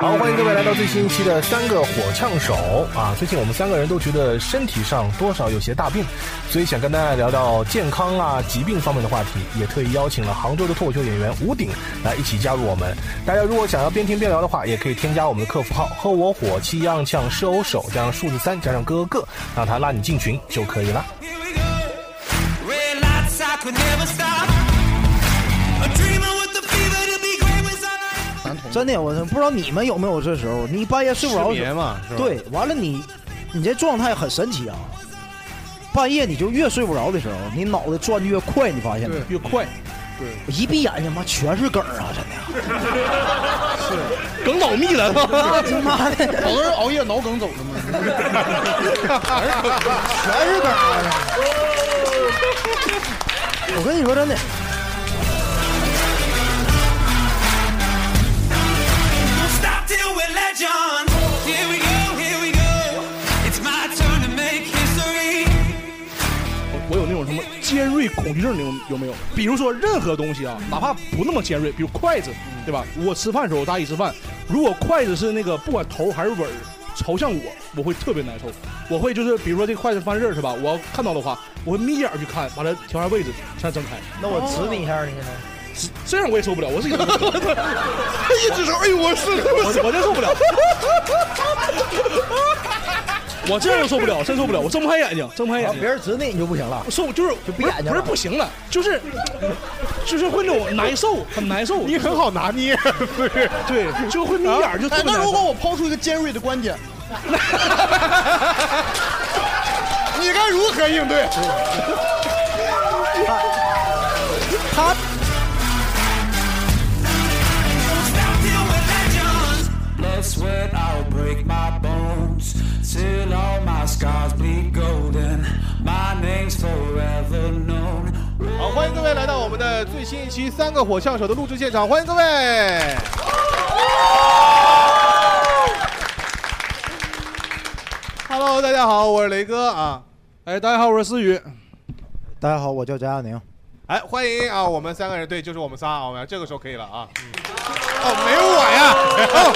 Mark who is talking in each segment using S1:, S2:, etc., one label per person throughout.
S1: 好，欢迎各位来到最新一期的三个火枪手啊！最近我们三个人都觉得身体上多少有些大病，所以想跟大家聊聊健康啊、疾病方面的话题，也特意邀请了杭州的脱口秀演员吴鼎来一起加入我们。大家如果想要边听边聊的话，也可以添加我们的客服号“和我火气样呛是欧手”，加上数字三，加上哥哥，让他拉你进群就可以了。
S2: Here we go. Red lights, I could never stop. A dreamer with the fever to be great was all I ever
S3: 真的，我不知道你们有没有这时候，你半夜睡不着
S4: 失眠嘛，是吧？
S3: 对，完了你，你这状态很神奇啊！半夜你就越睡不着的时候，你脑袋转的越快，你发现没？
S4: 越快，
S3: 我一闭眼睛，妈全是梗儿啊！真
S4: 梗老密了，
S3: 的，他哎妈的全
S5: 好多人熬夜脑梗走的嘛。
S3: 是梗 儿啊！我跟你说真的，
S2: Don't stop till we're legends. Here we go, here we go. It's my turn to make history.
S4: 我有那种什么尖锐恐惧症，你有有没有？比如说任何东西啊，哪怕不那么尖锐，比如筷子，
S3: 嗯
S4: 对吧？我吃饭的时候，我大家一起吃饭，如果筷子是那个不管头还是尾儿朝向我，我会特别难受。我会就是比如说这筷子翻刃是吧？我要看到的话，我会眯眼儿去看，完了调下位置，才睁开。
S3: 那我指你一下，你呢？
S4: 这样我也受不了，我自己都受不了一只手，哎呦，我是我我真受不了， 我这样都受不了，真受不了，我睁不开眼睛，睁不开眼
S3: 啊，
S4: 睛
S3: 别。人指你你就不行了。
S4: 受就是
S3: 就闭
S4: 不是
S3: 眼睛
S4: 不是
S3: 了
S4: 不行了，就是就是会那种难受，很难受。你很好拿捏，不是？对，就会眯眼
S6: 啊
S4: 儿就特
S5: 哎，
S4: 别
S5: 那
S4: 难
S5: 如
S4: 受。
S5: 果我抛出一个尖锐的观 点，你该如何应对？
S2: Don't stop till we're legends. Blood, sweat, I'll break my bones till all my scars bleed golden. My name's forever known.
S5: 好，欢迎各位来到我们的最新一期《三个火枪手》的录制现场，欢迎各位。Hello，大家好，我是雷哥啊。
S4: 哎，大家好，我是思雨。
S3: 大家好，我叫贾亚宁。
S5: 哎，欢迎啊，我们三个人，对，就是我们仨啊，我们这个时候可以了啊。哦，没有我呀，哦，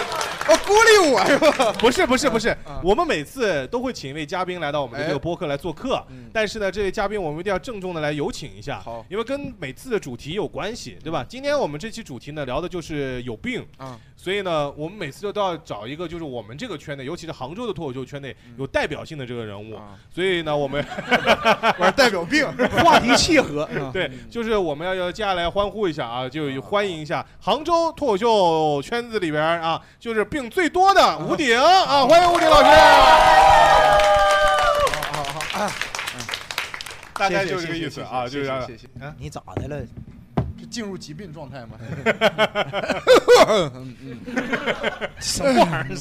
S5: 哦，孤立我是吧？ 不是不是不是，
S4: 啊
S5: 我们每次都会请一位嘉宾来到我们的这
S4: 哎
S5: 个播客来做客，但是呢，这位嘉宾我们一定要郑重的来有请一下，
S4: 嗯好嗯
S5: 因为跟每次的主题有关系，对吧？今天我们这期主题呢聊的就是有病，
S4: 啊
S5: 所以呢，我们每次都要找一个就是我们这个圈内，尤其是杭州的脱口秀圈内有代表性的这个人物，
S4: 嗯啊
S5: 所以呢，我们
S4: 我是代表 病，啊话题契合。
S5: 对，就是我们要要接下来欢呼一下嗯啊，就欢迎一下杭州脱口秀圈子里边儿啊，就是病最多的吴鼎啊，欢迎吴鼎老师。大概就是这个意思啊，就是让
S4: 谢。
S3: 你咋的了？
S4: 是进入疾病状态 吗？
S5: 嗯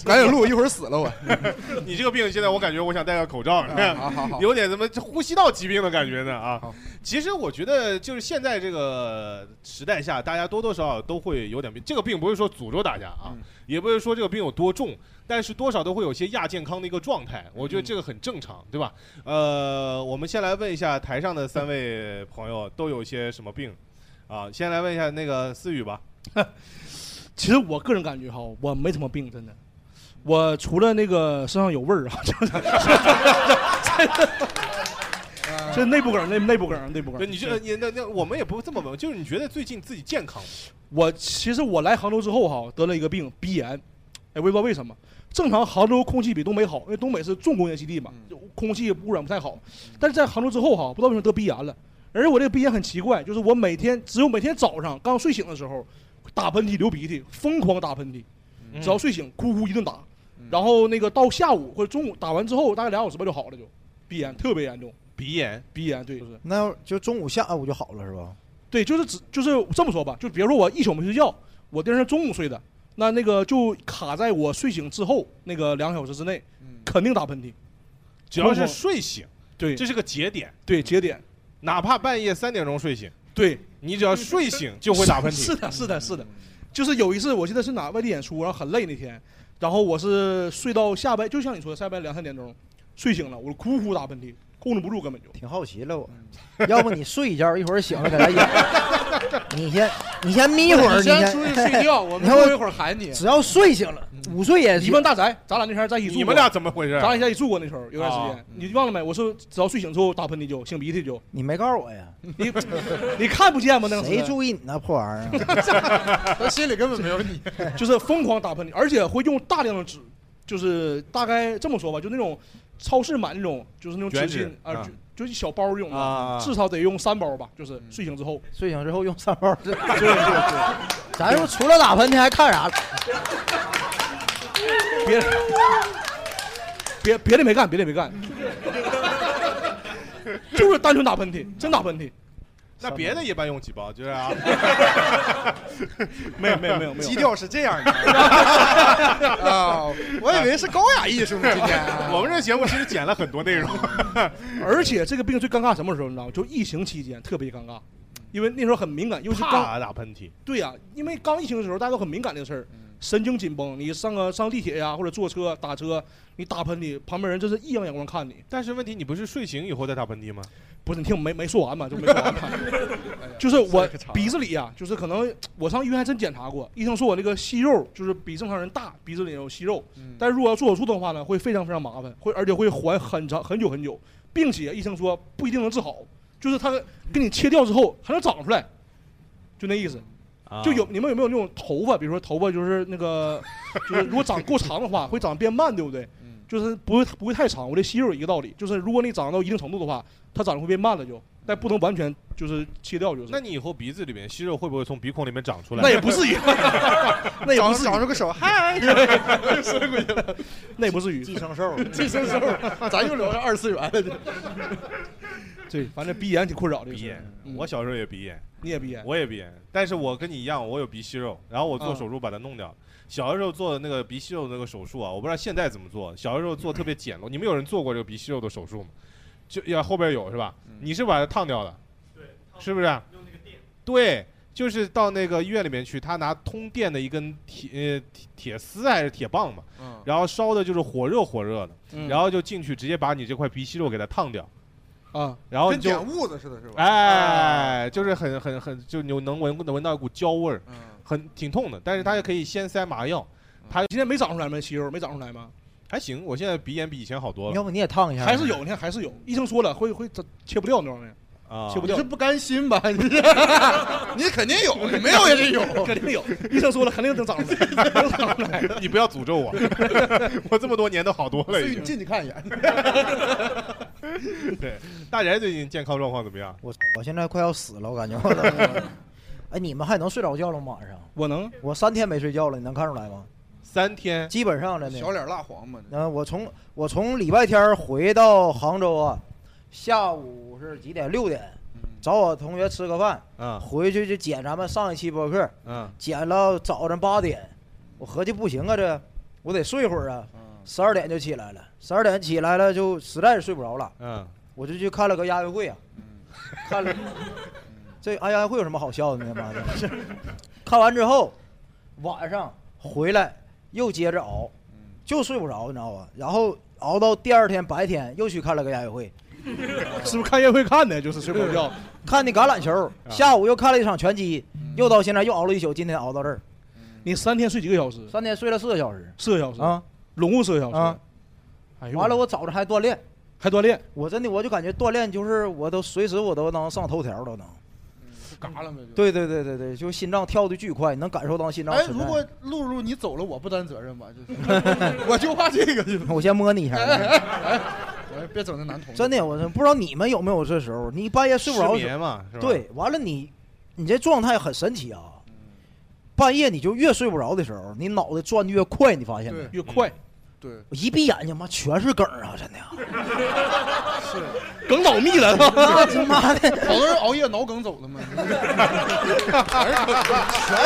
S6: 赶紧录，一会儿死了我。
S5: 你这个病现在我感觉我想戴个口罩，
S6: 嗯好好好
S5: 有点怎么呼吸道疾病的感觉呢啊
S6: 好。
S5: 其实我觉得就是现在这个时代下，大家多多少少都会有点病。这个病不是说诅咒大家啊，
S6: 嗯
S5: 也不是说这个病有多重，但是多少都会有些亚健康的一个状态。我
S6: 嗯
S5: 觉得这个很正常，对吧？呃，我们先来问一下台上的三位朋友都有一些什么病啊？先来问一下那个思雨吧。
S4: 其实我个人感觉哈，我没什么病，真的。我除了那个身上有味儿啊， 真的，这内部梗，内内部梗，内部
S5: 对，
S4: 梗。
S5: 你这呃你那那我们也不这么问，就是你觉得最近自己健康吗？
S4: 我其实我来杭州之后哈，得了一个病，鼻炎，哎，我也不知道为什么。正常杭州空气比东北好，因为东北是重工业基地嘛，
S5: 嗯
S4: 就空气污染不太好。但是在杭州之后哈，不知道为什么得鼻炎了。而且我这个鼻炎很奇怪，就是我每天只有每天早上刚睡醒的时候，打喷嚏、流鼻涕，疯狂打喷嚏，
S5: 嗯
S4: 只要睡醒，哭哭一顿打。然后那个到下午或者中午打完之后，大概两小时吧就好了就，鼻炎特别严重，
S5: 鼻炎。
S4: 鼻炎对，就是
S3: 啊那就中午下午就好了是吧？
S4: 对，就是只就是这么说吧，就比如说我一宿没睡觉，我第二天中午睡的，那那个就卡在我睡醒之后那个两小时之内，
S3: 嗯
S4: 肯定打喷嚏。
S5: 只要是睡醒，
S4: 对
S5: 这是个节点，
S4: 对节点，
S5: 哪怕半夜三点钟睡醒，
S4: 对
S5: 你只要睡醒就会打喷
S4: 是
S5: 嚏。
S4: 的，是的，是的，就是有一次我记得是哪外地演出，然后很累那天，然后我是睡到下班，就像你说的下班两三点钟睡醒了，我哭哭打喷嚏，控制不住，根本就。
S3: 挺好奇了我， 要不你睡一觉，一会儿醒了给咱演。 你先，你先眯
S6: 一
S3: 会儿，你
S6: 先出去睡 觉，我们
S3: 然后
S6: 过一会儿喊你。
S3: 只要睡醒了，午睡也
S4: 一
S3: 行
S4: 梦。嗯大宅，咱俩那天在一起住过。
S5: 你们俩怎么回事？
S4: 咱俩在一起住过那时候有段时
S5: 啊
S4: 间，你忘了没？我是只要睡醒之后打喷嚏就擤鼻涕就，
S3: 你没告诉我呀？
S4: 你 你看不见吗？那个时
S3: 谁
S4: 候
S3: 注意你那破玩 意儿啊？
S6: 他心里根本没有你。
S4: 就是疯狂打喷嚏，而且会用大量的纸，就是大概这么说吧，就那种超市买那种就是那种
S5: 卷
S4: 纸
S5: 纸
S4: 巾啊，
S5: 啊
S4: 就就一小包这种的，
S6: 啊
S4: 至少得用三包吧，就是
S5: 嗯
S4: 睡醒之 后。
S3: 睡醒之后用三包。 咱说除了打喷嚏还看啥？
S4: 别别别的没干，别的没干，就是单纯打喷 嚏，真打喷嚏，
S5: 那别的一般用几包？就是啊，
S4: 没有没有没有没有哦
S6: 基， 调是这样的啊！我以为是高雅艺术呢，今天啊
S5: 我们这节目其实剪了很 多内容。
S4: 而且这个病最尴尬什么时候你知道吗？就疫情期间特别尴尬，因为那时候很敏感，尤其刚
S5: 嗯怕啊打喷嚏，
S4: 对呀、因为刚疫情的时候大家都很敏
S5: 嗯
S4: 感这个事儿，神经紧绷，你上个上地铁呀、或者坐车打车，你打喷嚏，旁边人真是异样眼光看你。
S5: 但是问题你不是睡醒以后再打喷嚏吗？
S4: 不是你听我没没说完嘛，就没说完嘛，就是我鼻子里呀、就是可能我上医院还真检查过，医生说我那个息肉就是比正常人大，鼻子里有息肉，但是如果要做手术的话呢，会非常非常麻烦，会而且会缓很长很久很久，并且医生说不一定能治好，就是他给你切掉之后还能长出来，就那意思。
S7: 嗯
S5: 啊
S4: 就有你们有没有那种头发，比如说头发就是那个，就是如果长过长的话，会长得变慢，对不对？就是不会不会太长。我这息肉也一个道理，就是如果你长到一定程度的话，它长得会变慢了就，但不能完全就是切掉就是。
S5: 那你以后鼻子里面息肉会不会从鼻孔里面长出来？
S4: 那也不至于， 那也
S6: 长
S4: 不至于
S6: 长，出个手， 嗨，
S4: 那也不至于。
S3: 寄生兽，
S6: 寄生兽， 咱又聊上二次元了。
S4: 对，反正鼻炎挺困扰的。
S5: 鼻炎，
S4: 嗯
S5: 我小时候也鼻炎，
S4: 你也鼻炎，嗯
S5: 我也鼻炎，但是我跟你一样，我有鼻息肉，然后我做手术把它弄掉了。小的时候做的那个鼻息肉那个手术啊，我不知道现在怎么做。小的时候做特别简陋，你们有人做过这个鼻息肉的手术吗？就要后边有是吧？你是把它烫掉的，对，是不是？用那个电，对，就是到那个医院里面去，他拿通电的一根铁呃铁铁丝还是铁棒嘛，
S6: 嗯，
S5: 然后烧的就是火热火热的，
S4: 嗯
S5: 然后就进去直接把你这块鼻息肉给它烫掉，
S4: 啊，
S5: 然后
S6: 跟
S5: 你就
S6: 点痦子似的，是吧？啊，
S5: 哎，就是很很很，就你能闻能闻到一股焦味儿，
S6: 嗯，
S5: 很挺痛的。但是它也可以先塞麻药，
S4: 今天没长出来吗？息肉没长出来吗？
S5: 还行。我现在鼻炎比以前好多
S3: 要
S5: 了
S3: 不 你也烫一下？
S4: 还是有，你看还是有。医生说了，会会切不掉那玩意儿，
S5: 啊
S4: 切不
S6: 你
S4: 掉
S6: 是。不甘心吧？ 你你肯定有，你没有也得有。
S4: 肯定有，医生说了，肯定能长出来，能长出来。
S5: 你不要诅咒我， 我这么多年都好多了
S6: 所以
S5: 已
S6: 你
S5: 经。
S6: 进去看一眼。
S5: 对，大宅最近健康状况怎么样？
S3: 我我现在快要死了，我感觉。哎，你们还能睡着觉了吗？晚上
S4: 我能，
S3: 我三天没睡觉了，你能看出来吗？
S5: 三天
S3: 基本上真的。
S6: 小脸蜡黄嘛，
S3: 嗯、我从我从礼拜天儿回到杭州啊，下午是几点？六点，找我同学吃个饭，
S5: 嗯
S3: 回去就剪咱们上一期播客，
S5: 嗯，
S3: 剪了早晨八点，我合计不行啊，这我得睡会儿啊，十二点就起来了，十二点起来了就实在是睡不着了，
S5: 嗯，
S3: 我就去看了个亚运会啊，看了，这哎亚运会有什么好笑的呢？ 妈的，是看完之后，晚上回来又接着熬，就睡不着，你知道吧？然后熬到第二天白天又去看了个亚运会，
S4: 是不是看宴会看的？就是睡不着觉。啊
S3: 看的橄榄球，下午又看了一场拳击，又到现在又熬了一宿，今天熬到这儿，
S4: 嗯你三天睡几个小时？
S3: 三天睡了四个小时
S4: 四个小时，
S3: 啊
S4: 拢共四个小时。
S3: 啊！
S4: 哎呦，
S3: 完了，我早上还锻炼，
S4: 还锻炼，
S3: 我真的我就感觉锻炼就是我都随时我都能上头条都能。
S6: 嘎了没就。
S3: 对对对对对，就心脏跳的巨快，你能感受到心脏
S6: 哎，
S3: 存在。
S6: 如果露露你走了，我不担责任吧？ 就是，我就怕这个，就是。
S3: 我先摸你一下，
S6: 哎，别整那男同志。
S3: 真的，我是不知道你们有没有这时候，你半夜睡不
S5: 失
S3: 着的时候，
S5: 眠嘛，是吧？，
S3: 对，完了你你这状态很神奇啊。半夜你就越睡不着的时候，你脑袋转的越快，你发现没
S6: 对？
S4: 越快，
S6: 对，
S3: 我 一闭眼睛，妈全是梗儿啊！真的，
S4: 梗老密了。
S3: 那啊他妈的
S6: 好多人熬夜脑梗走了嘛。
S3: 全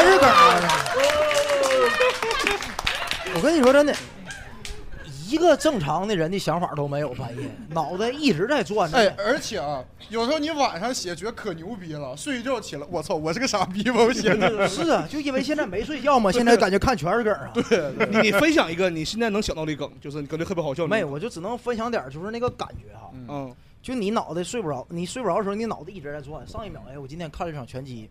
S3: 是梗儿。我跟你说真的，一个正常的人的想法都没有，半夜脑袋一直在转着。
S6: 哎，而且啊，有时候你晚上写觉得可牛逼了，睡一觉起来，我操，我是个傻逼吧？我写的。
S3: 是啊，就因为现在没睡觉嘛，现在感觉看全是梗儿啊。
S4: 你你分享一个你现在能想到的梗，就是你感觉特别好笑。
S3: 没有，
S4: 有，
S3: 我就只能分享点儿，就是那个感觉哈。
S4: 嗯，
S3: 就你脑袋睡不着，你睡不着的时候，你脑子一直在转。上一秒，哎，我今天看了一场拳击，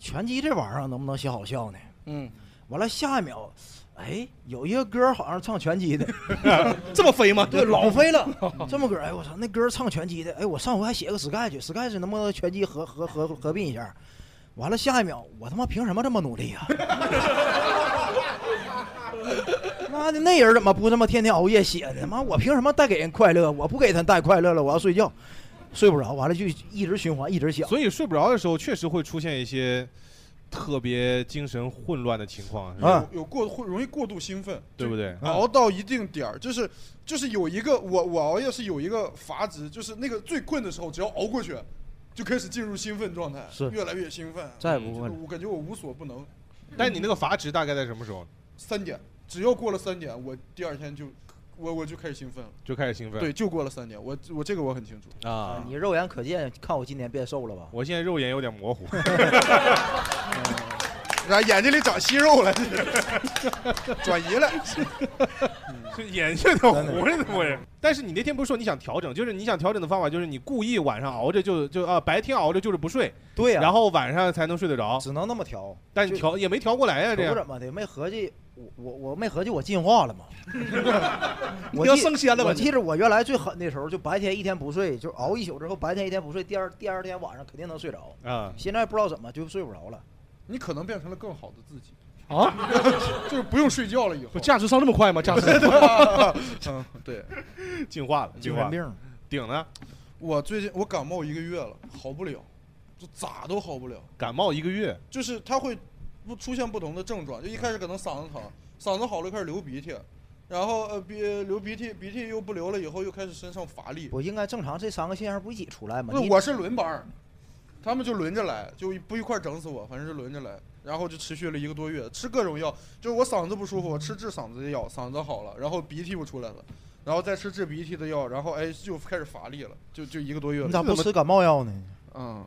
S3: 拳击这玩意儿啊能不能写好笑呢？
S4: 嗯，
S3: 完了下一秒，哎，有一个歌好像是唱拳击的，
S4: 这么飞吗？
S3: 对，老飞 了。这么歌，哎，我操，那歌唱拳击的，哎，我上回还写个 Sky 去，Sky 是能不能拳击合合合合并一下？完了，下一秒，我他妈凭什么这么努力啊？ 妈的，那人怎么不他妈天天熬夜写呢？妈，我凭什么带给人快乐？我不给他带快乐了，我要睡觉，睡不着，完了就一直循环，一直想。
S5: 所以睡不着的时候，确实会出现一些特别精神混乱的情况，是吧
S3: 啊
S6: 有过会容易过度兴奋，
S5: 对不对？
S6: 熬到一定点儿，就是就是有一个我我熬夜是有一个阀值，就是那个最困的时候，只要熬过去，就开始进入兴奋状态，
S3: 是
S6: 越来越兴奋。
S3: 再也不困了
S6: 就是我感觉我无所不能。嗯
S5: 但你那个阀值大概在什么时候
S6: 三点，只要过了三点，我第二天就我我就开始兴奋了。
S5: 就开始兴奋？
S6: 对，就过了三点，我我这个我很清楚。
S5: 啊，
S3: 你肉眼可见，看我今年变瘦了吧？
S5: 我现在肉眼有点模 糊。
S6: 然啊后眼睛里长息肉了，这是 转移了。
S5: 是眼睛都糊了，怎么回事？ 但是你那天不是说你想调整，就是你想调整的方法就是你故意晚上熬着就就啊，白天熬着就是不睡，
S3: 对呀、
S5: 然后晚上才能睡得着。
S3: 只能那么调。
S5: 但你调也没调过来呀，
S4: 哎
S5: 这
S3: 可
S5: 样
S3: 不怎么的，没合计我我我没合计我进化 了吗？
S4: 你
S3: 我
S4: 要
S3: 记
S4: 升仙了吧
S3: 我
S4: 你
S3: 记着我原来最狠的时候，就白天一天不睡，就熬一宿之后，白天一天不睡，第二第二天晚上肯定能睡着。
S5: 啊。
S3: 现在不知道怎么就睡不着了，
S6: 你可能变成了更好的自己，
S4: 啊，
S6: 就是不用睡觉了以后
S4: 我。价值上这么快吗？ 价值啊
S6: 嗯，对，
S5: 进化了，进
S3: 精
S5: 化了。
S3: 神病。
S5: 顶呢？
S6: 我最近我感冒一个月了，好不了，就咋都好不了，
S5: 感冒一个 月，
S6: 就是它会不出现不同的症状，就一开始可能嗓子疼，嗓子好了又开始流鼻涕，然后呃鼻流鼻涕，鼻涕又不流了以后又开始身上乏力。
S3: 我应该正常这三个现象不一起出来吗？
S6: 不
S3: 你
S6: 是，我是轮班儿，他们就轮着来，就不一块儿整死我，反正是轮着来，然后就呃持续了一个多月，吃各种药，就是我嗓子不舒服，我吃治嗓子的药，嗓子好了，然后鼻涕又出来了，然后再吃治鼻涕的药，然后哎又开始乏力了，就就一个多月了。
S3: 你咋
S6: 这
S3: 不吃感冒药呢？
S6: 嗯，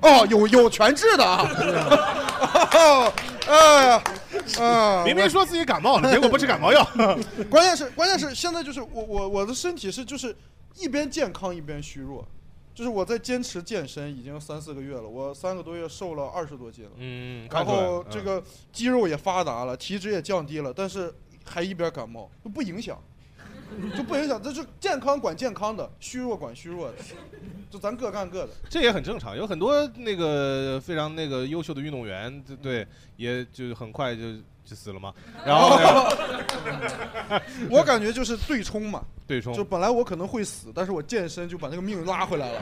S6: 哦，有有全治的啊！ 哦，哎 呀，啊，
S5: 明明说自己感冒了，结果不吃感冒药。
S6: 我 关键是关键是现在就是我我我的身体是就是一边健康一边虚弱，就是我在坚持健身已经三四个月了，我三个多月瘦了二十多斤了，
S5: 嗯，
S6: 然
S5: 看出来嗯
S6: 后这个肌肉也发达了，体脂也降低了，但是还一边感冒，不影响。 就不影响，这就健康管健康的，虚弱管虚弱的，就咱各干各的。
S5: 嗯这也很正常，有很多那个非常那个优秀的运动员，对
S6: 嗯
S5: 对，也就很快就就死了嘛。然后呢
S6: 我感觉就是对冲嘛，
S5: 对冲
S6: 就本来我可能会死，但是我健身就把那个命拉回 来了，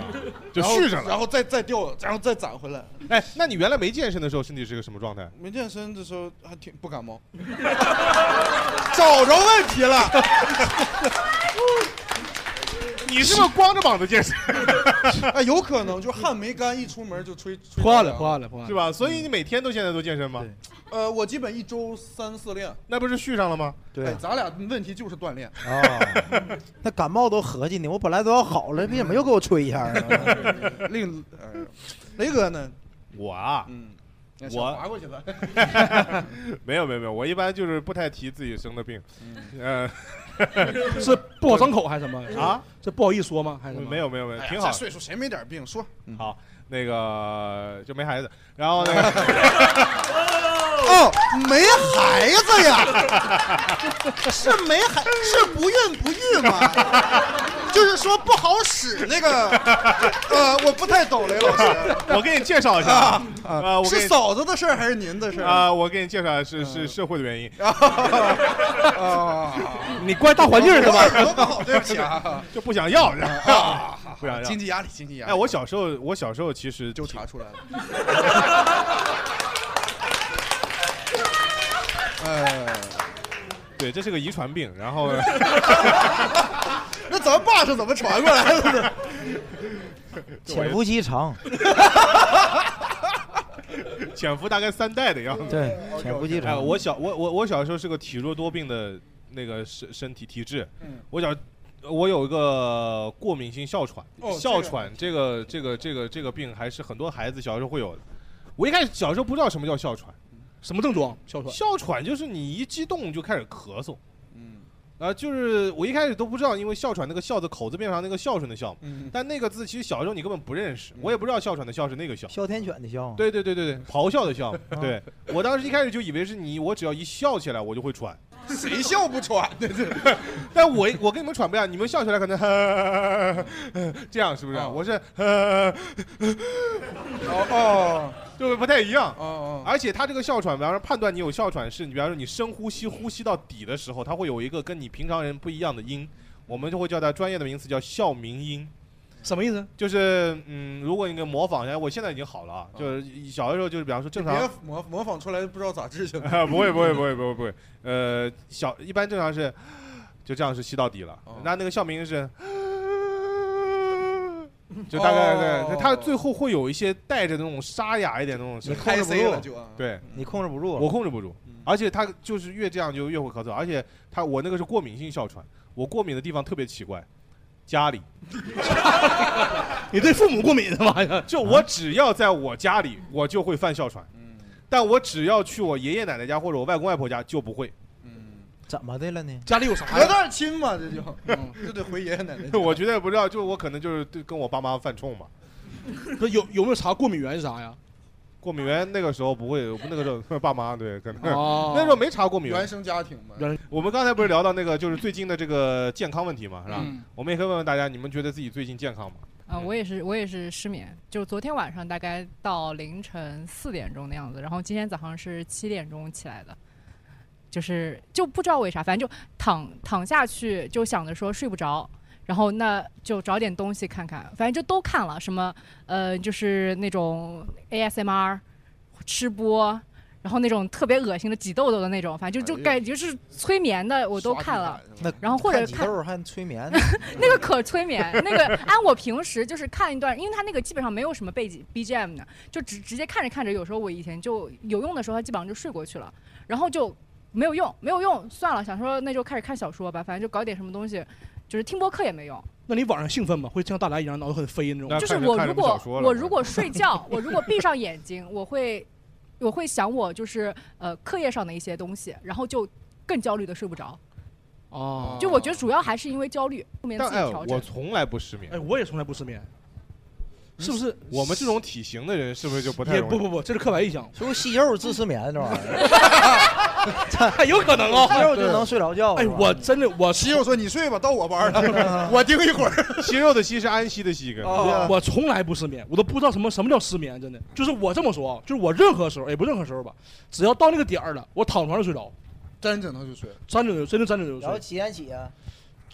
S5: 就
S6: 然后
S5: 续上了。
S6: 然后再再掉，然后再攒回来。
S5: 哎，那你原来没健身的时候，身体是个什么状态？
S6: 没健身的时候还挺不感冒，找着问题了。
S5: 你是不是光着膀子健身
S6: 哎，有可能就汗没干，一出门就吹吹
S4: 破
S6: 着
S4: 案
S6: 凉
S4: 了，破。案了，破案
S5: 是
S4: 了。
S5: 吧？所以你每天都现在都健身吗？
S6: 呃，我基本一周三四练。
S5: 那不是续上了吗？
S3: 对
S6: 哎，
S3: 啊，
S6: 咱俩问题就是锻炼。
S3: 那感冒都合计呢，我本来都要好了，你怎么又给我吹一下啊呢？
S6: 另，哎雷哥呢？
S5: 我啊，
S6: 嗯，那
S5: 我
S6: 想划过去了。
S5: 没有没有没有，我一般就是不太提自己生的病，嗯、
S4: 是不好张口还是什么
S5: 呃、？啊，
S4: 这不好意说吗？还是什么
S5: 没？有没有没有，
S6: 哎呀
S5: 挺好
S6: 这。岁数谁没点病？说
S5: 好，那个就没孩子，然后那个
S6: 哦，没孩子呀？是没孩，是不孕不育吗？ 就是说不好使那个，呃，我不太懂雷老师，
S5: 我给你介绍一下啊，啊，我给
S6: 是
S5: 你
S6: 嫂子的事儿还是您的事儿？嗯
S5: 啊，我给你介绍是是社会的原因，
S6: 啊，
S4: 你怪大环境是
S6: 我
S4: 吧？
S6: 耳朵不好，对不起啊，
S5: 就不想要，是 吧不想要
S6: 经。济压力，经济压力。
S5: 哎，我小时候，我小时候其实
S6: 就
S5: 挺
S6: 查出来了。
S5: 哎对，这是个遗传病，然 后
S6: 那咱爸是怎么传过来的 呢？
S3: 潜伏期长，
S5: 潜伏大概三代的样子。
S3: 对，
S4: 哦
S3: 潜伏期
S5: 哎，
S3: 长。
S5: 我小我我我小时候是个体弱多病的那个身身体体质，
S4: 嗯
S5: 我小我有一个过敏性哮喘，
S6: 哦
S5: 哮喘这个这个这个这个病还是很多孩子小时候会有的。我一开始小时候不知道什么叫哮喘，
S4: 什么症状？哮喘。
S5: 哮喘就是你一激动就开始咳嗽，
S6: 嗯，
S5: 呃，就是我一开始都不知道，因为哮喘那个哮字口字边旁那个孝顺的孝嘛，
S6: 嗯，
S5: 但那个字其实小时候你根本不认识，我也不知道哮喘的哮是那个哮。
S3: 嗯哮天犬的哮，嗯
S5: 对对对对对，咆哮的哮。 对我当时一开始就以为是你，我只要一笑起来我就会喘，
S6: 谁笑不喘 的？这
S5: 但我我跟你们喘不一样，你们笑起来可能 这样是不是？啊
S6: 哦
S5: 我是
S6: 哦
S5: 就是不太一样
S6: 哦。哦
S5: 而且它这个哮喘，比方说判断你有哮喘是，你比方说你深呼吸，呼吸到底的时候，它会有一个跟你平常人不一样的音，我们就会叫它专业的名词叫哮鸣音。
S4: 什么意思？
S5: 就是嗯，如果你给模仿一下，我现在已经好了啊，就是小的时候就是比方说正常
S6: 别模模仿出来不知道咋治去了。
S5: 啊，不会不会不会不会不会，呃，小一般正常是就这样是吸到底了，
S6: 哦
S5: 那那个笑 鸣是，就大概
S6: 哦
S5: 对，他最后会有一些带着那种沙哑一点的那种声
S3: 你
S5: 音，
S3: 控
S6: 开
S3: 制不
S6: C 了
S3: 住，
S6: 就啊，
S4: 嗯
S5: 对
S3: 你控制不住
S5: 我
S3: 了。
S5: 控制不住，而且他就是越这样就越会咳嗽，而且他我那个是过敏性哮喘，我过敏的地方特别奇怪，家 里，
S4: 你对父母过敏是
S3: 哎
S4: 吧？
S5: 就我只要在我家里，我就会犯哮喘，
S6: 嗯
S5: 但我只要去我爷爷奶奶家或者我外公外婆家就不会，
S6: 嗯，
S3: 怎么的了呢？
S4: 家里有啥
S6: 隔
S4: 呀？
S6: 代亲嘛，这就 就得回爷爷奶奶家。
S5: 嗯我觉得不知道，就我可能就是对跟我爸妈 犯冲嘛。
S4: 不是有有没有查过敏源是啥呀？
S5: 过敏源那个时候不会，那个时候爸妈对，可能、
S4: 哦
S5: 那时候没查过敏
S6: 原
S5: 源。
S6: 生家庭嘛，
S5: 我们刚才不是聊到那个就是最近的这个健康问题嘛，是吧？
S4: 嗯
S5: 我们也可以问问大家，你们觉得自己最近健康吗？
S8: 啊，我也是，我也是失眠，就昨天晚上大概到凌晨四点钟的样子，然后今天早上是七点钟起来的，就是就不知道为啥，反正就躺躺下去就想着说睡不着，然后那就找点东西看看，反正就都看了，什么呃就是那种 ASMR 吃播。然后那种特别恶心的挤痘痘的那种，反正就
S6: 哎
S8: 就
S6: 呀
S8: 感觉是催眠的， 我都看
S6: 刷
S8: 了。
S6: 地板是吧。
S3: 那
S8: 然后或者
S3: 看挤
S8: 看
S3: 痘儿还 催眠，
S8: 那个可催眠，那个按我平时就是看一段，因为它那个基本上没有什么背景 BGM 的，就直直接看着看着，有时候我以前就有用的时候，它基本上就睡过去了，然后就没有用，没有用，算了，想说那就开始看小说吧，反正就搞点什么东西，就是听播客也没用。
S4: 那你晚上兴奋吗？会像大白一样脑子很飞那种？
S5: 那
S8: 就是
S5: 看着
S8: 我
S5: 看
S8: 如
S5: 着不小
S8: 果
S5: 说
S4: 嗯
S5: 了
S8: 我如果睡觉，我如果闭上眼睛，我会我会想我就是呃课业上的一些东西，然后就更焦虑的睡不着。
S4: 哦
S8: 就我觉得主要还是因为焦虑，后面自
S5: 但
S8: 己
S5: 哎，
S8: 调整。
S5: 我从来不失眠。
S4: 哎，我也从来不失眠，是不是？
S5: 我们这种体型的人是不是嗯就不太
S4: 也
S5: 容易？
S4: 不不不，这是刻板印象，
S3: 是不是吸肉治失眠这玩意儿？
S4: 哎， 有可能啊。
S3: 吸肉就能睡着觉？
S4: 哎，
S3: 是吧
S4: 我真的我
S6: 媳妇说你睡吧，到我班了， 我盯一会儿。
S5: 息肉的息是安息的息，跟
S6: 哦
S4: 我从来不失眠，我都不知道什么什么叫失眠，真的就是我这么说啊，就是我任何时候也不任何时候吧，只要到那个点儿了，我躺床上睡着，
S6: 沾枕头就睡，
S4: 三点就真的三点就
S3: 然后
S4: 睡，
S3: 几点起啊？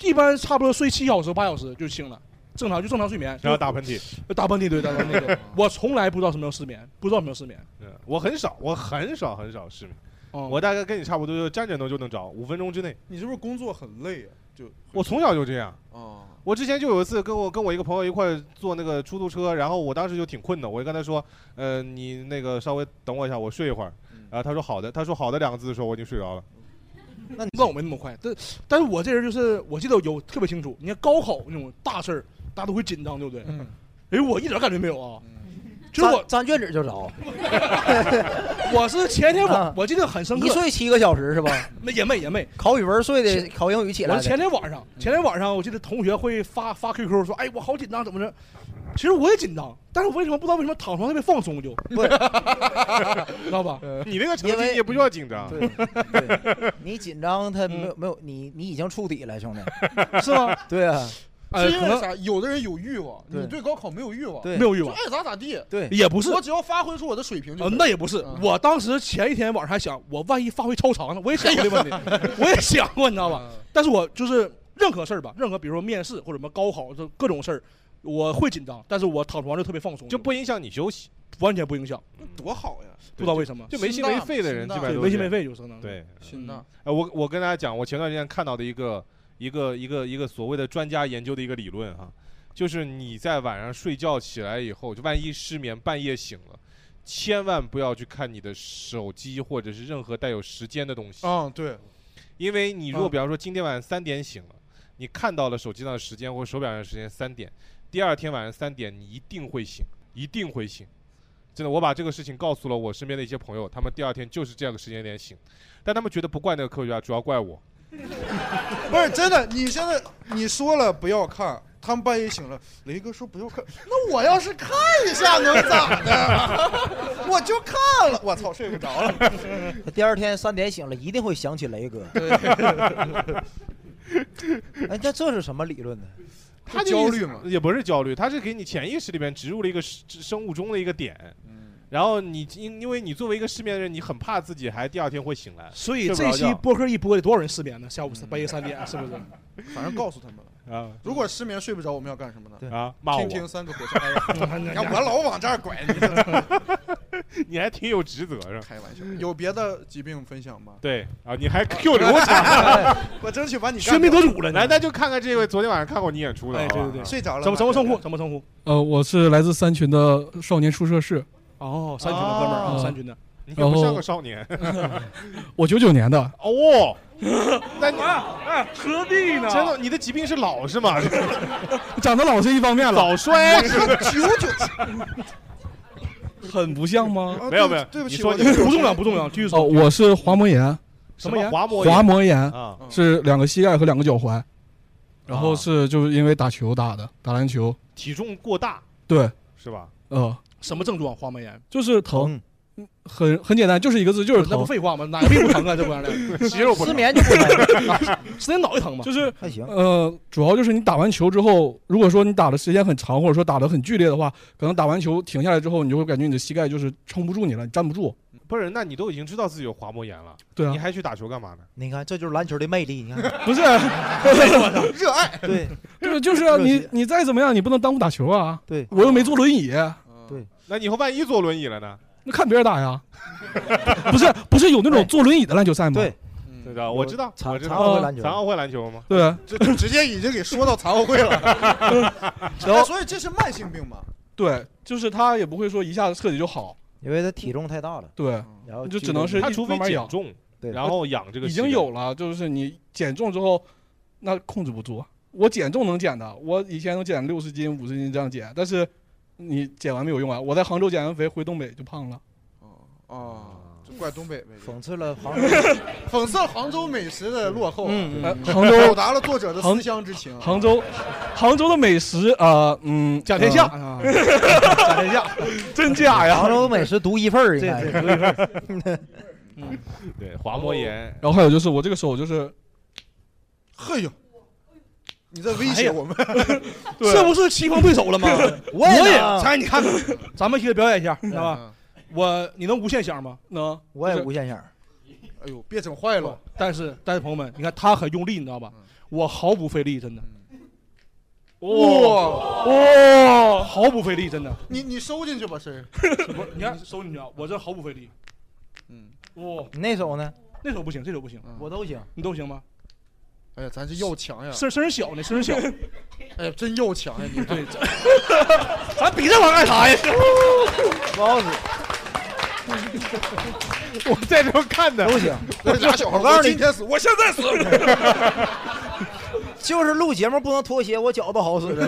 S4: 一般差不多睡七小时八小时就醒了，正常就正常睡眠，呃
S5: 然后打喷嚏。
S4: 打喷嚏对打喷嚏 对，我从来不知道什么叫失眠，不知道什么叫失眠，
S5: 嗯，我很少，我很少很少失眠。
S4: 哦，
S5: 我大概跟你差不多，就沾枕头就能着，五分钟之内。
S6: 你是不是工作很累啊？就
S5: 我从小就这样。
S3: 哦
S6: 啊，
S5: 我之前就有一次跟我跟我一个朋友一块儿坐那个出租车，然后我当时就挺困的，我就跟他说，呃，你那个稍微等我一下，我睡一会儿。
S6: 嗯
S5: 然后他说好的，他说好的两个字的时候，我已经睡着了。
S4: 那你问我没那么快，但但是我这人就是我记得有特别清楚，你看高考那种大事儿，大家都会紧张，对不对？
S6: 嗯，
S4: 哎，我一点感觉没有啊，就是
S3: 粘
S4: 我
S3: 粘卷纸就着，
S4: 我是前天晚
S3: 啊
S4: 我记得很深刻
S3: 一，睡七个小时是吧？
S4: 没也没也 没。
S3: 考语文睡的，考英语起
S4: 我
S3: 来
S4: 是
S3: 的
S4: 前。天晚上，前天晚上我记得同学会发发 QQ 说，哎，我好紧张，怎么着？其实我也紧张，但是我为什么不知道为什么躺床特别放松就，
S3: 不是
S4: 知道吧？
S5: 你那个成绩
S3: 嗯因为
S5: 你也不需要紧张，
S3: 对，对你紧张，他没有没有你，你已经触底了，兄弟。
S4: 是吗？
S3: 对啊，
S4: 呃，
S6: 是
S4: 可
S6: 因为
S4: 能
S6: 啥？有的人有欲望，
S3: 对
S6: 你对高考没有欲望，
S3: 对
S4: 没有欲
S6: 就
S4: 望，
S6: 爱咋咋地。
S3: 对，
S4: 也不是。
S6: 我只要发挥出我的水平就
S4: 呃，
S6: 行。
S4: 那也不是
S6: 嗯，
S4: 我当时前一天晚上还想，我万一发挥超常呢？我也想过这个问题， 我也想过，你知道吧？
S6: 哎嗯
S4: 但是我就是任何事儿吧，任何比如说面试或者什么高考，这各种事儿，我会紧张，但是我躺床上就特别放松，
S5: 就不影响你休息，
S4: 完全不影响，
S6: 多好呀！
S4: 不知道为什么，
S5: 就没心没肺的人基
S6: 心大
S4: 对，
S6: 嘛
S5: 本上都
S4: 没
S5: 是
S4: 心
S5: 这
S4: 没
S5: 样
S4: 肺有可能。
S5: 对，
S6: 心呐，
S5: 呃，我我跟大家讲，我前段时间看到的一个一个一个一个所谓的专家研究的一个理论哈，就是你在晚上睡觉起来以后，就万一失眠半夜醒了，千万不要去看你的手机或者是任何带有时间的东西，
S6: 嗯，对，
S5: 因为你如果
S4: 嗯
S5: 比方说今天晚上三点醒了，你看到了手机上的时间或者手表上的时间三点，第二天晚上三点你一定会醒，一定会醒。真的，我把这个事情告诉了我身边的一些朋友，他们第二天就是这样个时间点醒，但他们觉得不怪那个科学家，主要怪我。
S6: 不是真的，你现在你说了不要看，他们半夜醒了，雷哥说不要看，那我要是看一下能咋的？ 我就看了，我操，睡不着了。
S3: 他 第二天三点醒了，一定会想起雷哥。 哎，那这是什么理论呢？
S5: 他的意思也不是焦虑，他是给你潜意识里面植入了一个生生物钟的一个点。然后你因因为你作为一个失眠的人，你很怕自己还第二天会醒来，
S4: 所以
S5: 睡不
S4: 这
S5: 着
S4: 期
S5: 觉嗯
S4: 播客一播，得多少人失眠呢？下午半夜三点，是不是？
S6: 反 正告诉他们了。
S5: 啊
S6: 如果失眠睡不着，我们要干什么呢？
S5: 啊骂我
S6: 听，听三个火车 哎呀
S4: 你
S6: 你看我老往这儿拐，你这
S5: 你还挺有职责是吧？
S6: 开玩笑。嗯有别的疾病分享吗？啊
S5: 对啊，你还 Q 刘强，
S6: 我争取把你
S4: 喧
S6: 干
S4: 宾
S6: 掉
S4: 夺主了，
S5: 来，
S4: 你
S5: 那就看看这位昨天晚上看过你演出的，
S4: 哎
S5: 好吧
S4: 对对对
S6: 睡着了。
S4: 怎么怎么称呼？？怎么称呼？
S7: 呃，我是来自三群的少年出社室，
S4: 哦，三群的哥们儿啊，
S7: 哦
S4: 三群的，
S5: 你可不像个少年
S7: 我九九年的，
S5: 哦。那 你啊
S4: 何必呢
S5: 真的，你的疾病是老是 吗？哎
S7: 长得老是一方面了，
S5: 早衰
S6: 九九
S7: 很不像吗？
S6: 啊
S5: 没有
S6: 对
S5: 没有
S6: 对不
S5: 你
S6: 起，
S5: 说
S6: 我
S5: 你
S6: 就
S4: 不重要，不重要，继续
S7: 哦，
S4: 说。
S7: 我是滑膜炎，
S4: 什
S5: 什
S4: 么嗯
S5: 么
S4: 炎
S5: 滑膜炎
S7: 滑膜炎
S5: 啊
S7: 是两个膝盖和两个脚踝，然
S5: 啊
S7: 后是就是因为打球打的，打篮球，
S5: 体重过大
S7: 对，
S5: 是吧？
S7: 呃，
S4: 什么症状？滑膜炎？
S7: 就是疼，很很简单，就是一个字，就是
S4: 那不
S7: 疼，
S4: 废话吗？哪个病不疼啊？这不样的，
S5: 肌肉不
S3: 失眠就不疼，
S4: 是你脑袋疼吗？
S7: 就是
S3: 还行。
S7: 呃，主要就是你打完球之后，如果说你打的时间很长，或者说打得很剧烈的话，可能打完球停下来之后，你就会感觉你的膝盖就是撑不住你了，你站不住。
S5: 不是，那你都已经知道自己有滑膜炎了，
S7: 对啊
S5: 你，还去打球干嘛呢？
S3: 你看，这就是篮球的魅力。你看，
S7: 不是，
S6: 热爱。
S3: 对
S7: 对，就是啊，
S3: 热
S7: 你
S3: 血
S7: 你再怎么样，你不能耽误打球啊。
S3: 对，
S7: 我又没坐轮椅，
S3: 对
S5: 嗯那你以后万一坐轮椅了呢？
S7: 那看别人打呀。 不是不是有那种坐轮椅的篮球赛吗？
S3: 对，
S5: 对
S6: 嗯，
S5: 吧？我知道，我
S3: 残
S5: 知
S3: 残
S5: 道。
S3: 奥会篮球
S5: 咱，奥会篮 球吗？
S7: 对，啊
S6: 这这直接已经给说到残奥会 了。哎所以这是慢性病嘛？
S7: 对，就是他也不会说一下子彻底就好，
S3: 因为他体重太大了，
S7: 对，
S3: 然后
S7: 就
S3: 肌
S7: 只能
S3: 肉
S7: 是
S5: 他
S7: 一
S5: 除非
S7: 慢慢
S5: 减
S7: 养
S5: 重，
S3: 对
S5: 然后养这个
S7: 已
S5: 习惯
S7: 经有了，就是你减重之后，那控制不住。我减重能减的，我以前能减六十斤、五十斤这样减，但是你减完没有用啊。我在杭州减完肥回东北就胖了，
S6: 哦哦，就怪东北呗。
S3: 讽刺了 杭州。
S6: 讽刺杭州美食的落后啊，
S4: 嗯
S7: 呃，杭
S6: 表
S7: 州
S6: 达了作者的
S7: 杭
S6: 思乡之情。
S7: 杭州杭州的美食啊、呃嗯，
S4: 甲天下
S7: 呃
S4: 啊，甲天下， 真假呀？
S3: 杭州美食独一份儿，应该
S4: 对
S3: 是
S4: 嗯
S5: 对滑 膜炎，
S7: 然后还有就是我这个手就是
S6: 嘿呦，你在威胁我们？
S7: 哎
S6: 啊
S7: 对
S4: 这不是棋逢对手 了吗？
S3: 我
S4: 我也
S3: 也能，
S4: 猜，你看看，咱们一起表演一下，知道吧？
S6: 嗯
S4: 我你能无限想吗？能，
S3: 我也无限想。
S6: 哎呦，别整坏了！嗯
S4: 但是但是朋友们，你看他很用力，你知道吧？我毫不费力，真的，
S6: 哇，
S4: 哇，毫不费力，真的。
S6: 你你收进去 吧，身儿。
S4: 不是，你看手你知道，啊我这 毫不费力。
S6: 嗯，
S4: 哇，
S3: 你那手呢？
S4: 那手不行，这手不行，
S3: 我都行。
S4: 你都行吗？
S6: 哎呀，咱这要强呀！
S4: 声声小呢，声小，
S6: 哎呀，真要强呀！你
S4: 对，这咱比这玩意儿干啥 呀？
S3: 不好使，
S5: 我在这儿看的，
S3: 都行。
S6: 这俩小孩， 我今天死，我现在死。
S3: 就是录节目不能脱鞋，我脚都好使了。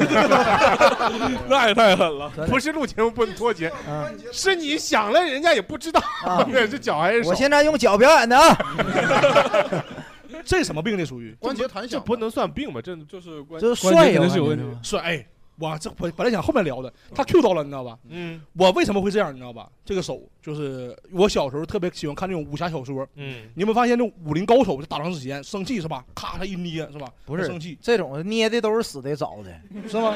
S4: 那也太狠了。
S5: 不是录节目不能脱节，
S3: 哦嗯
S5: 是你想了，人家也不知道
S3: 啊，
S5: 这脚还是手
S3: 我现在用脚表演的啊，
S4: 这什么病？这属于
S6: 关节弹
S5: 这
S6: 响，
S5: 不能算病吧？这
S7: 就是关
S3: 这
S7: 关
S3: 帅啊
S7: 节
S3: 呀
S7: 肯定是有
S3: 我
S7: 问
S3: 感
S7: 题
S3: 觉。
S4: 是哎，哇，这本本来想后面聊的，他 Q 到了，你知道吧？
S5: 嗯
S4: 我为什么会这样？你知道吧？这个手就是我小时候特别喜欢看那种武侠小说。
S5: 嗯，
S4: 你有没有发现，那武林高手就打仗之前生气是吧？咔，他一捏是吧？
S3: 不是
S4: 生气
S3: 这种捏的都是死的早的，
S4: 是吗？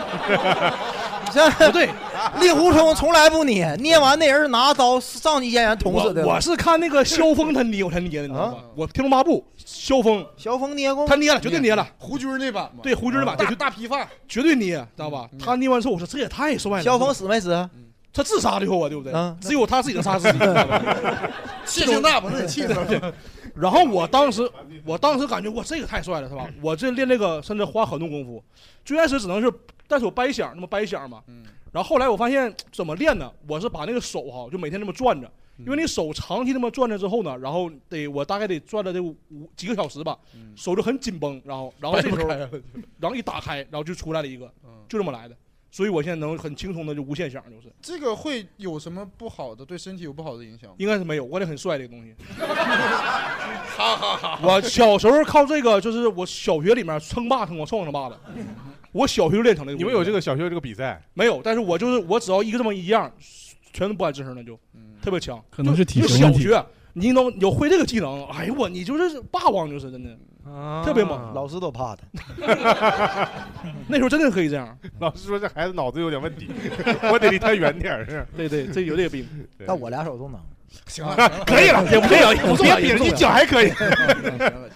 S3: 像
S4: 不对，
S3: 令狐冲从来不捏，捏完那人是拿刀上去咽人 捅
S4: 我
S3: 死的。
S4: 我是看那个萧峰他捏我才捏的，你知道吗
S6: 啊？
S4: 我《天龙八部》，萧峰
S3: 萧峰捏过吗
S4: 他，捏了，绝对捏了。
S6: 胡军儿那版嘛。
S4: 对，胡军儿吧，这
S6: 哦大
S4: 绝
S6: 大披发，
S4: 绝对捏，知道吧
S6: 嗯？
S4: 他捏完之后，我说这也太帅了。
S3: 萧峰死没死啊？
S4: 他自杀了以后啊，对不对
S3: 嗯？
S4: 只有他自己能杀自 己。你知道吧
S6: 谢谢那把那气死了。
S4: 然后我当时，我当时感觉哇，这个太帅了，是
S6: 嗯
S4: 吧？我这练这个甚至花很多功夫，最开始只能是单手掰响，那么掰响嘛。
S6: 嗯
S4: 然后后来我发现怎么练呢？我是把那个手哈，就每天这么转着，
S6: 嗯
S4: 因为你手长期这么转着之后呢，然后得我大概得转了得五几个小时吧，
S6: 嗯嗯
S4: 手就很紧绷，然后然后这时候，然后一打开，然后就出来了一个，就这么来的。所以我现在能很轻松的就无限享，就是
S6: 这个会有什么不好的？对身体有不好的影响吗？
S4: 应该是没有，我得很帅这个东西。
S6: 哈哈哈
S4: 我小时候靠这个，就是我小学里面称霸称王创称霸的，我小学就练成了。
S5: 你们有这个小学这个比赛？
S4: 没有，但是我就是我只要一个这么一样，全都不敢吱声了，就
S3: 嗯
S4: 特别强。
S7: 可能是体
S4: 就
S7: 型
S4: 小
S7: 问题
S4: 学啊你能有会这个技能，哎呦我你就是霸王，就是真的，特别猛。
S3: 啊老师都怕他。
S4: 那时候真的可以这 样。
S5: 老师说这孩子脑子有点问题， 我得离他远点儿。是
S4: 对对，这有点病。
S5: 对
S3: 但我俩手 都能。
S6: 行 了，行了
S5: 可以 了，也不重要，
S4: 也不重
S5: 别
S4: 要
S5: 比
S4: 也
S5: 了，
S4: 不重
S5: 你
S4: 要
S5: 脚还可以
S6: 行了行了行了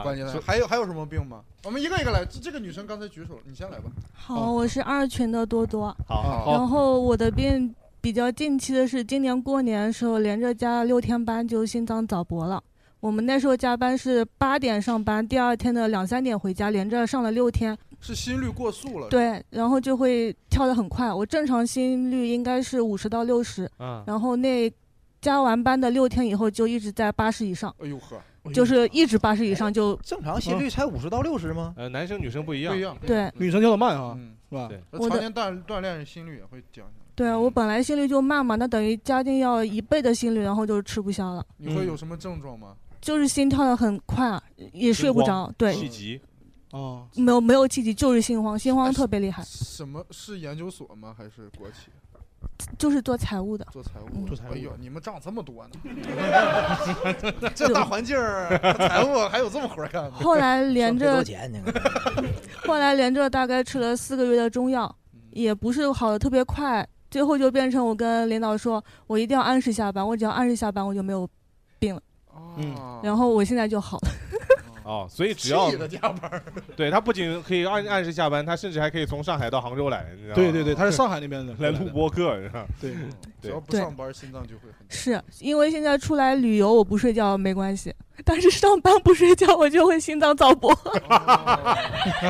S6: 关键了，还有还有什么病吗？我们一个一个来。这这个女生刚才举手了，你先来吧。
S9: 好，我是二群的多多。
S5: 好，
S4: 好
S9: 然后我的病比较近期的是，今年过年的时候连着加了六天班，就心脏早搏了。我们那时候加班是八点上班，第二天的两三点回家，连着上了六天。
S6: 是心率过速了。，
S9: 对，然后就会跳得很快。我正常心率应该是五十到六十，
S5: 嗯，
S9: 然后那加完班的六天以后就一直在八十以上，
S6: 哎呦呵，
S9: 就是一直八十以上就
S3: 哎正常心率才五十到六十吗？
S5: 呃，男生女生不一样
S6: 不一，样。
S9: 对。
S4: 女生跳得慢啊，
S6: 嗯，
S4: 是吧
S5: 对？
S6: 那
S9: 我
S6: 常
S9: 的
S6: 年锻锻炼心率也会降下来。
S9: 对啊我本来心率就慢嘛，那等于加进要一倍的心率，然后就是吃不消了，嗯
S6: 你
S5: 嗯
S6: 会有什么症状吗？
S9: 就是心跳的很快，啊也睡不
S5: 心
S9: 着，对，
S5: 气急，
S4: 啊，
S9: 没有没有气急，就是心慌，心慌特别厉害，
S6: 嗯什么是研究所吗？还是国企
S9: 就是做财务的，
S6: 做财务？
S9: 嗯
S4: 做财务
S6: 哎呦，你们账这么多 呢？这大环境儿，财务还有这么活儿干吗？
S9: 后来连
S3: 挣这多
S9: 着
S3: 钱呢？
S9: 后来连着大概吃了四个月的中药，也不是好的特别快，最后就变成我跟领导说，我一定要按时下班，我只要按时下班我就没有，
S4: 嗯
S6: 啊，
S9: 然后我现在就好了，
S5: 哦，所以只要
S6: 气的加班儿，
S5: 对他不仅可以按按时下班，他甚至还可以从上海到杭州来，你知道吗？
S4: 对对对，她是上海那边的，
S5: 来录播客，你知道吗？
S4: 对，
S6: 只要不
S9: 对
S6: 上班，心脏就会很。
S9: 是因为现在出来旅游我不睡觉没关系，但是上班不睡觉我就会心脏早搏。
S6: 哦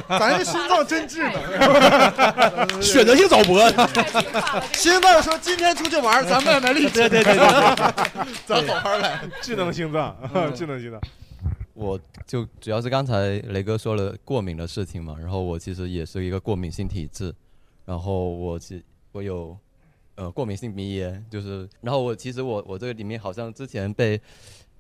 S6: 咱这心脏真智 能，
S4: 选择性早搏，
S6: 心脏说今天出去玩儿，咱卖卖力气，对对对， 咱好好来。
S5: 智能心脏， 智能心脏，
S10: 我就主要是刚才雷哥说了过敏的事情嘛，然后我其实也是一个过敏性体质，然后我其我有呃过敏性鼻炎，就是然后我其实我我这个里面好像之前被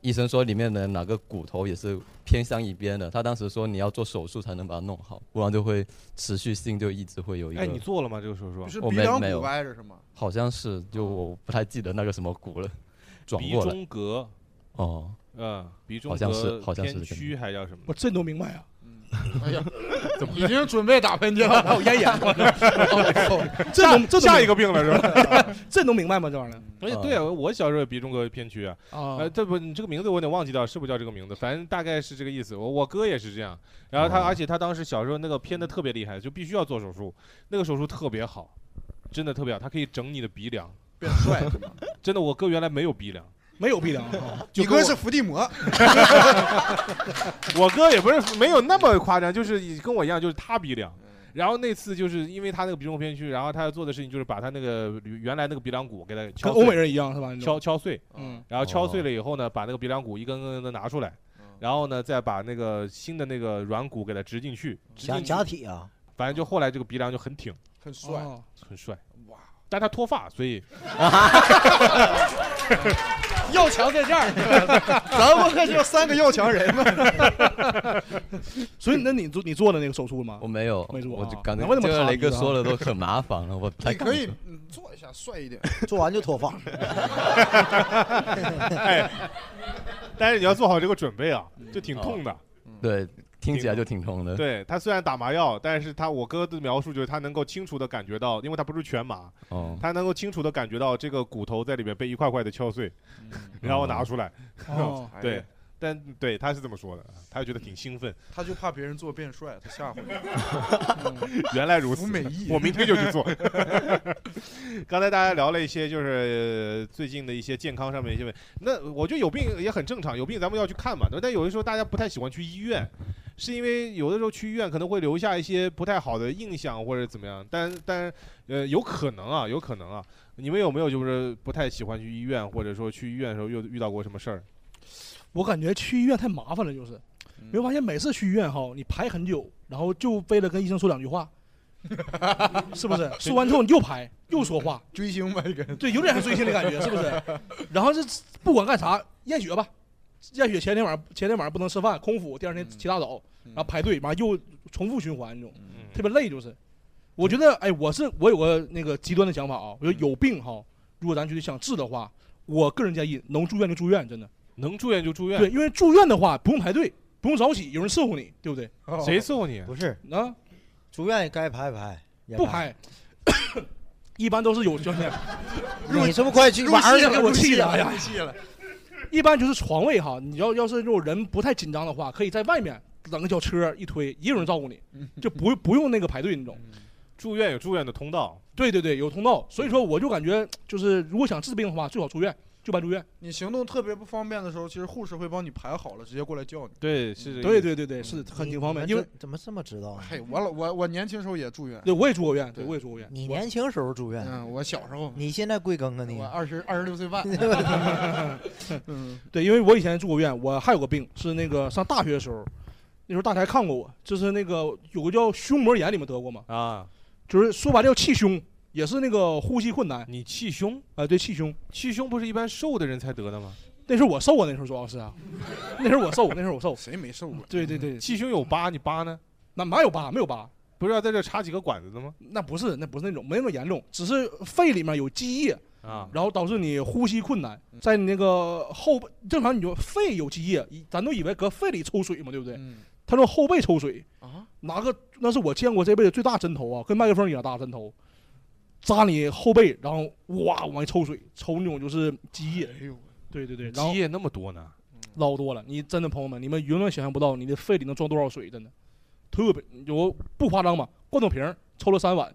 S10: 医生说里面的哪个骨头也是偏向一边的，他当时说你要做手术才能把它弄好，不然就会持续性就一直会有一个，
S5: 哎，你做了吗？这个手术
S6: 你？是
S10: 我
S6: 鼻
S10: 没
S6: 梁
S10: 没
S6: 骨
S10: 有
S6: 歪着是吗？
S10: 好像是就我不太记得那个什么骨了，转
S5: 鼻
S10: 过来
S5: 中隔，
S10: 哦，
S5: 嗯，鼻中
S10: 好像是
S5: 隔
S10: 好像是
S5: 天
S10: 这个
S5: 区还叫什么？
S4: 我这你都明白啊，
S6: 哎呀，已经准备打喷嚏了，
S4: 还有 咽炎，
S6: 哦
S4: 这都这都
S5: 下一
S4: 个，
S5: 个病了是吧？
S4: 这能明白吗？这玩意嗯
S5: 而且对啊，我小时候也鼻中隔偏区啊，
S4: 儿啊
S5: 呃，，这不，你这个名字我有点忘记掉，是不是叫这个名字？反正大概是这个意思。我我哥也是这样，然后他，
S10: 哦
S5: 而且他当时小时候那个偏的特别厉害，就必须要做手术，那个手术特别好，真的特别好，它可以整你的鼻梁，
S6: 变帅是吗？
S5: 真的，我哥原来没有鼻梁，
S4: 没有鼻梁啊，
S6: 你
S5: 就跟
S6: 哥
S5: 我
S6: 是伏地 魔，
S5: 我哥也不是没有那么夸张，就是跟我一样，就是塌鼻梁。
S6: 嗯
S5: 然后那次就是因为他那个鼻中隔偏区，然后他做的事情就是把他那个原来那个鼻梁骨给他
S4: 跟
S5: 敲
S4: 欧美
S5: 碎，
S4: 人一样是吧？那种
S5: 敲，敲碎，
S4: 嗯，
S5: 然后敲
S6: 哦
S5: 碎了以后呢，把那个鼻梁骨一根根的拿出来，
S6: 嗯
S5: 然后呢再把那个新的那个软骨给它植进去，植
S3: 假
S5: 进去
S3: 假体啊，
S5: 反正就后来这个鼻梁就很挺，
S6: 嗯很帅。
S4: 哦
S5: 很帅。
S6: 哇，
S5: 但他脱发，所以
S6: 要强在这儿，咱们可就三个要强人嘛。
S4: 所以那你做你做的那个手术吗
S10: 我？没有，
S4: 没做
S10: 我就
S4: 啊
S10: 感觉
S4: 难怪那么
S10: 这个
S4: 差
S10: 雷哥
S4: 劲啊
S10: 说的都很麻烦了，我不太
S6: 你可以嗯做一下，帅一点。
S3: 做完就 脱发。
S4: 哎
S5: 但是你要做好这个准备啊，就挺痛
S6: 嗯
S5: 的。
S10: 哦对，听起来就挺痛的。
S5: 对他虽然打麻药，但是他我哥的描述就是他能够清楚的感觉到，因为他不是全麻，
S10: 哦，
S5: 他能够清楚的感觉到这个骨头在里面被一块块的敲碎， 然后拿出来。
S4: 哦，
S6: 嗯哎呀
S5: 对，，但对他是这么说的，他觉得挺兴奋。
S6: 他就怕别人做变帅，他吓唬你。
S5: 原来如此
S6: 服美役，
S5: 我明天就去 做。刚才大家聊了一些，就是呃最近的一些健康上面一些问题。那我觉得有病也很正常，有病咱们要去看嘛。对吧但有的时候大家不太喜欢去医院，是因为有的时候去医院可能会留下一些不太好的印象或者怎么样。但但呃，有可能啊，有可能啊。你们有没有就是不太喜欢去医院，或者说去医院的时候又遇到过什么事儿？
S4: 我感觉去医院太麻
S6: 嗯
S4: 烦了，就是，没有发现每次去医院哈，你排很久，然后就为了跟医生说两句话，是不是？说完之后你又排又说话，
S6: 追星吧，
S4: 对，有点像追星的感觉，是不 是？ 然后这不管干啥，验血吧，验血前天晚上前天晚上不能吃饭，空腹，第二天
S5: 嗯
S4: 起大早，然后排队，完又重复循环，这种
S5: 嗯
S4: 特别累，就是。我觉得，哎，我是我有个那个极端的想法啊，我觉得有病哈，如果咱觉得想治的话，我个人建议能住院就住院，真的
S5: 能住院就住院。
S4: 对，因为住院的话不用排队，不用早起，有人伺候你，对不对？
S5: 谁伺候你？
S3: 哦不是
S4: 啊，
S3: 住院该排排，也
S4: 不 排，一般都是有教练。
S3: 你这么快去
S4: 入戏
S3: 玩儿去
S4: 了
S3: 了
S4: 给我
S3: 入
S4: 气
S3: 戏
S4: 的，
S3: 了
S4: 哎呀
S3: 入戏了。
S4: 一般就是床位哈，你要要是如果人不太紧张的话，可以在外面等个小车一推，也有人照 顾你，就不不用那个排队那种。
S5: 住院有住院的通道。
S4: 对对对，有通道。所以说，我就感觉就是如果想治病的话，最好住院，就办住院。
S6: 你行动特别不方便的时候，其实护士会帮你排好了，直接过来叫你。
S5: 对，是
S4: 对对对对，是很挺方便，因为
S3: 怎么这么知道？啊
S6: 嘿，我老我我年轻时候也住院，
S4: 对我也住过院，对我也住过院。
S3: 你年轻时候住院，
S6: 嗯，我小时候，
S3: 你现在贵庚啊你？
S6: 我二十二十六岁 半， 嗯，
S4: 对，因为我以前住过院，我还有个病是那个上大学的时候，那时候大台看过我，就是那个有个叫胸膜炎，你们得过吗？
S5: 啊，
S4: 就是说白了叫气胸，也是那个呼吸困难。
S5: 你气胸啊、
S4: 对，气胸，
S5: 气胸不是一般瘦的人才得的吗？
S4: 那时候我瘦啊，那时候主要是啊， 那时候我瘦，那时候我瘦。
S6: 谁没啊受过？
S4: 对对对，
S5: 气胸有疤，你疤呢？
S4: 那哪有疤？没有疤，
S5: 不是要在这插几个管子的吗？
S4: 那不是那不是那种，没那么严重，只是肺里面有积液，
S5: 啊，
S4: 然后导致你呼吸困难，在你那个后背，正常你就肺有积液，以咱都以为搁肺里抽水嘛，对不对？
S5: 嗯
S4: 他说后背抽水
S6: 啊，
S4: 拿个那是我见过这辈子最大针头啊，跟麦克风一样大的针头，扎你后背，然后哇往外抽水，抽那种就是积液。
S6: 哎呦，
S4: 对对对，然后
S5: 积液那么多呢？
S4: 老多了。你真的朋友们，你们永远想象不到你的肺里能装多少水，真的，特别我不夸张吧，罐头瓶儿抽了三碗，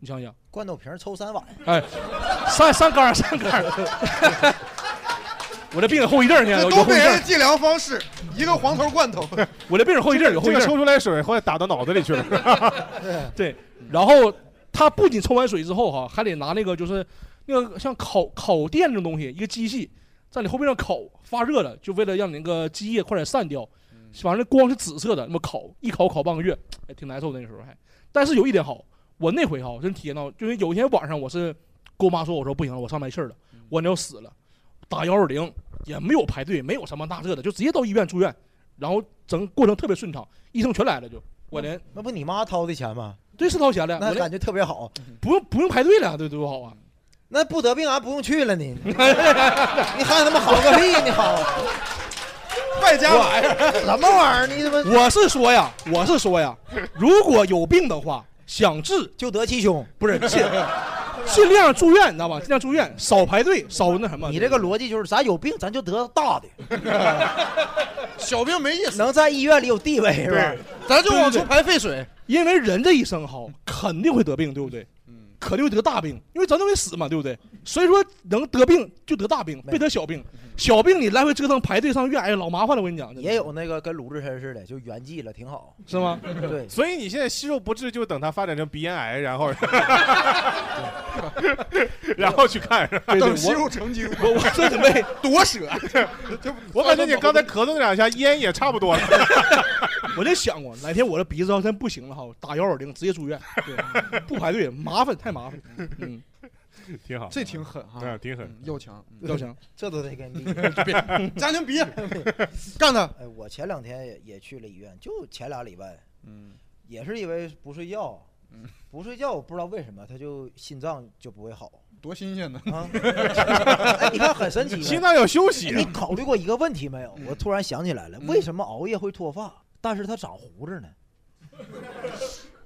S4: 你想想，
S3: 罐头瓶抽三碗，
S4: 哎，三三缸儿三缸儿， 我这病有后遗症，你看有有
S6: 这东
S4: 后
S6: 北
S4: 遗
S6: 人
S4: 症
S6: 的，计量方式，一个黄头罐头，
S4: 我这病有后遗症，有后
S5: 这
S4: 遗
S5: 个
S4: 症
S5: 抽。出来水后来打到脑子里去了。
S4: 对，然后他不仅抽完水之后哈、还得拿那个就是那个像烤烤电这种东西，一个机器在你后背上烤，发热了，就为了让你那个积液快点散掉。反正光是紫色的，那么烤一烤烤半个月，哎，挺难受的那时候还。但是有一点好，我那回哈、真体验到，就是有一天晚上我是跟我妈说，我说不行了，我上不来气儿了，我那要死了，打幺二零也没有排队，没有什么那这的，就直接到医院住院，然后整个过程特别顺畅，医生全来了就，我连
S3: 那不你妈掏的钱吗？
S4: 对是掏钱了，我
S3: 那
S4: 连嗯
S3: 感觉特别好。
S4: 不用不用排队了，对多好啊！
S3: 那不得病俺不用去 了你，你还他妈好个屁！你好，
S6: 败家玩意儿，
S3: 什么玩意儿？你怎么
S4: 我是说呀，我是说呀，如果有病的话，想治
S3: 就得气胸？
S4: 不是尽尽量住院，你知道吧？尽量住院，少排队，少那什么。
S3: 你这个逻辑就是，咱有病咱就得大的，
S6: 小病没意思，
S3: 能在医院里有地位哎是吧？
S6: 咱就往出排废水。
S4: 因为人这一生哈，肯定会得病，对不对？
S5: 嗯
S4: 肯定会得大病，因为咱都会死嘛，对不对？所以说能得病就得大病，别得小病。
S5: 嗯
S4: 小病你来回折腾排队上医院，哎呀，老麻烦了，我跟你讲，真的
S3: 也有那个跟鲁智深似的，就圆寂了，挺好。
S4: 是 吗？
S3: 对，
S5: 所以你现在息肉不治，就等它发展成鼻咽癌，然 后然后去看。是吧
S4: 对对，
S6: 等吸
S4: 我
S6: 入成精，
S4: 我我这准 备
S6: 夺舍。啊
S5: 我感觉你刚才咳嗽那两下，咽也差不多了。
S4: 我就想过，哪天我的鼻子要真不行了哈，打幺二零直接住院，对，不排队麻烦太麻烦。嗯，
S5: 挺好，
S6: 这挺狠哈，
S5: 嗯挺狠
S6: 嗯，要强，
S4: 要强，
S3: 这都得 跟 你。
S6: 家庭比，干他！
S3: 哎，我前两天也也去了医院，就前俩礼拜，
S6: 嗯，
S3: 也是因为不睡觉，不睡觉，我不知道为什么他就心脏就不会好
S6: 多新鲜呢！
S3: 啊。 哎，你看 很神奇，
S5: 心脏要休息。
S6: 啊
S3: 你考虑过一个问题没有？我突然想起来了，
S6: 嗯
S3: 为什么熬夜会脱发，但是它长胡子呢？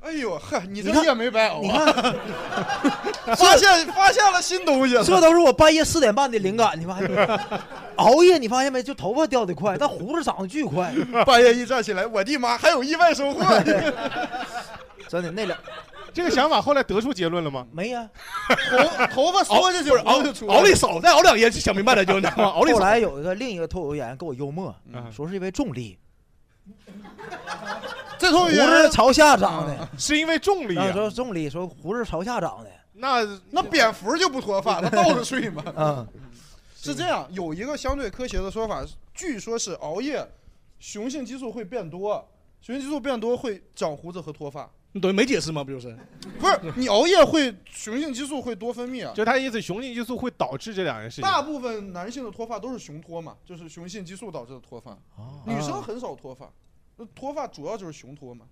S6: 哎呦呵，你
S3: 你
S6: 这
S3: 看
S6: 夜没白熬
S3: 你
S6: 啊！
S3: 看，
S6: 发现发现了新东西了，
S3: 这都是我半夜四点半的灵感，你发现没？熬夜你发现没？就头发掉的快，但胡子长得巨快，
S6: 半夜一站起来，我的妈，还有意外收获！
S3: 真的那两
S5: 这个想法后来得出结论了吗？
S3: 没呀、
S6: 头头发缩下去，熬就出来
S4: 熬
S6: 了
S4: 的少，再熬两夜就想明白了，就你知道吗？熬的
S3: 后
S4: 少，
S3: 来有一个另一个脱口演员给我幽默，说是因为重力，
S6: 这头
S3: 胡
S6: 原
S3: 子朝下长
S6: 啊
S3: 的，
S5: 是因为重力
S3: 然后
S5: 啊？
S3: 说重力，说胡子朝下长的，
S5: 那
S6: 那蝙蝠就不脱发，它倒着睡嘛。
S3: 嗯，
S6: 是这样，有一个相对科学的说法，据说是熬夜，雄性激素会变多，雄性激素变多会长胡子和脱发。
S4: 你等于没解释吗？不就是？
S6: 不是你熬夜会雄性激素会多分泌啊，
S5: 就他意思，雄性激素会导致这两件事情。
S6: 大部分男性的脱发都是雄脱嘛，就是雄性激素导致的脱发。女生很少脱发，那脱发主要就是雄脱嘛。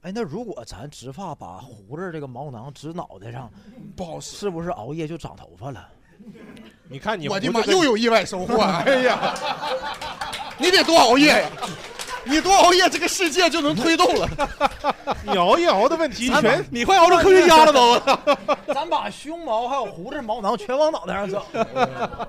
S3: 哎，那如果咱植发把胡子这个毛囊植脑袋上，
S6: 不好
S3: 使， 是不是熬夜就长头发了？
S5: 你看
S6: 我的妈，又有意外收获啊！哎 呀，你得多熬夜呀，你多熬夜，这个世界就能推动了。
S5: 你熬夜熬的问题全，
S4: 你快熬成科学家了都！
S3: 咱把胸毛还有胡子毛囊全往脑袋上 整，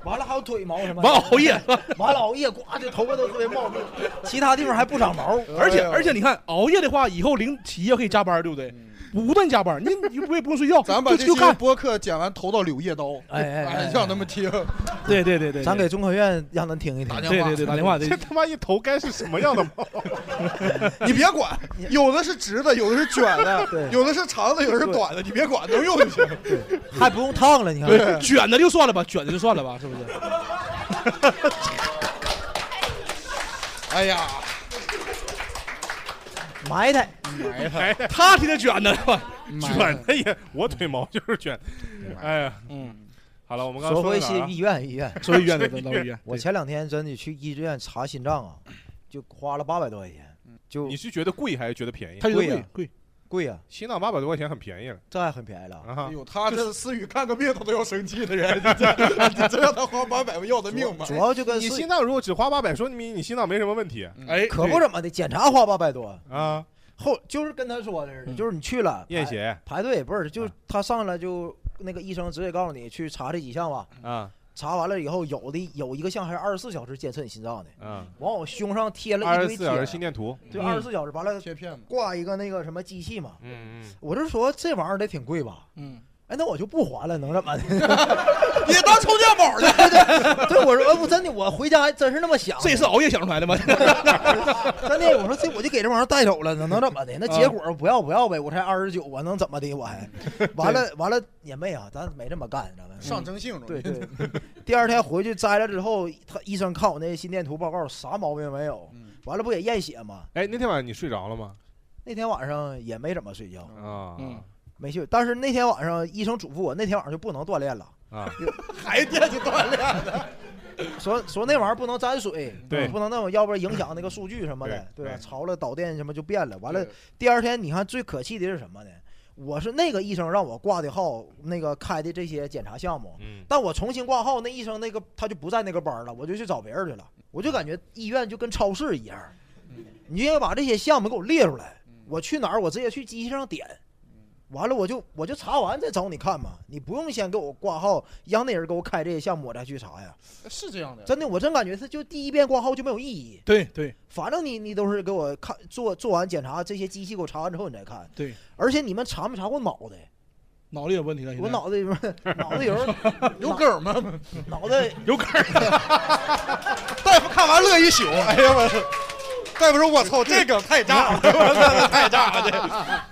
S3: 完了还有腿毛什么的，
S4: 完熬夜
S3: 完了熬夜，呱，这头发都特别茂密， 哎其他地方还不长毛。
S4: 而且而且你看熬夜的话，以后零企业可以加班，对不对？
S3: 嗯
S4: 不断加班，你你不也不用睡觉，
S6: 咱把
S4: 就
S6: 这
S4: 就
S6: 期
S4: 看。
S6: 播客剪完，投到柳叶刀，
S3: 哎哎哎哎
S6: 让他们听。
S4: 对对对对，
S3: 咱给中科院让咱听一听
S6: 打。
S4: 嗯
S6: 电
S4: 对对对打电 话，对
S5: 这他妈一头该是什么样的猫？
S6: 啊你别管，有的是直的，有的是卷的
S3: 对，
S6: 有的是长的，有的是短的，你别管，能用就行。
S3: 还不用烫了，你看。
S4: 对卷的就算了吧，卷的就算了吧，是不是？
S6: 哎呀，
S3: 埋汰，
S6: 埋汰，
S5: 哎呀，
S4: 他替他卷的是吧？
S5: 卷的也，哎我腿毛就是卷。哎呀，
S4: 嗯，
S5: 好了，我们刚刚
S3: 说
S5: 说
S3: 回
S5: 到
S3: 西
S5: 哪儿啊
S3: 医院医院。
S4: 所以院 的到医院，
S3: 我
S4: 对
S3: 前两天真的去医院查心脏啊，就花了八百多块钱，就
S5: 你是觉得贵还是觉得便宜
S4: 他？觉得
S3: 贵啊
S4: 贵
S3: 呀
S4: 贵，
S3: 贵呀、
S5: 心脏八百多块钱很便宜了
S3: 这还很便宜了。
S5: 啊哈
S6: 哎！呦，他这思雨看个病他都要生气的人，你这你这让他花八百万要他命吗
S3: 主？要就跟
S5: 你
S3: 四
S5: 心脏如果只花八百，说明你心脏没什么问题
S4: 哎，
S3: 可不怎么的，检查花八百多，
S5: 啊。
S3: 后就是跟他说的似的，就是你去了
S5: 验
S3: 排
S5: 血
S3: 排队不是，就是他上来就那个医生直接告诉你去查这几项吧，
S5: 啊
S3: 查完了以后有的有一个项还是二十四小时监测你心脏的，
S5: 啊！
S3: 往我胸上贴嗯了
S5: 二
S3: 一
S5: 十
S3: 堆
S5: 四小时心
S3: 贴，
S5: 电图，
S3: 对，
S4: 嗯
S3: 二十四小时完了
S6: 贴片吗？
S3: 挂一个那个什么机器嘛，
S5: 嗯嗯，
S3: 我就说这玩意儿得挺贵吧，
S4: 嗯，
S3: 哎，那我就不还了，能怎么的？
S6: 也当充电宝了。
S3: 对，我说，哎我真的，我回家还真是那么想的。
S4: 这也是熬夜想出来的 吗？
S3: 真的，我说这我就给这玩意儿带走了，能能怎么的？那
S4: 啊
S3: 结果不要不要呗，我才二十九啊，能怎么的？我还完了完了也没啊，咱没这么干，咱
S5: 嗯
S3: 们。
S6: 上征性了，
S3: 对对，嗯第二天回去摘了之后，他医生看我那心电图报告啥毛病没有，
S4: 嗯
S3: 完了不也验血吗？
S5: 哎，那天晚上你睡着了吗？
S3: 那天晚上也没怎么睡觉，
S5: 啊
S4: 嗯
S3: 没去。但是那天晚上医生嘱咐我，那天晚上就不能锻炼了，
S5: 啊，
S6: 还惦记锻炼。
S3: 说说那玩意儿不能沾水，
S5: 对
S3: 不能那种，要不然影响那个数据什么的，
S5: 对
S3: 对吧？
S5: 对
S3: 潮了导电什么就变了，完了第二天，你看最可气的是什么呢？我是那个医生让我挂的号，那个开的这些检查项目，
S5: 嗯，
S3: 但我重新挂号，那医生那个他就不在那个班儿了，我就去找别人去了。我就感觉医院就跟超市一样，
S4: 嗯
S3: 你就应该把这些项目给我列出来，我去哪儿我直接去机器上点，
S4: 嗯
S3: 完了我就我就查完再找你看嘛，你不用先给我挂号，让那人给我开这些项目我再去查呀。
S6: 是这样
S4: 嗯
S6: 的，
S3: 真的，我真感觉他就第一遍挂号就没有意义。
S4: 对对
S3: 反正你你都是给我看做做完检查，这些机器给我查完之后你再看。
S4: 对，
S3: 而且你们查没查过脑袋？
S4: 脑力有问题了，现在
S3: 我脑袋脑袋有时候
S6: 有梗吗？
S3: 脑袋
S4: 有梗儿，
S6: 大夫看完乐一宿，哎呀我操！大夫说：“我操，这梗太炸了， 我操太炸了！”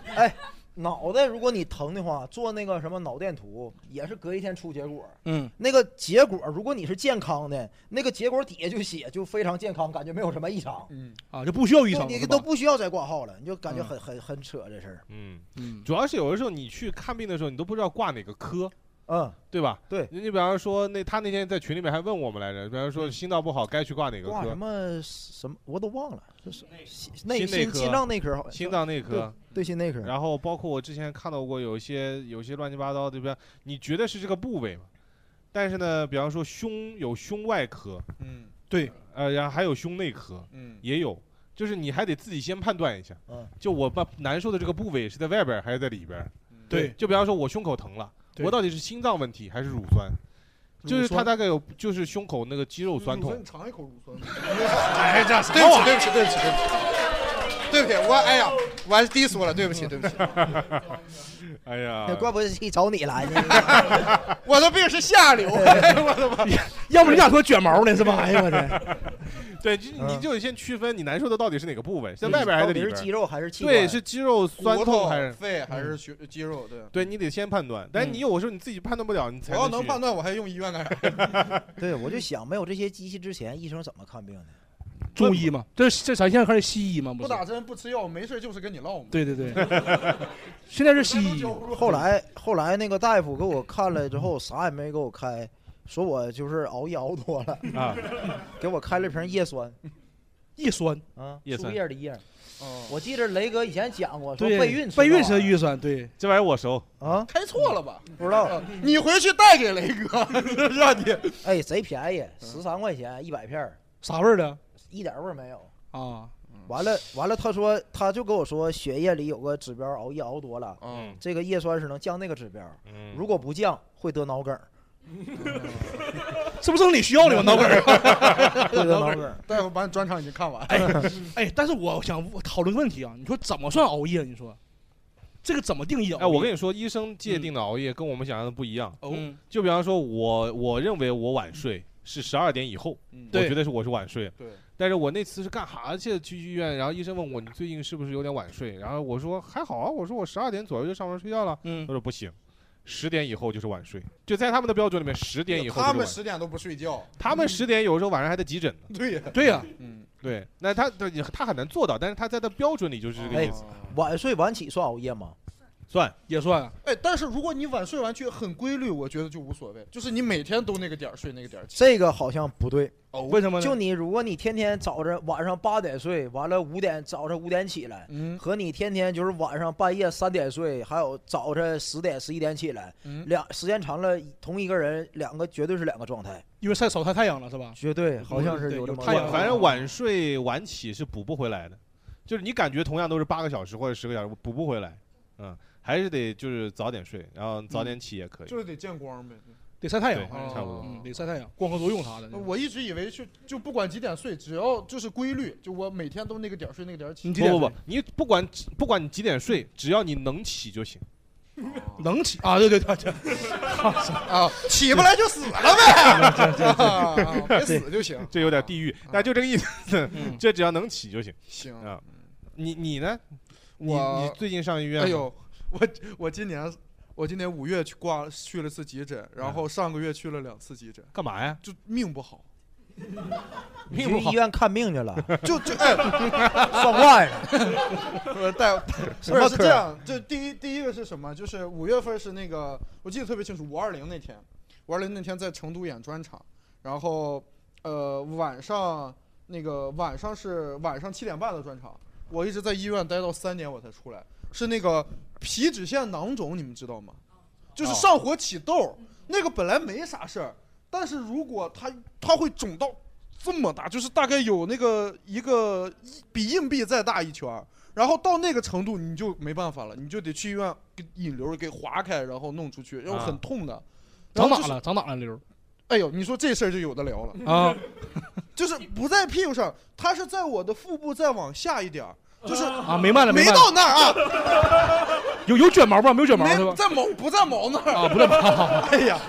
S6: 这
S3: 哎脑袋，如果你疼的话，做那个什么脑电图也是隔一天出结果。
S4: 嗯，
S3: 那个结果，如果你是健康的，那个结果底下就写就非常健康，感觉没有什么异常，
S5: 嗯
S4: 啊，就不需要医
S3: 就
S4: 生，
S3: 你
S4: 是
S3: 都
S4: 吧
S3: 不需要再挂号了，你就感觉很很很扯这事儿。
S5: 嗯，
S4: 嗯
S5: 主要是有的时候你去看病的时候，你都不知道挂哪个科，
S3: 嗯，
S5: 对吧？
S3: 对
S5: 你比方说那他那天在群里面还问我们来着，比方说心脏不好该去挂哪个
S3: 嗯挂什
S5: 科？
S3: 么什么我都忘了，这是心内
S5: 心内
S3: 心
S5: 科
S3: 心脏内科好像，
S5: 心脏内科。
S3: 对心内科。
S5: 然后包括我之前看到过有一些有一些乱七八糟的，比方你觉得是这个部位嘛，但是呢，比方说胸有胸外科，
S6: 嗯
S5: 呃，然后还有胸内科
S6: 嗯，
S5: 也有，就是你还得自己先判断一下，
S3: 嗯
S5: 就我把难受的这个部位是在外边儿还是在里边儿？
S6: 嗯
S4: 对
S5: 就比方说我胸口疼了，
S4: 对
S5: 我到底是心脏问题还是乳酸？就是它大概有，就是胸口那个肌肉酸痛
S6: 你，尝一口乳酸。
S5: 哎，这什
S6: 对不起，对不起，对不起，对不起，对不起，我哎呀，我还是低俗了，对不起，对不起，
S5: 哎呀，
S3: 怪不得是找你来呢。
S6: 我的病是下 流。哎
S4: 要不人家说卷毛呢是吧？哎呀我 的，
S5: 对，就你
S3: 嗯
S5: 就得先区分你难受的到底是哪个部位，在外边还
S3: 到
S5: 是
S3: 底
S5: 里
S3: 是
S5: 边
S3: 肌
S5: 儿？
S3: 肉还是器官？
S5: 对，是肌肉酸
S6: 骨
S5: 痛
S6: 头
S5: 还是？嗯
S6: 肺还是血肌肉？对，嗯
S5: 对你得先判断，但是你有时候你自己判断不了，你才
S6: 我要能
S5: 能
S6: 判断，我还用医院干啥？
S3: 对，我就想没有这些机器之前，医生怎么看病的？
S4: 中医嘛，这是这咱现在开始西医嘛，不
S6: 不
S4: 是？
S6: 打针不吃药，没事就是跟你唠嘛。
S4: 对对对， 现在是西医，
S3: 后来后来那个大夫给我看了之后，啥也没给我开，说我就是熬夜熬多了
S5: 啊，
S3: 给我开了瓶叶酸
S4: 叶酸
S3: 啊，
S5: 叶
S3: 树
S5: 酸
S3: 叶的叶。
S4: 哦
S3: 我记着雷哥以前讲过，说
S4: 对
S3: 备孕吃
S4: 备孕
S3: 多
S4: 吃叶酸，对，
S5: 这玩意儿我熟，
S3: 啊，
S6: 开错了吧？
S3: 不知 道，
S6: 你回去带给雷哥， 让你
S3: 哎，贼便宜，十三块钱一百片儿，
S4: 啥味儿的
S3: 一点味儿没有。
S4: 啊？
S3: 嗯完了完了，他说他就跟我说，血液里有个指标，熬夜熬多了，
S6: 嗯，
S3: 这个叶酸是能降那个指标，
S5: 嗯
S3: 如果不降会得脑梗儿，
S4: 这不正理需要的吗？脑梗儿。
S3: 会 得脑梗儿。
S6: 大夫把你专场已经看完，
S4: 哎， 但是我想讨论个问题啊，你说怎么算熬夜？你说 这个怎么定义熬夜？
S5: 哎，我跟你说，医生界定的熬夜跟我们想象的不一样。
S4: 哦，嗯
S5: 就比方说我，我认为我晚睡是十二点以后，我
S4: 嗯对
S5: 觉得是我是晚睡。
S6: 对，
S5: 但是我那次是干哈去？去医院，然后医生问我你最近是不是有点晚睡？然后我说还好啊，我说我十二点左右就上床睡觉了。他
S4: 嗯，
S5: 说不行，十点以后就是晚睡，就在他们的标准里面，十点以后就是
S6: 他们
S5: 晚睡。
S6: 十点都不睡觉，
S5: 他们十点有时候晚上还得急诊呢。
S6: 对呀，
S4: 对呀、
S6: 嗯，
S5: 对，那他他他很难做到，但是他在他标准里就是这个意思。
S3: 哎晚睡晚起算熬夜吗？
S5: 算，
S4: 也算啊。
S6: 哎，但是如果你晚睡完却很规律，我觉得就无所谓，就是你每天都那个点儿睡那个点儿起。
S3: 这个好像不对。
S4: 为什么呢？
S3: 就你，如果你天天早晨晚上八点睡，完了五点早晨五点起来，
S6: 嗯
S3: 和你天天就是晚上半夜三点睡，还有早晨十点十一点起来，
S6: 嗯
S3: 两时间长了，同一个人两个绝对是两个状态，
S4: 因为晒少晒太阳了是吧？嗯
S3: 绝对好像是
S4: 对
S3: 有这
S4: 有
S3: 么
S4: 太阳
S5: 晚
S3: 个
S5: 反正晚睡晚起是补不回来的，就是你感觉同样都是八个小时或者十个小时，补不回来，嗯，还是得就是早点睡，然后
S3: 嗯
S5: 早点起也可以，
S6: 就是得见光呗。
S4: 得晒太阳
S5: 对
S4: 啊，
S5: 差不多
S6: 哦
S4: 嗯，得晒太阳，光合作用啥的。
S6: 呃我一直以为就就不管几点睡，只要就是规律，就我每天都那个点儿睡那个点儿起。
S4: 你几
S5: 不
S4: 点
S5: 不不
S4: 睡，
S5: 你不管不管你几点睡，只要你能起就行。
S4: 能起啊？对对对对，
S6: 啊，起不来就死了呗，啊 别死就行。啊
S5: 这有点地狱，但就这个意思，
S4: 嗯
S5: 这只要能起就行。
S6: 行嗯
S5: 啊你你呢？你
S6: 我
S5: 你最近上医院吗？
S6: 哎呦，我我今年我今年五月去挂去了次急诊，然后上个月去了两次急诊，
S5: 干嘛呀？
S6: 就命不 好，
S3: 你去医院看病去了，
S6: 就 就哎，
S3: 算卦 呀？
S6: 不是 大夫，
S3: 什
S6: 不是
S3: 么啊
S6: 是
S3: 科
S6: 这样，就第一第一个是什么？就是五月份是那个，我记得特别清楚，五二零那天，五二零那天在成都演专场，然后呃晚上那个晚上是晚上七点半的专场，我一直在医院待到三点我才出来，是那个皮脂腺囊肿，你们知道吗？
S4: 哦
S6: 就是上火起痘儿，那个本来没啥事儿，但是如果它它会肿到这么大，就是大概有那个一个一比硬币再大一圈儿，然后到那个程度你就没办法了，你就得去医院给引流给划开，然后弄出去，要
S5: 啊
S6: 很痛的。然
S4: 长
S6: 后
S4: 哪
S6: 就是？
S4: 了？长哪了瘤
S6: 哎呦，你说这事儿就有的聊了，
S4: 啊？
S6: 就是不在屁股上，它是在我的腹部再往下一点儿，就是
S5: 哦
S4: 啊，明白了，
S6: 没
S4: 明白
S6: 到
S4: 了。
S6: 那儿啊，
S4: 有有卷毛吧？没有卷毛是
S6: 没
S4: 吧？
S6: 在毛不在毛那儿。
S4: 啊，不对啊吧？
S6: 哎呀，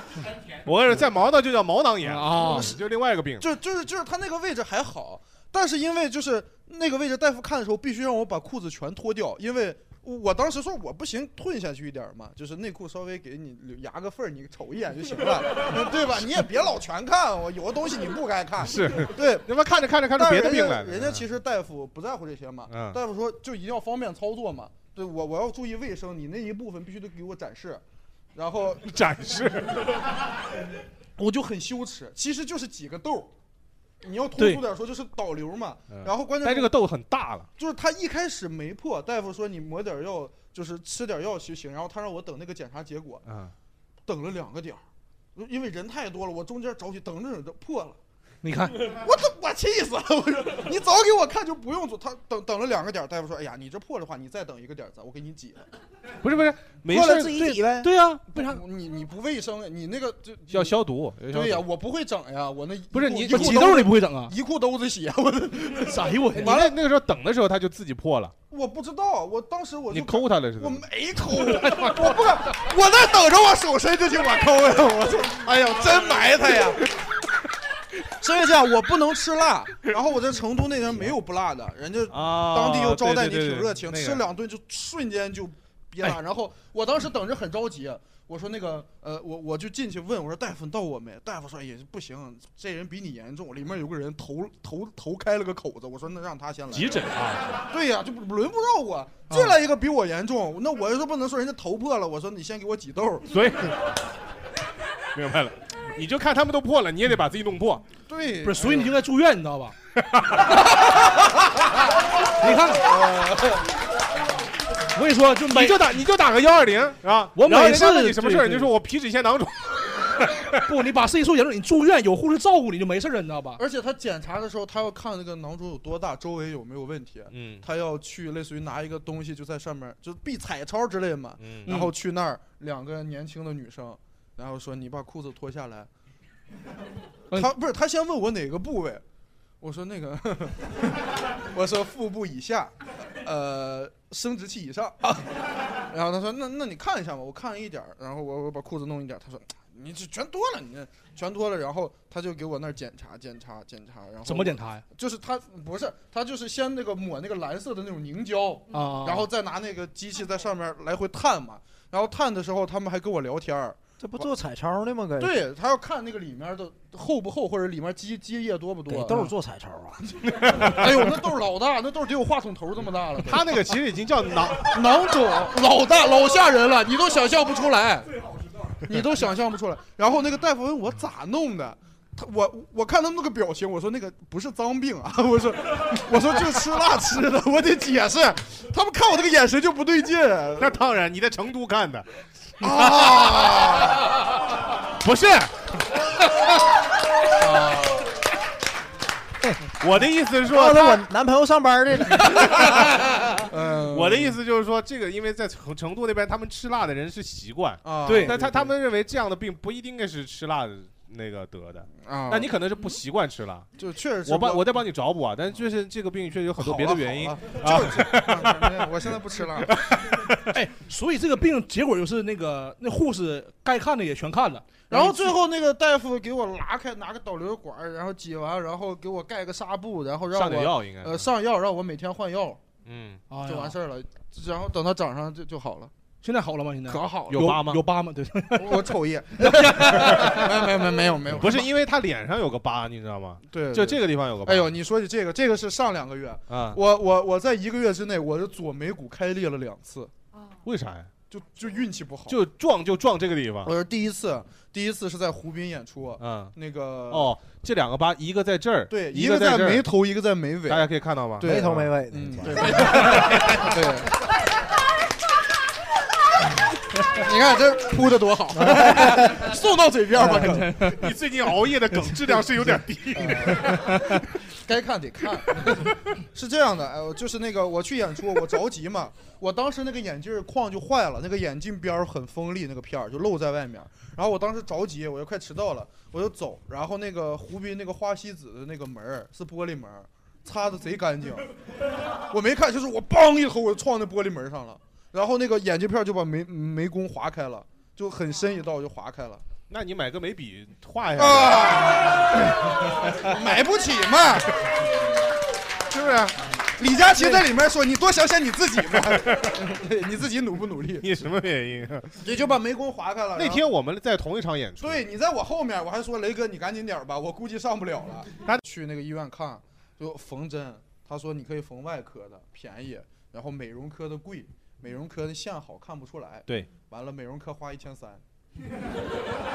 S5: 我跟你说，在毛囊就叫毛囊炎，
S4: 啊，
S5: 就另外一个 病。
S6: 就就是就是他那个位置还好，但是因为就是那个位置，大夫看的时候必须让我把裤子全脱掉，因为我当时说我不行，退下去一点儿嘛，就是内裤稍微给你留压个缝儿，你瞅一眼就 行了，对吧？你也别老全看，我有的东西你不该看，
S5: 是，
S6: 对。
S5: 他妈看着看着看着
S6: 但
S5: 别
S6: 是
S5: 的
S6: 人
S5: 病
S6: 家
S5: 来了。
S6: 人家其实大夫不在乎这些嘛，
S5: 嗯
S6: 大夫说就一定要方便操作嘛，对我我要注意卫生，你那一部分必须得给我展示，然后
S5: 展示，
S6: 我就很羞耻，其实就是几个痘儿，你要通
S4: 对
S6: 俗点说就是导流嘛
S5: 嗯。
S6: 然后关键
S5: 但
S6: 是
S5: 这个痘很大了。
S6: 就是他一开始没破，大夫说你抹点药，就是吃点药就行。然后他让我等那个检查结果，
S5: 嗯，
S6: 等了两个点儿，因为人太多了，我中间着急，等着等着破了，
S4: 你看，
S6: 我怎我气死了！我说你早给我看就不用做，他等等了两个点儿，大夫说哎呀你这破的话，你再等一个点儿，咱我给你挤了。
S5: 不是不是，没
S3: 过
S5: 事
S3: 来
S5: 儿
S3: 自己挤呗。
S4: 对呀，为啥？
S6: 你你不卫生，你那个就
S5: 要。消毒。要消
S6: 对呀，
S5: 毒，
S6: 我不会整呀，我那一
S5: 不是
S6: 裤
S5: 你
S6: 一
S5: 不
S6: 裤
S4: 挤
S6: 兜
S4: 痘
S6: 子
S4: 你不会整啊？
S6: 一裤兜子血，我
S4: 哎呦我天！
S5: 完了那个时候等的时候他就自己破了，
S6: 我不知道，我当时我就
S5: 你抠他了是
S6: 我
S5: 怎么？
S6: 没抠，我不敢，我那等着我手伸进去，我抠呀，我说，哎呀，真埋汰呀。所以这样，我不能吃辣。然后我在成都那天没有不辣的，人家
S5: 啊
S6: 当地又招待你，
S5: 对对对
S6: 挺热情，
S5: 那个
S6: 吃两顿就瞬间就憋大。然后我当时等着很着急，我说那个呃，我我就进去问我说大夫你到我没？大夫说也不行，这人比你严重，里面有个人头头头开了个口子。我说那让他先来
S5: 急诊啊？
S6: 对呀、就不轮不到我，进来一个比我严重，那我就不能说人家头破了，我说你先给我挤痘。
S5: 所以 明白了，你就看他们都破了，你也得把自己弄破。
S6: 对，
S4: 不是，所以你就应该住院，你知道吧？
S5: 你看
S4: 我跟你说，就
S5: 你就打你就打个幺二零啊！
S4: 我
S5: 然后
S4: 每
S5: 人家
S4: 次
S5: 问你什么事儿，
S4: 对
S5: 你
S4: 对
S5: 就说我皮脂腺囊肿。
S4: 不，你把事情说严重，你住院有护士照顾你就没事了，你知道吧？
S6: 而且他检查的时候，他要看那个囊肿有多大，周围有没有问题。
S5: 嗯
S6: 他要去类似于拿一个东西就在上面，就是必彩超之类的嘛。
S5: 嗯
S6: 然后去那儿，两个年轻的女生，然后说你把裤子脱下来。
S5: 嗯
S6: 他不是他先问我哪个部位，我说那个， 我说腹部以下，呃，生殖器以上。 然后他说那那你看一下吧，我看了一点儿，然后我我把裤子弄一点儿，他说你这全脱了，你这全脱了，然后他就给我那儿检查检查检查，然后
S4: 怎么检查呀？
S6: 就是他不是他就是先那个抹那个蓝色的那种凝胶
S4: 啊
S6: 然后再拿那个机器在上面来回探嘛，然后探的时候他们还跟我聊天儿，
S3: 这不做彩超呢吗？给
S6: 对他要看那个里面的厚不厚，或者里面积积液多不
S3: 给
S6: 多。
S3: 豆儿做彩超啊！
S6: 哎呦，那豆儿老大，那豆儿得有话筒头这么大了。
S5: 他那个其实已经叫囊
S6: 囊肿老大老吓人了，你都想象不出来，你都想象不出来。然后那个大夫问我咋弄的，他我我看他们那个表情，我说那个不是脏病啊，我说我说就吃辣吃的，我得解释。他们看我这个眼神就不对劲
S5: 那当然，你在成都看的，
S6: 啊。
S5: 不是。
S6: 哦
S5: 我的意思是说，
S3: 告诉
S5: 他
S3: 我男朋友上班去了，
S6: 嗯，
S5: 我的意思就是说，这个因为在成成都那边，他们吃辣的人是习惯，
S6: 啊，
S4: 对
S5: 但他他们认为这样的病不一定是吃辣的那个得的，
S6: 啊，嗯
S5: 那你可能是不习惯吃辣。
S6: 就确实是
S5: 我帮我再帮你找补啊，但是就是这个病确实有很多别的原因
S6: 好
S5: 啊
S6: 了。好了就是啊我现在不吃辣，
S4: 哎，所以这个病结果就是那个那护士该看的也全看了，
S6: 然后最后那个大夫给我拉开，拿个导流管儿，然后挤完，然后给我盖个纱布，然后让
S5: 上
S6: 我
S5: 点药应该是。
S6: 呃上药，让我每天换药
S5: 嗯，
S4: 哎呀
S6: 就完事儿了。然后等它长上就就好了，
S4: 现在好了吗？现在
S6: 可好了。
S5: 有疤吗
S4: 有疤吗？对，
S6: 我我 瞅一眼，没有没有没有没有没有，
S5: 啊不是因为他脸上有个疤，你知道吗？
S6: 对，对
S5: 就这。个地方有个疤。
S6: 哎呦，你说起这个，这个是上两个月，
S5: 啊，
S6: 我我我在一个月之内，我的左眉骨开裂了两次，
S4: 哦
S5: 为啥呀？
S6: 就就运气不好。
S5: 就撞就撞这个地方
S6: 我。是第一次，第一次是在湖滨演出，
S5: 嗯，
S6: 那个，
S5: 哦，这两个疤，一个在这儿，
S6: 对，
S5: 一
S6: 一个
S5: 在
S6: 在
S5: 这
S6: 眉
S5: 儿，
S6: 头，一个在眉尾
S5: 大，家可以看到吗？
S6: 对
S3: 没头没尾的。
S6: 嗯， 对，
S3: 对
S6: 对。你看这铺的多好，送到嘴边吧，可能
S5: 你最近熬夜的梗质 量是有点低。
S6: 该看得看。是这样的，哎，我就是那个我去演出，我着急嘛，我当时那个眼镜框就坏了，那个眼镜边儿很锋利，那个片儿就露在外面。然后我当时着急，我就快迟到了，我就走。然后那个湖滨那个花西子的那个门儿是玻璃门儿，擦的贼干净，我没看，就是我梆一头我就撞那玻璃门上了，然后那个眼镜片就把眉眉弓划开了，就很深一道就划开了。
S5: 那你买个眉笔画一下，
S6: 啊， 买不起嘛，是不是？李佳琦在里面说：“你多想想你自己嘛，对 你自己努不努力
S5: 你什么原 因？？”
S6: 也就把眉弓划开了。
S5: 那
S6: 然后
S5: 天我们在同一场演出，
S6: 对你在我后面，我还说雷哥你赶紧点儿吧，我估计上不了了。
S5: 他
S6: 去那个医院看，就缝针，他说你可以缝外科的，便宜，然后美容科的贵，美容科的线好看不出来。
S5: 对，
S6: 完了美容科花一千三，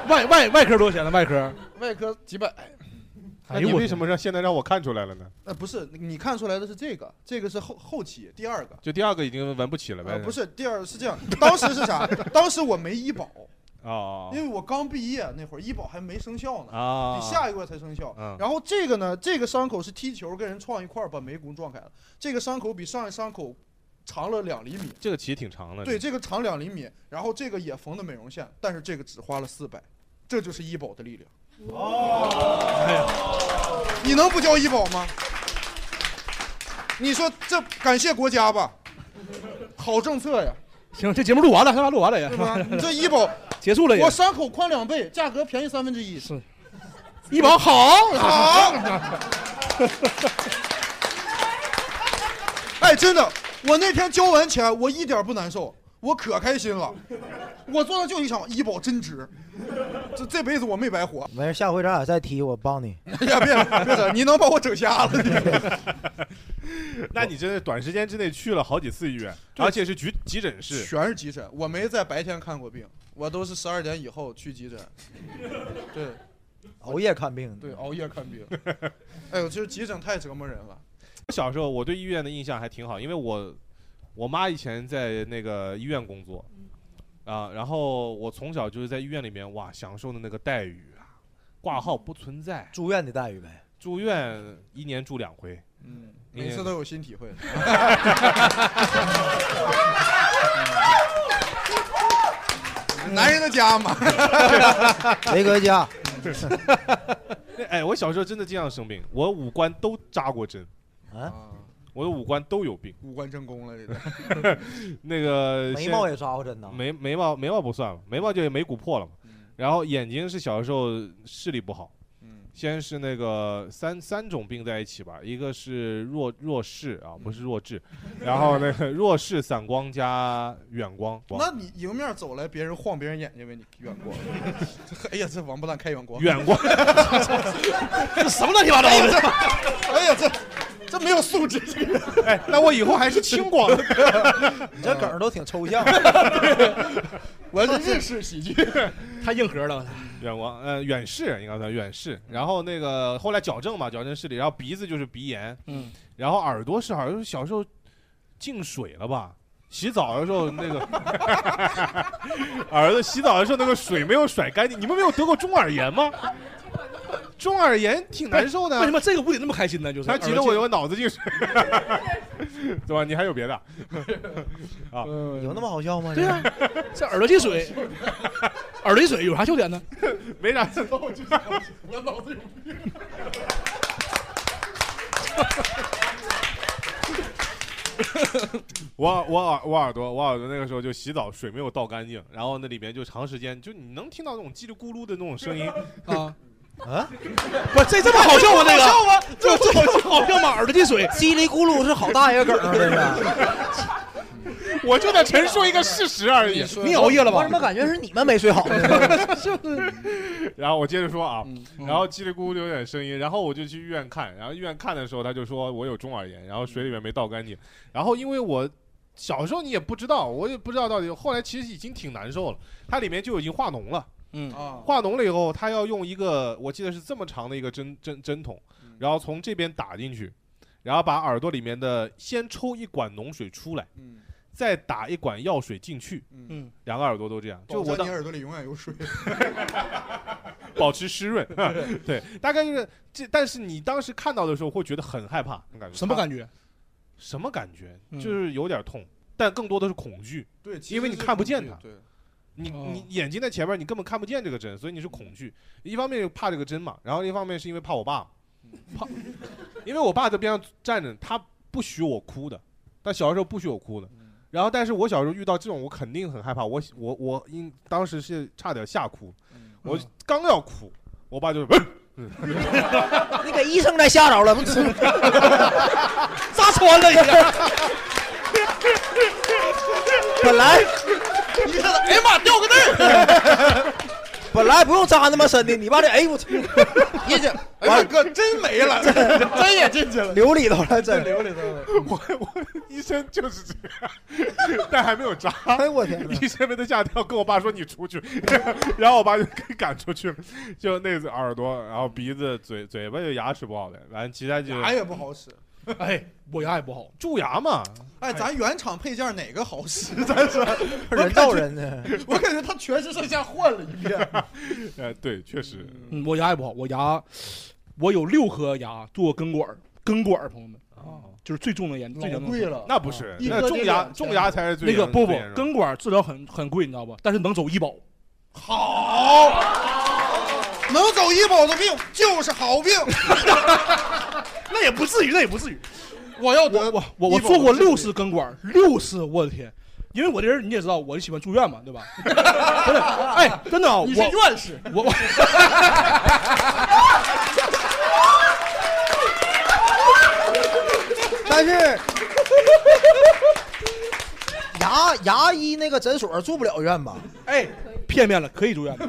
S4: 外外外科多少钱呢？外科？
S6: 外科几百。
S5: 那
S4: 哎
S5: 你
S4: 呦
S5: 为
S4: 我
S5: 什么让现在让我看出来了呢？
S6: 呃，不是，你看出来的是这个，这个是后后期第二个。
S5: 就第二个已经闻不起了呗
S6: 呃，？不是，第二是这样，当时是啥？当时我没医保，
S5: 哦
S6: 因为我刚毕业那会儿，医保还没生效呢，
S5: 啊
S6: 得下一个月才生效。
S5: 嗯
S6: 然后这个呢，这个伤口是踢球跟人撞一块儿把眉骨撞开了，这个伤口比上一伤口长了两厘米，
S5: 这个其实挺长的。
S6: 对，，这个长两厘米，然后这个也缝的美容线，但是这个只花了四百，这就是医保的力量。哦，你能不交医保吗？你说这感谢国家吧，好政策呀，
S4: 行，这节目录完了，他妈录完了也
S6: 对吧？你这医保，
S4: 结束了也
S6: 我。伤口宽两倍，价格便宜三分之一。
S4: 医保 好，
S6: 好，哎，真的，我那天交完钱，我一点儿不难受，我可开心了。我做的就一场医保真值，这这辈子我没白活。
S3: 没事，下回咱俩再踢，我帮你。
S6: 哎 呀，别别整，你能把我整瞎了？你
S5: 那你真的短时间之内去了好几次医院，而且是急急诊室，
S6: 全是急诊，我没在白天看过病，我都是十二点以后去急诊。 对，
S3: 熬夜看病。
S6: 对，熬夜看病。哎呦，就是急诊太折磨人 了。
S5: 小时候我对医院的印象还挺好，因为我我妈以前在那个医院工作，啊、然后我从小就是在医院里面哇享受的那个待遇啊，挂号不存在，
S3: 住院的待遇呗，
S5: 住院一年住两回，
S6: 嗯，
S5: 一年，
S6: 每次都有新体 会。 男人的家 嘛
S3: 雷哥家。
S5: 哎，我小时候真的经常生病，我五官都扎过针，
S3: 啊，
S5: 我的五官都有病，
S6: 五官正宫了，这个。
S5: 那个
S3: 眉
S5: 现
S3: 毛也扎过针呢。
S5: 眉眉毛眉毛不算了，眉毛就眉骨破了嘛。
S6: 嗯
S5: 然后眼睛是小时候视力不好，
S6: 嗯
S5: 先是那个三三种病在一起吧，一个是弱弱视啊，不是弱 智，然后那个弱视散光加远光，
S6: 那你迎面走来，别人晃别人眼睛呗，你远光。 哎呀，这王八蛋开远光。
S5: 远光
S6: 这
S5: 什么乱七八糟的
S6: 哎呀，这这没有素质。
S5: 哎，那我以后还是青光
S3: 你这梗儿都挺抽象。
S6: 我 是日式喜剧，
S4: 太硬核了。
S5: 远光呃远视应该算远视，然后那个后来矫正嘛，矫正视力，然后鼻子就是鼻炎，
S4: 嗯，
S5: 然后耳朵是好像是小时候进水了吧。洗澡的时候，那个 耳朵洗澡的时候，那个水没有甩干净。你们没有得过中耳 炎吗？中耳炎挺难受的。啊
S4: 为什么这个屋里那么开心呢？就是
S5: 他急得我有脑子进水，对吧？你还有别的啊？
S3: 嗯有那么好笑吗？
S4: 对呀，这耳朵进水， 耳朵进水有啥笑点呢？
S5: 没啥。
S6: 我脑子有病。
S5: 我我耳我耳朵我耳朵那个时候就洗澡，水没有倒干净，然后那里面就长时间就你能听到那种叽里咕噜的那种声音
S4: 啊
S3: 啊！
S4: 不是，这这么好笑吗？这个
S5: 好笑吗
S4: 这这好好笑吗？耳朵进水，
S3: 叽里咕噜是好大爷梗啊！这
S6: 哎
S3: 是。
S5: 我就在陈述一个事实而已。
S4: 你熬夜了吧
S3: 我怎么感觉是你们没 睡好呢？ 嗯
S5: 然后我接着说啊，然后叽里咕噜有点声音，然后我就去医院看，然后医院看的时候他就说我有中耳炎，然后水里面没倒干净，然后因为我。小时候你也不知道，我也不知道到底。后来其实已经挺难受了，它里面就已经化脓了。
S4: 嗯
S6: 啊，
S5: 化脓了以后，他要用一个我记得是这么长的一个针针针筒，
S4: 嗯
S5: 然后从这边打进去，然后把耳朵里面的先抽一管脓水出来，
S6: 嗯
S5: 再打一管药水进去，
S4: 嗯，
S5: 两个耳朵都这样，就
S6: 保证
S5: 我当
S6: 你耳朵里永远有水。
S5: 保持湿润， 对，大概就是这。但是你当时看到的时候会觉得很害怕，
S4: 什么感？觉？
S5: 什么感觉？
S4: 嗯
S5: 就是有点痛，但更多的是恐惧，
S6: 对，其实
S5: 因为你
S6: 是
S5: 看不
S6: 恐惧
S5: 见它。
S6: 对，
S5: 你
S4: 哦
S5: 你眼睛在前面，你根本看不见这个针，所以你是恐惧。一方面怕这个针嘛，然后一方面是因为怕我爸，
S6: 嗯
S5: 怕，因为我爸在边上站着，他不许我哭的，他小时候不许我哭的。
S6: 嗯
S5: 然后，但是我小时候遇到这种，我肯定很害怕，我我我应当时是差点吓哭，
S6: 嗯
S5: 我刚要哭，我 爸就是，
S3: 你给医生再吓着了，不是？扎穿了 你！啊本来
S6: 你看，哎呀妈，掉个字儿。
S3: 本来不用扎那么深的，你把这哎我操，一下
S6: 哎呀 哥，真没了，真也进去了，
S3: 流里头了，真
S6: 流里头了。
S5: 我我医生就是这样，但还没有扎。
S3: 哎我天哪！
S5: 医生被他吓跳，跟我爸说你出去， 然后我爸就给赶出去了，就那次耳朵，然后鼻子、嘴、嘴巴就牙齿不好的，完其他就
S6: 牙也不好使。
S4: 哎，我牙也不好，
S5: 蛀牙嘛。
S6: 哎，咱原厂配件哪个好使？咱 说，
S3: 人造人呢？
S6: 我感觉他全身上下换了一遍。
S5: 呃，对，确实，
S4: 嗯，我牙也不好，我牙，我有六颗牙做根管儿，根管儿朋友们，
S5: 哦，
S4: 就是最重的严最
S6: 老
S4: 严重的
S6: 贵了，啊
S5: 那不是，
S6: 一
S5: 那
S6: 颗
S5: 种
S6: 这
S5: 牙
S6: 两
S5: 种牙才是最
S4: 那个
S5: 严
S4: 不不
S5: 最严，重
S4: 根管儿治疗很很贵，你知道吧？但是能走医保，
S6: 能走医保的病就是好病。
S4: 那也不至于，那也不至于。
S6: 我要
S4: 我
S6: 得
S4: 我我我
S6: 医保
S4: 做过
S6: 的治
S4: 六次根管儿，六次，我的天！因为我这人你也知道，我就喜欢住院嘛，对吧？ 真的，哎，真的啊，我
S6: 你是院士，
S4: 我我。
S3: 但是牙牙牙医那个诊所住不了院吧？
S4: 哎，片面了，可以住院。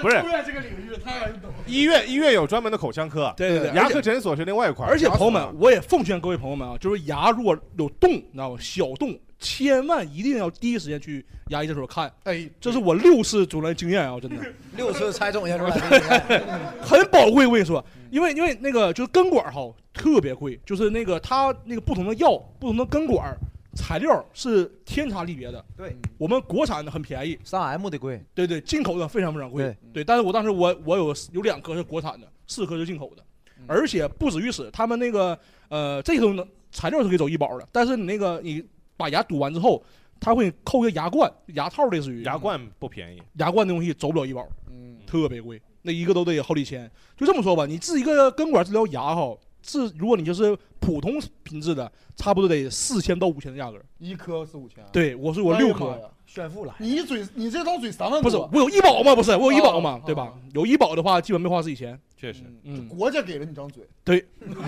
S5: 不是
S7: 住院这个领域太懂。
S5: 医院医院有专门的口腔科，
S4: 对对对
S5: 牙
S4: 呃而且
S5: 科诊所是另外一块儿。
S4: 而且
S5: 牙所
S4: 朋友们，我也奉劝各位朋友们啊，就是牙如果有洞，你知道吗？小洞，千万一定要第一时间去牙医诊所看。
S6: 哎，
S4: 这是我六次主任经验啊， 真的
S3: 六次猜中一下出来 的。
S4: 很宝贵。我跟你说，因为因为那个就是根管哈特别贵，就是那个它那个不同的药、不同的根管材料是天差地别的。
S3: 对，
S4: 我们国产的很便宜，
S3: 三 M 的贵。
S4: 对对，进口的非常非常贵。
S6: 嗯
S3: 对
S4: 但是我当时我我有有两颗是国产的，四颗是进口的，
S6: 嗯
S4: 而且不止于此，他们那个呃这种的材料是可以走医保的，但是你那个你把牙堵完之后，他会扣一个牙冠、牙套，类似于
S5: 牙冠不便宜，
S4: 牙冠那东西走不了医保，
S6: 嗯，
S4: 特别贵，那一个都得好几千。就这么说吧，你治一个根管治疗牙哈，治如果你就是普通品质的，差不多得四千到五千的价格。
S6: 一颗四五千啊，
S4: 对，我是我六颗
S6: 哎呀妈，呀
S3: 炫富了，
S6: 你一嘴，你这张嘴三万
S4: 不
S6: 多，
S4: 是我有医保吗？不是我有医保
S6: 嗯哦
S4: 吗
S6: 哦？
S4: 对吧？有医保的话，基本没花自己钱。
S5: 确实。
S4: 嗯，
S6: 国家给了你张 嘴，
S4: 对，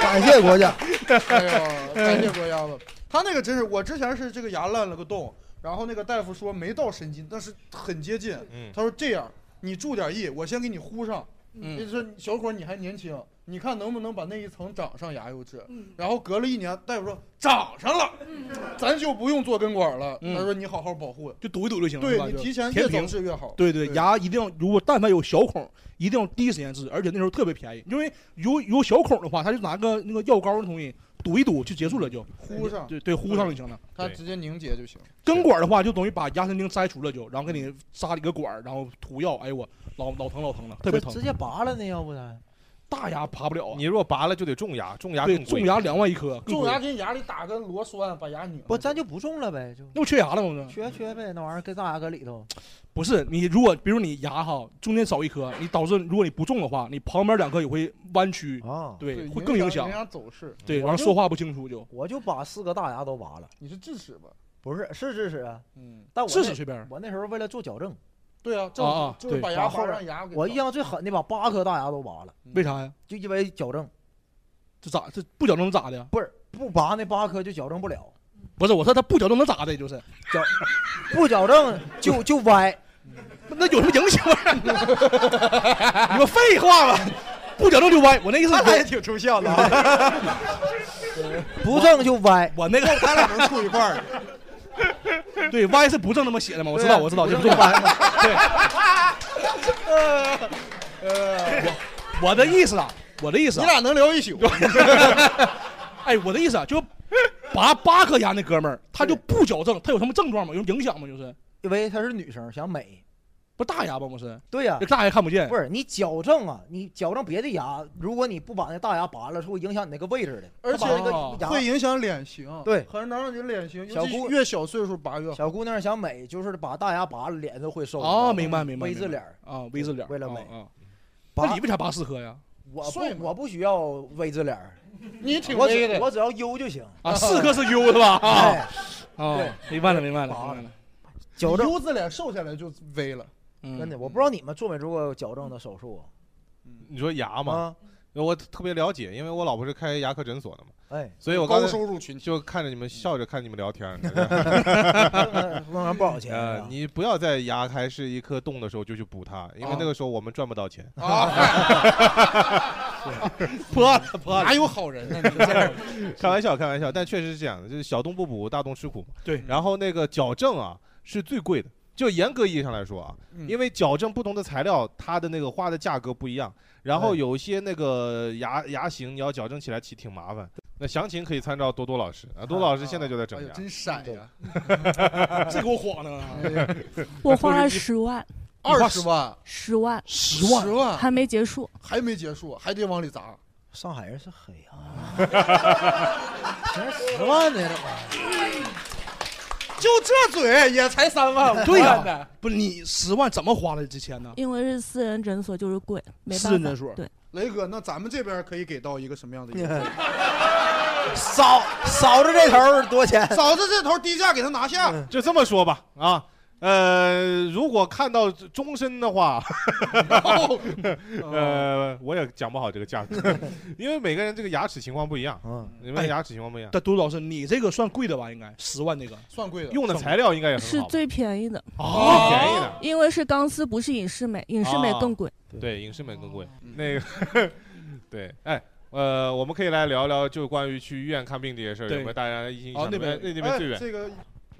S3: 感谢国家。
S6: 哎呦，感谢国家吧。他那个真是，我之前是这个牙烂了个洞，然后那个大夫说没到神经，但是很接近。
S5: 嗯
S6: 他说这样，你注点意，我先给你糊上。
S4: 嗯
S6: 就是说小伙儿你还年轻，你看能不能把那一层长上牙釉质？然后隔了一年，大夫说长上了，咱就不用做根管了。
S4: 嗯
S6: 他说你好好保护，
S4: 就堵一堵就行了。是吧
S6: 对你提前越早。
S4: 就填平
S6: 治越好。
S4: 对对，
S6: 对
S4: 牙一定要，如果但凡有小孔，一定要第一时间治，而且那时候特别便宜，因为有有小孔的话，他就拿个那个药膏的东西堵一堵就结束了，就
S6: 糊上，
S4: 对对糊上就行了。
S6: 它
S5: 对
S6: 直接凝结就行。
S4: 根管的话，就等于把牙神经摘除了就，然后给你扎一个管儿，然后涂药。哎呦我老老疼老疼了，特别疼
S3: 直。接拔了那要不然
S4: 大牙拔不了啊
S5: 你，如果拔了就得种牙，种牙
S4: 对
S5: 更，贵
S4: 种牙两万一颗，更
S6: 种
S4: 贵
S6: 牙给你牙里打根螺栓，把牙拧。
S3: 不咱就不种了呗，就
S4: 那不缺牙了吗？
S3: 缺缺呗，那玩意儿跟大牙搁里头。
S4: 不是你，如果比如你牙哈中间少一颗，你导致如果你不种的话，你旁边两颗也会弯曲，
S3: 啊，
S4: 对，会更影响
S6: 人。家走势。
S4: 对，然后说话不清楚就
S3: 我就把四个大牙都拔了，
S6: 你是智齿吧？
S3: 不是是智齿啊，
S6: 嗯，
S3: 但我
S4: 试
S3: 那
S4: 试随便儿。
S3: 我那时候为了做矫正，
S6: 对啊，
S5: 哦
S6: 正
S4: 啊啊
S6: 就是
S4: 对
S6: 把牙
S3: 把后
S6: 拔
S3: 边
S6: 让牙给嗯
S3: 我
S6: 找
S3: 印 象最狠的把八颗大牙都拔了，
S4: 为啥呀？
S3: 就因为矫正，
S4: 这咋这不矫正能咋的？
S3: 不是不拔那八颗就矫正不了，
S4: 不是我说他不矫正能咋的？就是
S3: 不矫正就就歪。
S4: 那有什么影响 啊？你们废话吧，不矫正就歪。我那意思
S3: 看来
S4: 是，
S3: 也挺抽象的啊，
S11: 嗯
S3: 不正就歪。
S4: 我那个
S6: 咱俩能处一块儿，
S4: 对歪是不正那么写的吗？我知
S3: 对啊
S4: 道我知道，
S3: 不
S4: 就
S3: 正
S4: 不
S3: 就
S4: 正
S3: 歪。
S6: 呃
S4: 我的意思啊，我的意思
S6: 你
S4: 啊，
S6: 俩能聊一宿。
S4: 哎，我的意思啊，就拔八颗牙那哥们儿，他就不矫正，他有什么症状吗？有影响吗？就是
S3: 因为她是女生，想美。
S4: 不是大牙吧？不是，
S3: 对呀、
S4: 这大牙看不见
S3: 不。是你矫正啊，你矫正别的牙，如果你不把那大牙拔了，是会影响你那个位置的，
S6: 而且
S3: 它把那
S4: 哦
S3: 个牙
S6: 会影响脸型，
S3: 对
S6: 很能让你脸型，
S3: 小
S6: 尤其
S3: 姑
S6: 越小岁数拔越好。
S3: 小姑娘想美，就是把大牙拔了，脸都会瘦。
S4: 哦，明白明白。
S3: V
S4: 明白
S3: 字脸儿，
S4: 啊，V 字脸儿。
S3: 为了
S4: 啊
S3: 美
S4: 啊，那
S3: 拔
S4: 你为啥拔四颗呀？
S3: 我
S6: 帅嘛
S3: 不我不需要 V 字脸儿，
S6: 你挺
S3: 我
S6: 威
S3: 只
S6: 的，
S3: 我只要 U 就行。
S4: 啊，四颗是 U 是 吧？啊
S3: 哎，
S4: 啊，明白了明白了明白了。
S3: 矫正
S6: U 字脸瘦下来就威了。
S4: 嗯
S3: 真的，我不知道你们做没做过矫正的手术
S5: 你说牙
S3: 啊？
S5: 嘛，
S3: 啊，
S5: 我特别了解，因为我老婆是开牙科诊所的嘛，
S3: 哎，嗯
S5: 所以我刚
S6: 高
S5: 才
S6: 收入群体，
S5: 就看着你们笑着看你们聊天儿。
S3: 弄完不少钱
S5: 呃
S3: 啊，。
S5: 你不要在牙还是一颗洞的时候就去补它，因
S3: 啊
S5: 为那个时候我们赚不到钱。
S6: 啊
S4: 破了破了。
S6: 哪有好人呢？你这样
S5: 开玩笑，开玩笑，但确实是这样的，就是小洞不补，大洞吃苦嘛。
S4: 对
S5: 然后那个矫正啊是最贵的，就严格意义上来说啊，
S6: 嗯
S5: 因为矫正不同的材料，它的那个花的价格不一样。然后
S3: 哎
S5: 有些那个牙牙型，你要矫正起来其实挺麻烦。那详情可以参照多多老师啊，多多老师现在就在整
S6: 哎呦
S5: 牙。
S6: 真闪呀！
S4: 这给我晃的啊。
S6: 哎
S9: 我花了十万，
S6: 二十万，
S9: 十万
S4: 十
S6: 十
S4: 万，
S6: 万
S9: 还没结束。
S6: 还没结束，还得往里砸。
S3: 上海人是黑啊， 凭十万呢，这玩意儿
S6: 就这嘴也才三万 五，
S4: 啊对 呀，不是你十万怎么花的这钱呢？
S9: 因为是私人诊所，就是贵，没办法。
S4: 私人诊所
S9: 对，
S6: 雷哥，那咱们这边可以给到一个什么样的优惠？
S3: 嫂嫂子这头儿多少钱？
S6: 嫂子这头低价给他拿下，
S5: 嗯
S4: 嗯
S5: 就这么说吧，啊，呃，如果看到终身的话， 呃，我也讲不好这个价格，
S4: 嗯
S5: 因为每个人这个牙齿情况不一样，你们的牙齿情况不一样。
S4: 但杜老师，你嗯这个算贵的吧？应该十万那个
S6: 算贵的
S5: 用的材料应该也很
S9: 是
S5: 好吧，
S9: 最便宜的
S5: 哦便宜的
S9: 因为是钢丝，不是隐适美，隐适美更贵。
S4: 啊
S5: 对，影视美更贵。
S4: 嗯
S5: 那个， 对，哎。呃，我们可以来聊聊，就关于去医院看病这些事儿，有
S4: 对
S5: 没有大家印象
S4: 哦那
S5: 深刻？
S4: 边
S5: 那那边最远，
S6: 这个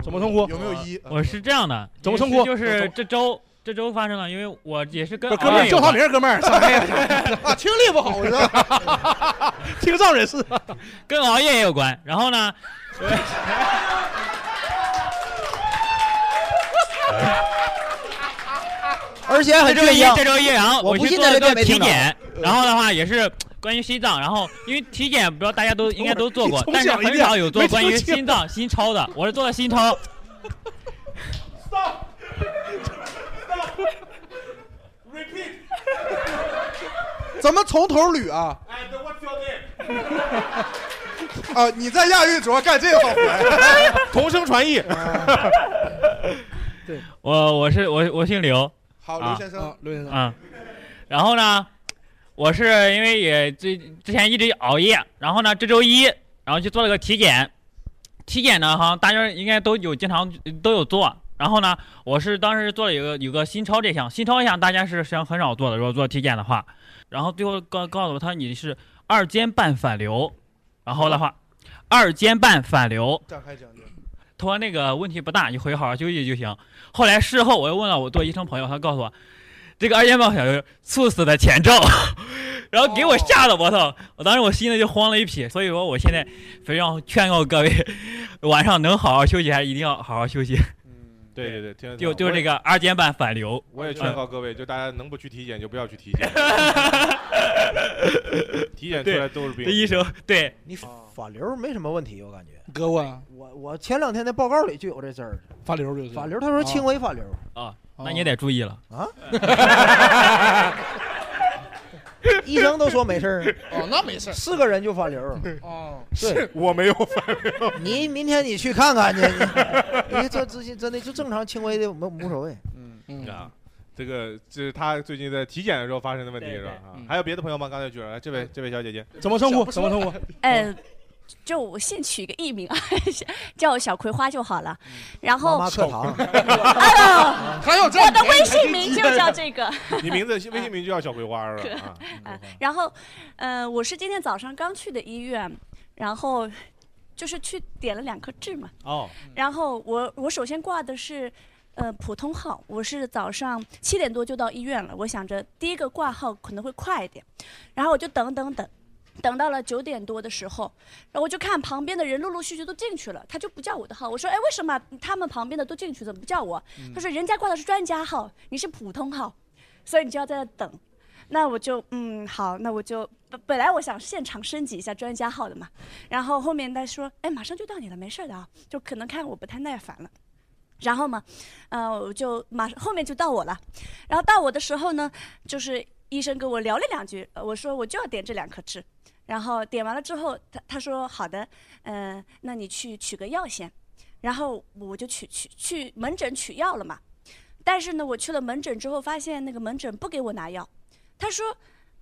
S4: 怎么称呼？
S6: 有没有一？
S12: 我是这样的，
S4: 怎么称呼
S12: 也是就是这周这周发生了，因为我也是跟熬夜有
S4: 叫他
S12: 关
S4: 名儿，哥们儿，啥呀？
S6: 啊，听力不好，我知道。
S4: 听障人士，
S12: 跟熬夜也有关。然 后呢，
S3: 而且很
S12: 这周
S3: 倔
S12: 一
S3: 强
S12: 这。周一，然后
S3: 我不
S12: 去
S3: 信
S12: 做
S3: 在
S12: 了
S3: 这
S12: 个
S3: 边没
S12: 体
S3: 听到
S12: 检， 然后的话也是关于心脏，然后因为体检不知道大家都应该都做 过
S4: 你，重
S12: 但是
S4: 讲一
S12: 很
S4: 遍
S12: 少有做
S4: 没听
S12: 关于
S4: 清
S12: 心脏心超的，我是做了心超。
S6: 咱们从头捋啊。 啊，你在亚运主要干这行活，
S5: 同声 传译。
S12: 我我是我我姓刘，
S6: 好，
S12: 啊
S6: 刘先生，
S4: 刘先生，
S12: 嗯，然后呢，我是因为也最之前一直熬夜，然后呢这周一，然后去做了个体检，体检呢好像大家应该都有经常都有做，然后呢我是当时做了有个有个心超这项，心超这项大家是实际上很少做的，如果做体检的话，然后最后告告诉我他你是二尖瓣反流，然后的话二尖瓣反流，
S6: 展开讲解。
S12: 他说那个问题不大，你回去好好休息就行。后来事后我又问了我做医生朋友，他告诉我，这个二尖瓣小瘤猝死的前兆， 然后给我吓得我操！我当时我心里就慌了一匹。所以说我现在非常劝告各位， 晚上能好好休息还是一定要好好休息。
S6: 嗯，
S5: 对对对，听得
S12: 就
S5: 懂
S12: 就是这个二尖瓣反流，嗯
S5: 我也
S4: 嗯
S5: 劝告各位，就大家能不去体检就不要去体检， 体 检出来都是病
S12: 这。医生对
S3: 你反流没什么问题，我感觉。
S4: 哥我
S3: 我我前两天的报告里就有这字儿，
S4: 发流就是
S3: 反流，他说轻微反流。
S12: 啊，那你也得注意了。
S3: 啊
S8: 啊
S3: 医生都说没事儿，
S6: 哦，那没事儿。
S3: 是个人就反流。
S6: 哦，
S3: 对，
S5: 我没有，
S3: 你明天你去看看去，你你这之前真的就正常轻微的没无所谓。
S6: 嗯，
S5: 啊。这个这是他最近在体检的时候发生的问题
S12: 对
S5: 是吧？
S12: 对
S5: 啊
S4: 嗯
S5: 还有别的朋友吗？刚才举了来这位
S13: 嗯
S5: 这位小姐姐，
S4: 怎么称呼？怎么称呼？
S13: 呃，就我先取一个艺名啊， 叫我小葵花就好了。然
S3: 妈
S13: 后，
S3: 妈课堂，
S13: 啊，
S6: 还有这
S13: 我的微信名就叫这个。
S5: 你名字微
S13: 嗯
S5: 信名就叫小葵花是吧？啊，
S13: 然后，呃，我是今天早上刚去的医院，然后就是去点了两颗痣嘛。
S5: 哦，
S9: 嗯
S13: 然后我我首先挂的是。呃，普通号，我是早上七点多就到医院了。我想着第一个挂号可能会快一点，然后我就等等等，等到了九点多的时候，然后我就看旁边的人陆陆续续都进去了，他就不叫我的号。我说，哎，为什么他们旁边的都进去，怎么不叫我？他说，人家挂的是专家号，你是普通号，所以你就要在那等。那我就嗯好，那我就本本来我想现场升级一下专家号的嘛，然后后面他说，哎，马上就到你了，没事儿的啊，就可能看我不太耐烦了。然后嘛，呃，我就马上后面就到我了，然后到我的时候呢，就是医生跟我聊了两句，呃我说我就要点这两颗痣，然后点完了之后，他他说好的，嗯、那你去取个药先，然后我就去去去门诊取药了嘛，但是呢，我去了门诊之后，发现那个门诊不给我拿药，他说，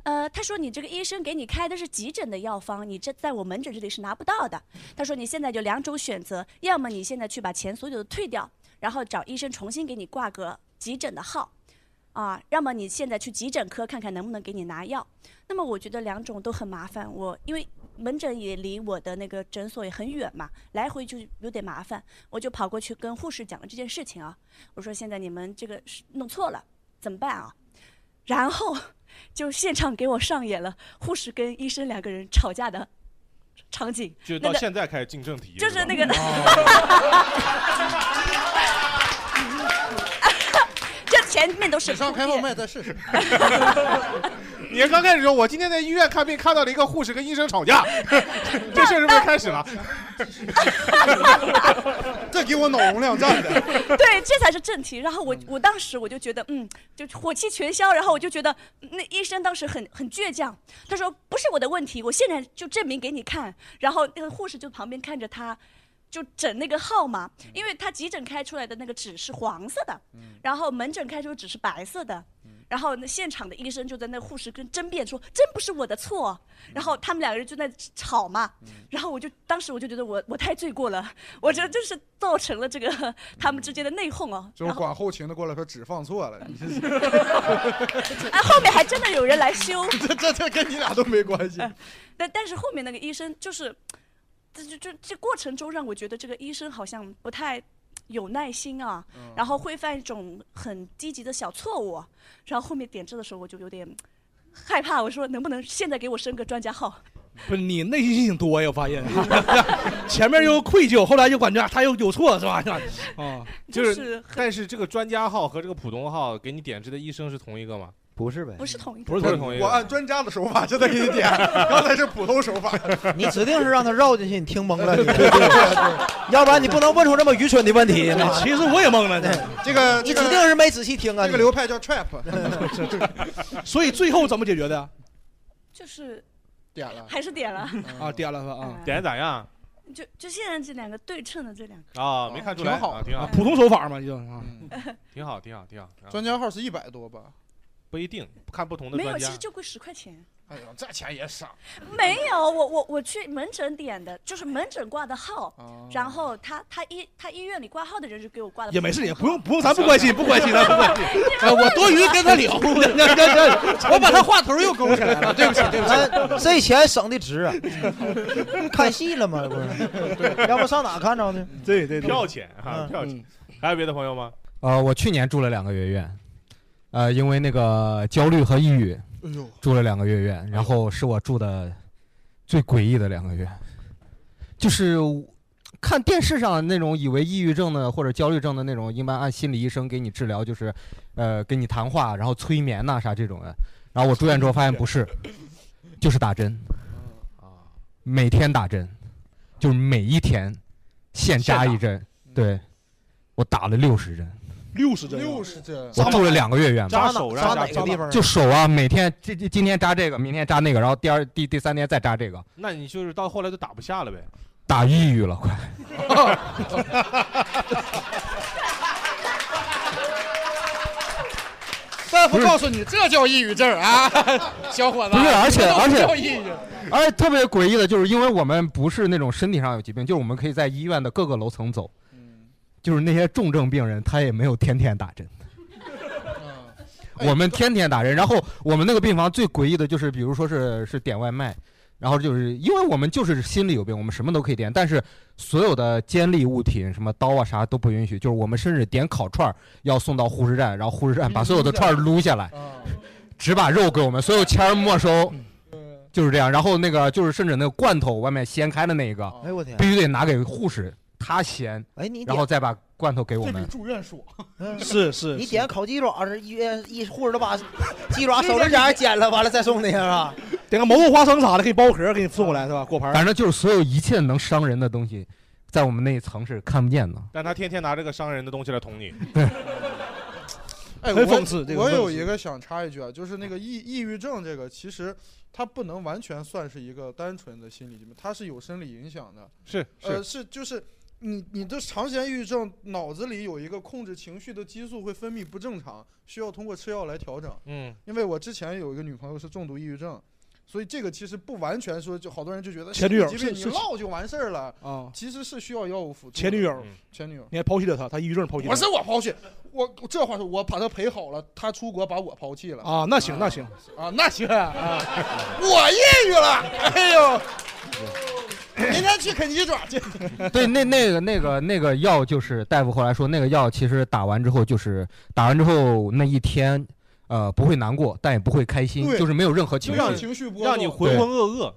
S13: 呃，他说你这个医生给你开的是急诊的药方，你这在我门诊这里是拿不到的。他说你现在就两种选择，要么你现在去把钱所有的退掉，然后找医生重新给你挂个急诊的号，啊，要么你现在去急诊科看看能不能给你拿药。那么我觉得两种都很麻烦，我因为门诊也离我的那个诊所也很远嘛，来回就有点麻烦，我就跑过去跟护士讲了这件事情啊，我说现在你们这个是弄错了，怎么办啊？然后就现场给我上演了护士跟医生两个人吵架的场景，
S5: 就
S13: 那
S5: 到
S13: 个
S5: 现在开始进正题，
S13: 就是
S5: 吧哦
S13: 那个， 这前面都是
S6: 史上开放麦 再试试。
S5: 你刚开始说，我今天在医院看病看到了一个护士跟医生 吵架，这事儿是不是开始了？
S6: 这给我脑容量 占的。
S13: 对，这才是正题。然后我我当时我就觉得，嗯，就火气全消。然后我就觉得嗯那医生当时很很倔强，他说不是我的问题，我现在就证明给你看。然后那个护士就旁边看着他，就整那个号码，
S6: 嗯
S13: 因为他急诊开出来的那个纸是黄色的，然后门诊开出的纸是白色的，
S6: 嗯
S13: 然后那现场的医生就在那护士跟争辩说真不是我的错，
S6: 嗯
S13: 然后他们两个人就在吵嘛，然后我就当时我就觉得我我太罪过了，
S6: 嗯
S13: 我觉得这是造成了这个他们之间的内讧 哦，
S6: 就是
S13: 然后
S6: 管后勤的过来说纸放错了，你这是
S13: 哎后面还真的有人来修，
S6: 这这这 跟你俩都没关系。
S13: 但但是后面那个医生就是，这就就这过程中让我觉得这个医生好像不太有耐心啊，
S11: 嗯
S13: 然后会犯一种很低级的小错误，然后后面点痣的时候我就有点害怕，我说能不能现在给我升个专家号？
S4: 不是你内心戏挺多呀，我发现， 前面又愧疚，后来又感觉他又有错是 吧？啊，
S5: 就是，但是这个专家号和这个普通号给你点痣的医生是同一个吗？
S14: 不是呗
S13: 不是同一
S5: 不是同一个。
S6: 我按专家的手法现在给你点，刚才是普通手 法。
S3: 你指定是让他绕进去，你听 懵了，你 要不然你不能问出这么愚蠢的问题。
S4: 其实我也懵了，
S6: 这个
S3: 你指定是没仔细听啊。
S6: 这个流派叫 trap，
S4: 所以最后怎么解决的？
S13: 就是
S6: 点了
S13: 还是点了，
S4: 啊，点了他啊，
S5: 点的咋样？
S13: 就就现在这两个对称的这两个，
S5: 啊，没看出来，
S6: 挺好
S5: 啊挺好嗯
S4: 啊，普通手法嘛，就啊，
S5: 挺好，挺好，挺好。啊
S6: 专家号是一百多吧？
S5: 不一定，看不同的
S13: 没
S5: 专
S13: 有，
S5: 家。
S13: 其实就贵十块钱。
S6: 哎呦，这钱也少。
S13: 没有，我我我去门诊点的，就是门诊挂的号，然后他他医他医院里挂号的人就给我挂的。
S4: 也没事，也不用不用，咱不关心，不关心，咱不关 心哎，我多余跟他聊， 我把他话头又勾
S3: 起来 了，
S4: 对不起，对 不起。
S3: 咱哎这钱省的值啊！ 看戏了吗？这不是，要不上哪看着呢？
S4: 对对嗯
S5: 票钱哈，票钱。还有别的朋友吗？
S14: 呃，我去年住了两个月院，呃，因为那个焦虑和抑郁
S6: 哎呦，
S14: 住了两个月院，然后是我住的最诡异的两个月，就是我看电视上那种以为抑郁症的或者焦虑症的那种，一般按心理医生给你治疗，就是呃跟你谈话，然后催眠呐、啥这种的。然后我住院之后发现不是，就是打针，哦每天打针，就是每一天现扎嗯一针，对我打了六十针。
S4: 六十针，
S6: 六十针
S14: 我住了两个月院嘛，
S4: 扎手上扎
S6: 个地方啊
S14: 就手啊，每天这这今天扎这个，明天扎那个，然后第二第第三天再扎这个，
S5: 那你就是到后来就打不下 了呗。
S14: 打抑郁了快。
S6: 大夫告诉你，这叫抑郁症啊， 小伙子。
S14: 不是而且
S6: 这都
S14: 而且
S6: 叫抑郁。
S14: 而且哎特别诡异的就是，因为我们不是那种身体上有疾病，就是我们可以在医院的各个楼层走，就是那些重症病人他也没有天天打针。
S3: 嗯
S14: 我们天天打人，然后我们那个病房最诡异的就是，比如说是是点外卖，然后就是因为我们就是心里有病，我们什么都可以点，但是所有的尖利物品，什么刀啊啥都不允许，就是我们甚至点烤串儿要送到护士站，然后护士站把所有的串儿撸下来，
S3: 嗯
S14: 只把肉给我们，所有签儿没收，嗯就是这样。然后那个就是甚至那个罐头外面掀开的那一个，
S3: 哎呦我天
S14: 必须得拿给护士，他掀，
S3: 哎你点嗯
S14: 然后再把罐头给我们。
S6: 住院爽。
S4: 是是
S3: 你点烤鸡爪是医院一护士都把 鸡爪手指甲剪了，完了再送你是啊吧？
S4: 点个蘑菇花生啥的，可以剥壳给你送过来是吧？果盘。
S14: 反正就是所有一切能伤人的东西，在我们那一层是看不见的。
S5: 但他天天拿这个伤人的东西来捅你。
S6: 哎，
S14: 很
S6: 我
S14: 讽刺这个
S6: 我
S14: 很讽
S6: 有
S14: 刺
S6: 一个想插一句啊，就是那个抑抑郁症这个，其实它不能完全算是一个单纯的心理疾病，它是有生理影响的。
S5: 是
S6: 呃，是就是你你的长时间抑郁症，脑子里有一个控制情绪的激素会分泌不正常，需要通过吃药来调整。
S5: 嗯，
S6: 因为我之前有一个女朋友是重度抑郁症，所以这个其实不完全说，就好多人就觉得
S4: 前女友
S6: 心理疾病
S4: 是
S6: 你
S4: 是
S6: 唠就完事儿了
S4: 啊，
S6: 其实是需要药物辅助的。嗯
S4: 前女友，
S6: 前女友，
S4: 你还抛弃了他，他抑郁症抛弃了。
S6: 不是我抛弃，我我这话说，我把她陪好了，她出国把我抛弃了
S4: 啊，那行那行，
S6: 啊，那行啊，我抑郁了，哎呦， 明天去啃鸡爪去。
S14: 对，那那个那个那个药就是大夫后来说，那个药其实打完之后就是打完之后那一天，呃，不会难过，但也不会开心，
S5: 对
S14: 就是没有任何情绪，
S5: 让你浑浑噩噩，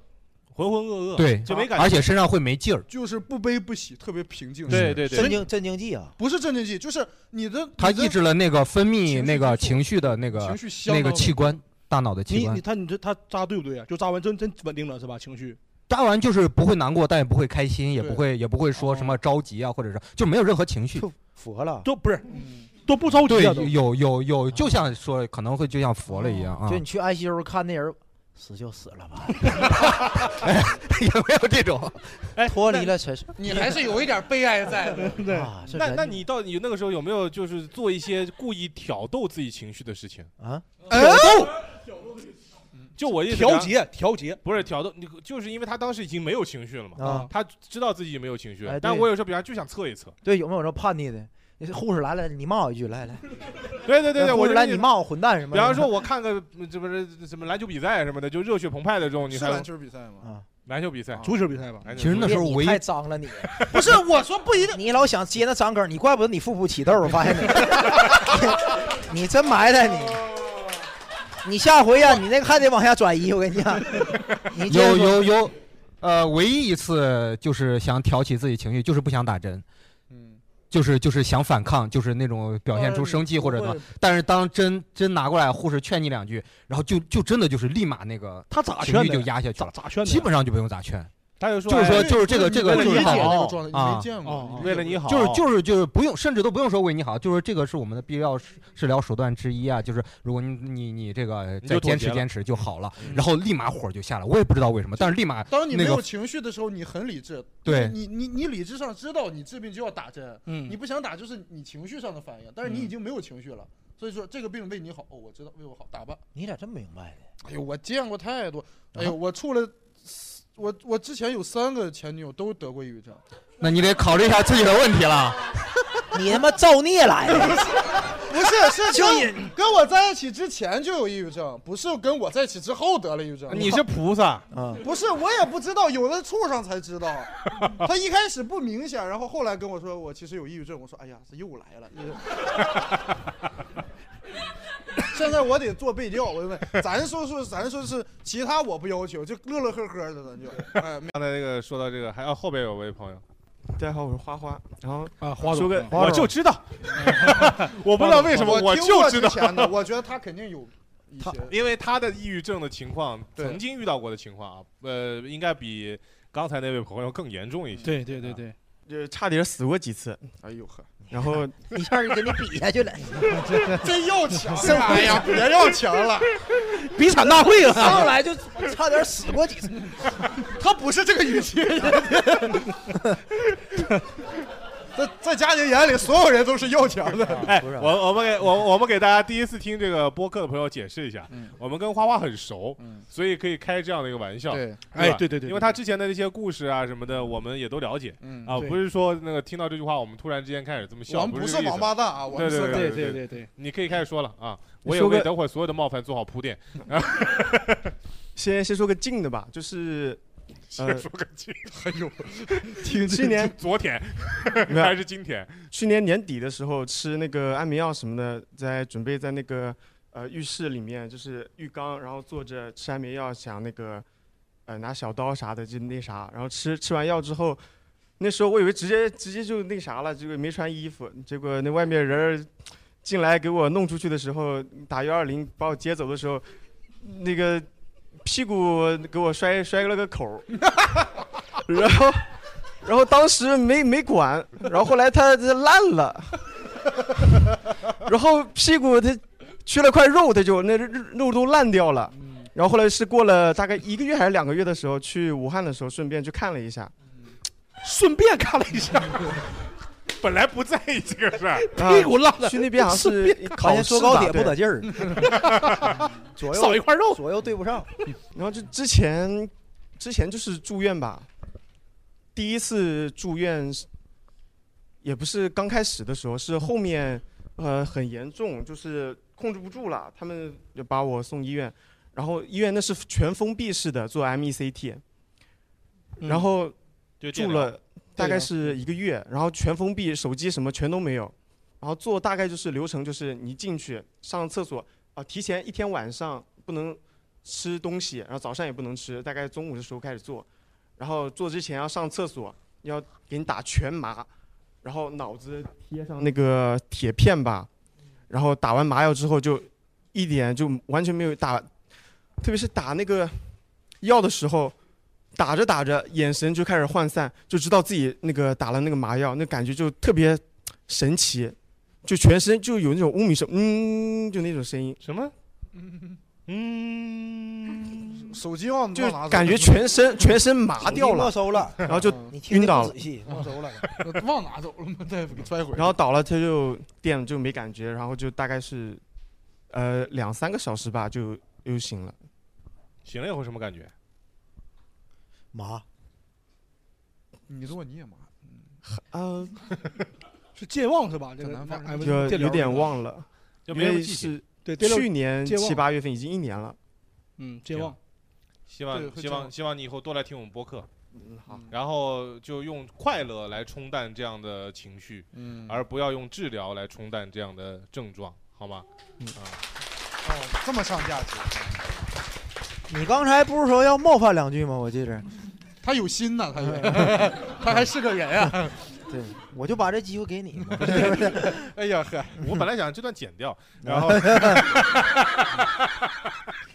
S5: 浑浑噩噩，
S14: 对，
S5: 就没感
S6: 啊
S5: 觉，
S14: 而且身上会没劲儿。
S6: 就是不悲不喜，特别平静。
S14: 对对对镇静
S3: 镇静剂啊，
S6: 不是镇静剂，就是你的
S14: 它
S6: 你的
S14: 抑制了那个分泌那个情绪的那个
S6: 情绪相
S14: 那
S6: 当
S14: 个
S6: 稳
S14: 器官，大脑的器
S4: 你
S14: 官
S4: 你。他你这他扎对不对啊？就扎完真真稳定了是吧？情绪
S14: 扎完就是不会难过，但也不会开心，也
S4: 对
S14: 不会也不会说什么着急啊，或者是就没有任何情绪，
S3: 佛了，
S4: 哦都不是
S3: 嗯
S4: 都不着
S14: 对
S4: 急啊都，
S14: 有有有，就像说可能会就像佛了一样啊，
S3: 哦就你 去 ICU 看那人，死就死了吧，
S14: 哎 有没有这种？
S3: 脱离了城市，
S6: 哎你还是有一点悲 哀在 的
S4: 对
S3: 啊是
S5: 那
S3: 人
S5: 那你到底那个时候有没有就是做一些故意挑逗自己情绪的事情
S3: 啊？
S4: 哎
S5: 挑逗，
S4: 嗯
S5: 就我意思，
S4: 调节调节
S5: 不是挑逗，你就是因为他当时已经没有情绪了嘛，
S3: 啊
S5: 他知道自己没有情绪了，
S3: 哎
S5: 但
S3: 对
S5: 我有时候比方就想测一测，
S3: 对，有没有这叛逆的？你是护士来了，你骂我一句，来来，
S5: 对对对对，
S3: 护
S5: 我
S3: 士
S5: 就
S3: 来你骂我混蛋什么
S5: 比
S3: 的？
S5: 方说 我看个嗯这不是什么篮球比赛什么的，就热血澎湃的这种，你
S6: 是
S5: 还
S6: 篮球比赛吗？
S3: 啊，
S5: 篮球比赛、
S4: 足球比赛吧
S5: 篮球
S14: 其实那时候
S3: 你
S14: 唯一
S3: 太脏了你，
S6: 不是我说不一定，
S3: 你老想接那脏梗，你怪不得你腹部起痘，我发现你，你 真埋汰你。
S6: 哦
S3: 你下回呀、你那个还得往下转移，我跟你讲。你接着
S14: 有
S3: 说
S14: 有有，呃，唯一一次就是想挑起自己情绪，就是不想打针，
S3: 嗯
S14: 就是就是想反抗，就是那种表现出生气或者
S4: 呃
S14: 呢
S4: 会，
S14: 但是当针针拿过来，护士劝你两句，然后就就真的就是立马那个
S4: 他咋
S14: 情
S4: 劝
S14: 绪
S4: 的
S14: 就
S4: 呀？
S14: 压下去
S4: 咋
S14: 了，
S4: 咋劝的呀？
S14: 基本上就不用咋劝，
S5: 他就
S14: 就是说
S5: 哎
S14: 就是这个
S6: 你
S14: 这个
S6: 为了
S14: 就是
S6: 你好
S14: 好
S6: 那个状态，你
S14: 啊
S6: 没见
S4: 哦
S6: 过，
S5: 为了你好，
S14: 就是就是就是不用，甚至都不用说为你好，就是这个是我们的必要治治疗手段之一啊。就是如果你你你这个
S5: 你就
S14: 再
S5: 妥
S14: 坚
S5: 协
S14: 持
S5: 了嗯
S14: 坚持就好了，然后立马火就下来，我也不知道为什么，但是立马
S6: 当你没
S14: 那个
S6: 有情绪的时候，你很理智。
S14: 对
S6: 你你你理智上知道你治病就要打针，
S4: 嗯
S6: 你不想打就是你情绪上的反应，但是你
S4: 嗯
S6: 已经没有情绪了，所以说这个病为你好，哦，我知道为我好，打吧。
S3: 你咋这么明白呢？
S6: 哎呦，我见过太
S14: 啊
S6: 多，哎呦，我处了四，我我之前有三个前女友都得过抑郁症，
S14: 那你得考虑一下自己的问题了。
S3: 你他妈造孽来的！
S6: 不是是跟跟我在一起之前就有抑郁症，不是跟我在一起之后得了抑郁症。
S5: 你是菩萨，
S3: 啊，
S6: 不是我也不知道，有的处上才知道， 他一开始不明显，然后后来跟我说我其实有抑郁症，我说哎呀，这又来了。又现在我得做背调，我就问，咱说说，咱说是其他我不要求，就乐乐呵呵的，咱就，哎，没
S5: 呃刚才那个说到这个，还有后边有位朋友，
S11: 大家好，我是花花。然后
S4: 啊，花
S11: 说
S4: 总
S11: 个
S4: 啊
S5: 我就知 道，嗯 我不知道为什么，
S6: 我听
S5: 就
S6: 过
S5: 知
S6: 之
S5: 道，
S6: 前的，我觉得他肯定有一些，
S5: 因为 他的抑郁症的情况，
S6: 对
S5: 曾经遇到过的情况啊，呃，应该比刚才那位朋友更严重一些。
S4: 对对对对，
S11: 就差点死过几次。
S6: 哎呦呵，
S11: 然后
S3: 一下就给你比下去 了。
S6: 真要强啊，哎呀，别要强了，
S4: 比惨大会啊！
S3: 上来就 差点死过几次。
S6: 他不是这个语气。在在家庭眼里，所有人都是要 强的。
S5: 哎，
S3: 不是啊
S5: 我我们给我我们给大家第一次听这个播客的朋友解释一下，我们跟花花很熟，
S6: 嗯
S5: 所以可以开这样的一个玩笑。
S6: 对，
S5: 吧
S4: 哎对对对对
S5: 因为他之前的那些故事啊什么的，我们也都了解
S6: 嗯
S5: 啊，
S4: 对
S5: 不是说那个听到这句话，我们突然之间开始这么笑，
S6: 我们不
S5: 是
S6: 是
S5: 这个意思
S6: 王，八蛋啊，我
S5: 对
S6: 们
S5: 对
S6: 是
S4: 对
S5: 对
S4: 对对对，
S5: 你可以开始说了啊，
S11: 你
S5: 我也
S11: 说个
S5: 为等会儿所有的冒犯做好铺垫，
S11: 先先说个近的吧，就是呃
S5: 先 说个近，哎呦，
S11: 去年
S5: 昨天
S11: 没有
S5: 还是今天，
S11: 去年年底的时候吃那个安眠药什么的，在准备在那个呃浴室里面，就是浴缸，然后坐着吃安眠药，想那个呃拿小刀啥的就那啥，然后吃吃完药之后，那时候我以为直接直接就那啥了，结果没穿衣服，结果那外面人儿进来给我弄出去的时候，打幺二零把我接走的时候，那个屁股给我摔摔了个口儿，然后。然后当时没没管，然后后来他他烂了，然后屁股他缺了块肉，他就那肉肉都烂掉了。然后后来是过了大概一个月还是两个月的时候，去武汉的时候顺便去看了一下，
S4: 顺便看了一下，
S5: 本来不在意这个事儿，
S4: 屁股烂了，
S11: 啊去那边好像是
S3: 好
S11: 考
S3: 像
S11: 试
S3: 坐
S11: 吧
S3: 高铁不
S11: 对
S3: 得劲儿， 左
S4: 少一
S3: 右
S4: 块肉，
S3: 左右对 不上。
S11: 然后就之前之前就是住院吧，第一次住院是也不是刚开始的时候，是后面呃很严重，就是控制不住了，他们就把我送医院，然后医院那是全封闭式的做 E MECT，然后
S5: 嗯就
S11: 住
S5: 电脑嗯
S11: 了大概 是一个月，然后全封闭，手机什么全都没有，然后做大概就是流程就是你进去上厕所啊、提前一天晚上不能吃东西，然后早上也不能吃，大概中午的时候开始做，然后做之前要上厕所，要给你打全麻，然后脑子贴上那个铁片吧，然后打完麻药之后就一点就完全没有打，特别是打那个药的时候，打着打着眼神就开始涣散，就知道自己那个打了那个麻药，那感觉就特别神奇，就全身就有那种嗡一声，嗯，就那种声音，
S5: 什么？
S6: 嗯，手机忘
S11: 就
S6: 忘拿走了
S11: 感觉 全身全身麻掉
S6: 手机没
S11: 了，
S6: 收了
S11: 然后就
S6: 你嗯听得
S11: 晕倒
S6: 不
S11: 了
S6: 仔，细没收了， 忘拿走了吗？大夫给摔回来。
S11: 然后倒了，他就电就没感觉，然后就大概是呃两三个小时吧，就又醒了。
S5: 醒了以后什么感觉？
S3: 麻。
S6: 你做你也麻。
S11: 啊，
S4: 是健忘是吧？这个
S6: 在南方
S4: 哎不
S11: 就是
S4: 电疗
S11: 有点
S4: 是吧
S11: 忘了，
S4: 就
S11: 因
S4: 没什么
S11: 为
S4: 记性
S11: 是
S4: 对电疗
S11: 去年
S4: 健忘
S11: 七八月份已经一年了。
S4: 嗯，健忘。
S5: 希
S4: 对
S5: 望
S4: 会
S5: 希
S4: 这
S5: 望
S4: 样
S5: 希望你以后多来听我们播客，
S11: 嗯
S5: 好，然后就用快乐来冲淡这样的情绪，
S6: 嗯
S5: 而不要用治疗来冲淡这样的症状，好吗？嗯，
S6: 哦，这么上价值，
S3: 你刚才不是说要冒犯两句吗？我记着，
S6: 他有心呐，他有 他还是个人 啊。，
S3: 对，我就把这机会给你嘛。
S5: 哎呀呵，我本来想这段剪掉，然后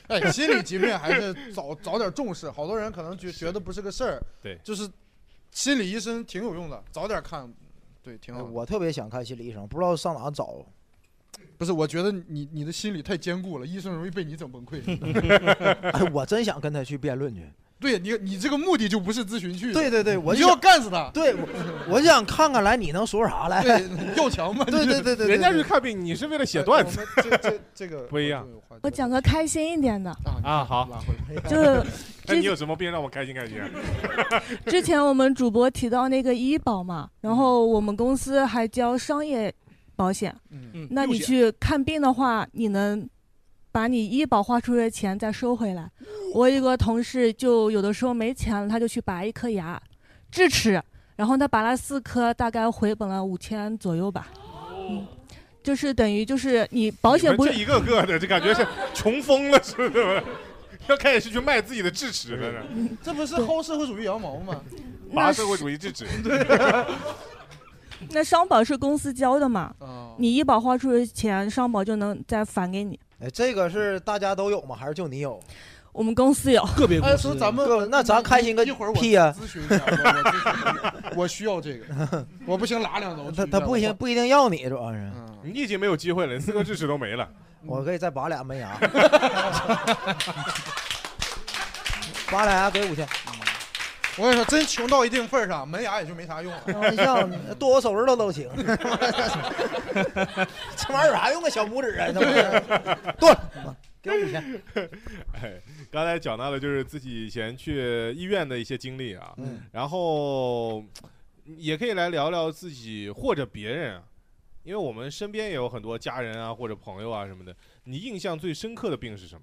S6: 哎，心理疾病还是早 早点重视，好多人可能觉觉得不是个事儿，
S5: 对，
S6: 就是心理医生挺有用的，早点看，对，挺好的。
S3: 我特别想看心理医生，不知道上哪找。
S6: 不是，我觉得你你的心理太坚固了，医生容易被你整崩 溃。
S3: 哎，我真想跟他去辩论去。
S6: 对你，你这个目的就不是咨询去的。
S3: 对对对，我
S6: 你就要
S3: 想
S6: 干死他。
S3: 对，我 我就想看看来你能说啥 来。
S6: 对，要强嘛。
S3: 对对对对，
S5: 人家是看病，你是为了写段子，
S6: 这这这个
S5: 不一样
S9: 我讲个开心一点的，
S6: 哦
S5: 啊。好，
S9: 就是
S5: 那你有什么病让我开心开心？啊
S9: 之前我们主播提到那个医保嘛，然后我们公司还交商业保险。
S4: 嗯
S9: 那你去看病的话，你能把你医保花出去的钱再收回来。我有个同事就有的时候没钱了，他就去拔一颗牙，智齿，然后他拔了四颗，大概回本了五千左右吧。
S6: 哦
S9: 嗯，就是等于就是你保
S5: 你
S9: 险
S5: 们
S9: 不
S5: 这
S9: 是
S5: 一个个的，这感觉是穷疯了，是不是？ 要开始是去卖自己的智齿了呢，
S6: 这不是薅社会主义羊毛吗？
S5: 拔社会主义智齿。
S9: 那商保是公司交的嘛？
S6: 哦
S9: 你医保花出去的钱，商保就能再返给你。
S3: 哎，这个是大家都有吗？还是就你有？
S9: 我们公司有
S4: 个别
S6: 哎，说咱们
S3: 各那咱开心个
S6: 一会儿我
S3: 屁哎呀
S6: 咨询一下，我我咨询我需要这 个，我不行拉两啊刀。
S3: 他他不行，不一定要你，主要是。
S6: 嗯
S5: 你已经没有机会了，你四颗智齿都没了。
S3: 我可以再拔俩 门牙， 拔俩牙给五千。
S6: 嗯我跟你说，真穷到一定份儿上，门牙也就没啥用了。
S3: 开玩笑，剁我手指头 都行。 这玩意儿有啥用啊？小拇指啊，这玩 意儿剁了，给我五千。
S5: 哎，刚才讲到了就是自己以前去医院的一些经历啊，
S3: 嗯
S5: 然后也可以来聊聊自己或者别人啊，因为我们身边也有很多家人啊或者朋友啊什么的。你印象最深刻的病是什么？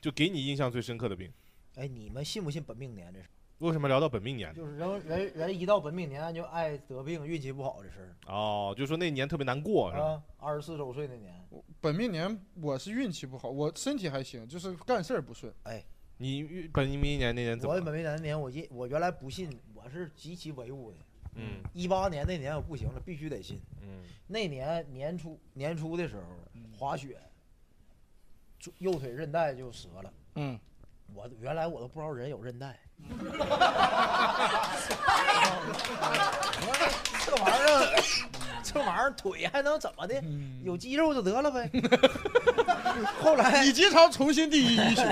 S5: 就给你印象最深刻的病。
S3: 哎，你们信不信本命年这事儿？
S5: 为什么聊到本命年呢？
S3: 就是人人人一到本命年就爱得病，运气不好这事儿
S5: 哦，就说那年特别难过，是吧？
S3: 啊。二十四周岁那年，
S6: 本命年我是运气不好，我身体还行，就是干事儿不顺。
S3: 哎，
S5: 你本命年那年怎
S3: 我
S5: 么
S3: 本
S5: 了？
S3: 命年那年，我一我原来不信，我是极其唯物的。
S5: 嗯
S3: 一八年那年我不行了，必须得信。
S5: 嗯，
S3: 那年年初年初的时候，滑雪，左右腿韧带就折了。
S4: 嗯，
S3: 我原来我都不知道人有韧带， 这玩意儿，这玩意儿腿还能怎么的？
S5: 嗯
S3: 有肌肉就得 了呗。后来
S6: 李吉超重新第一医学，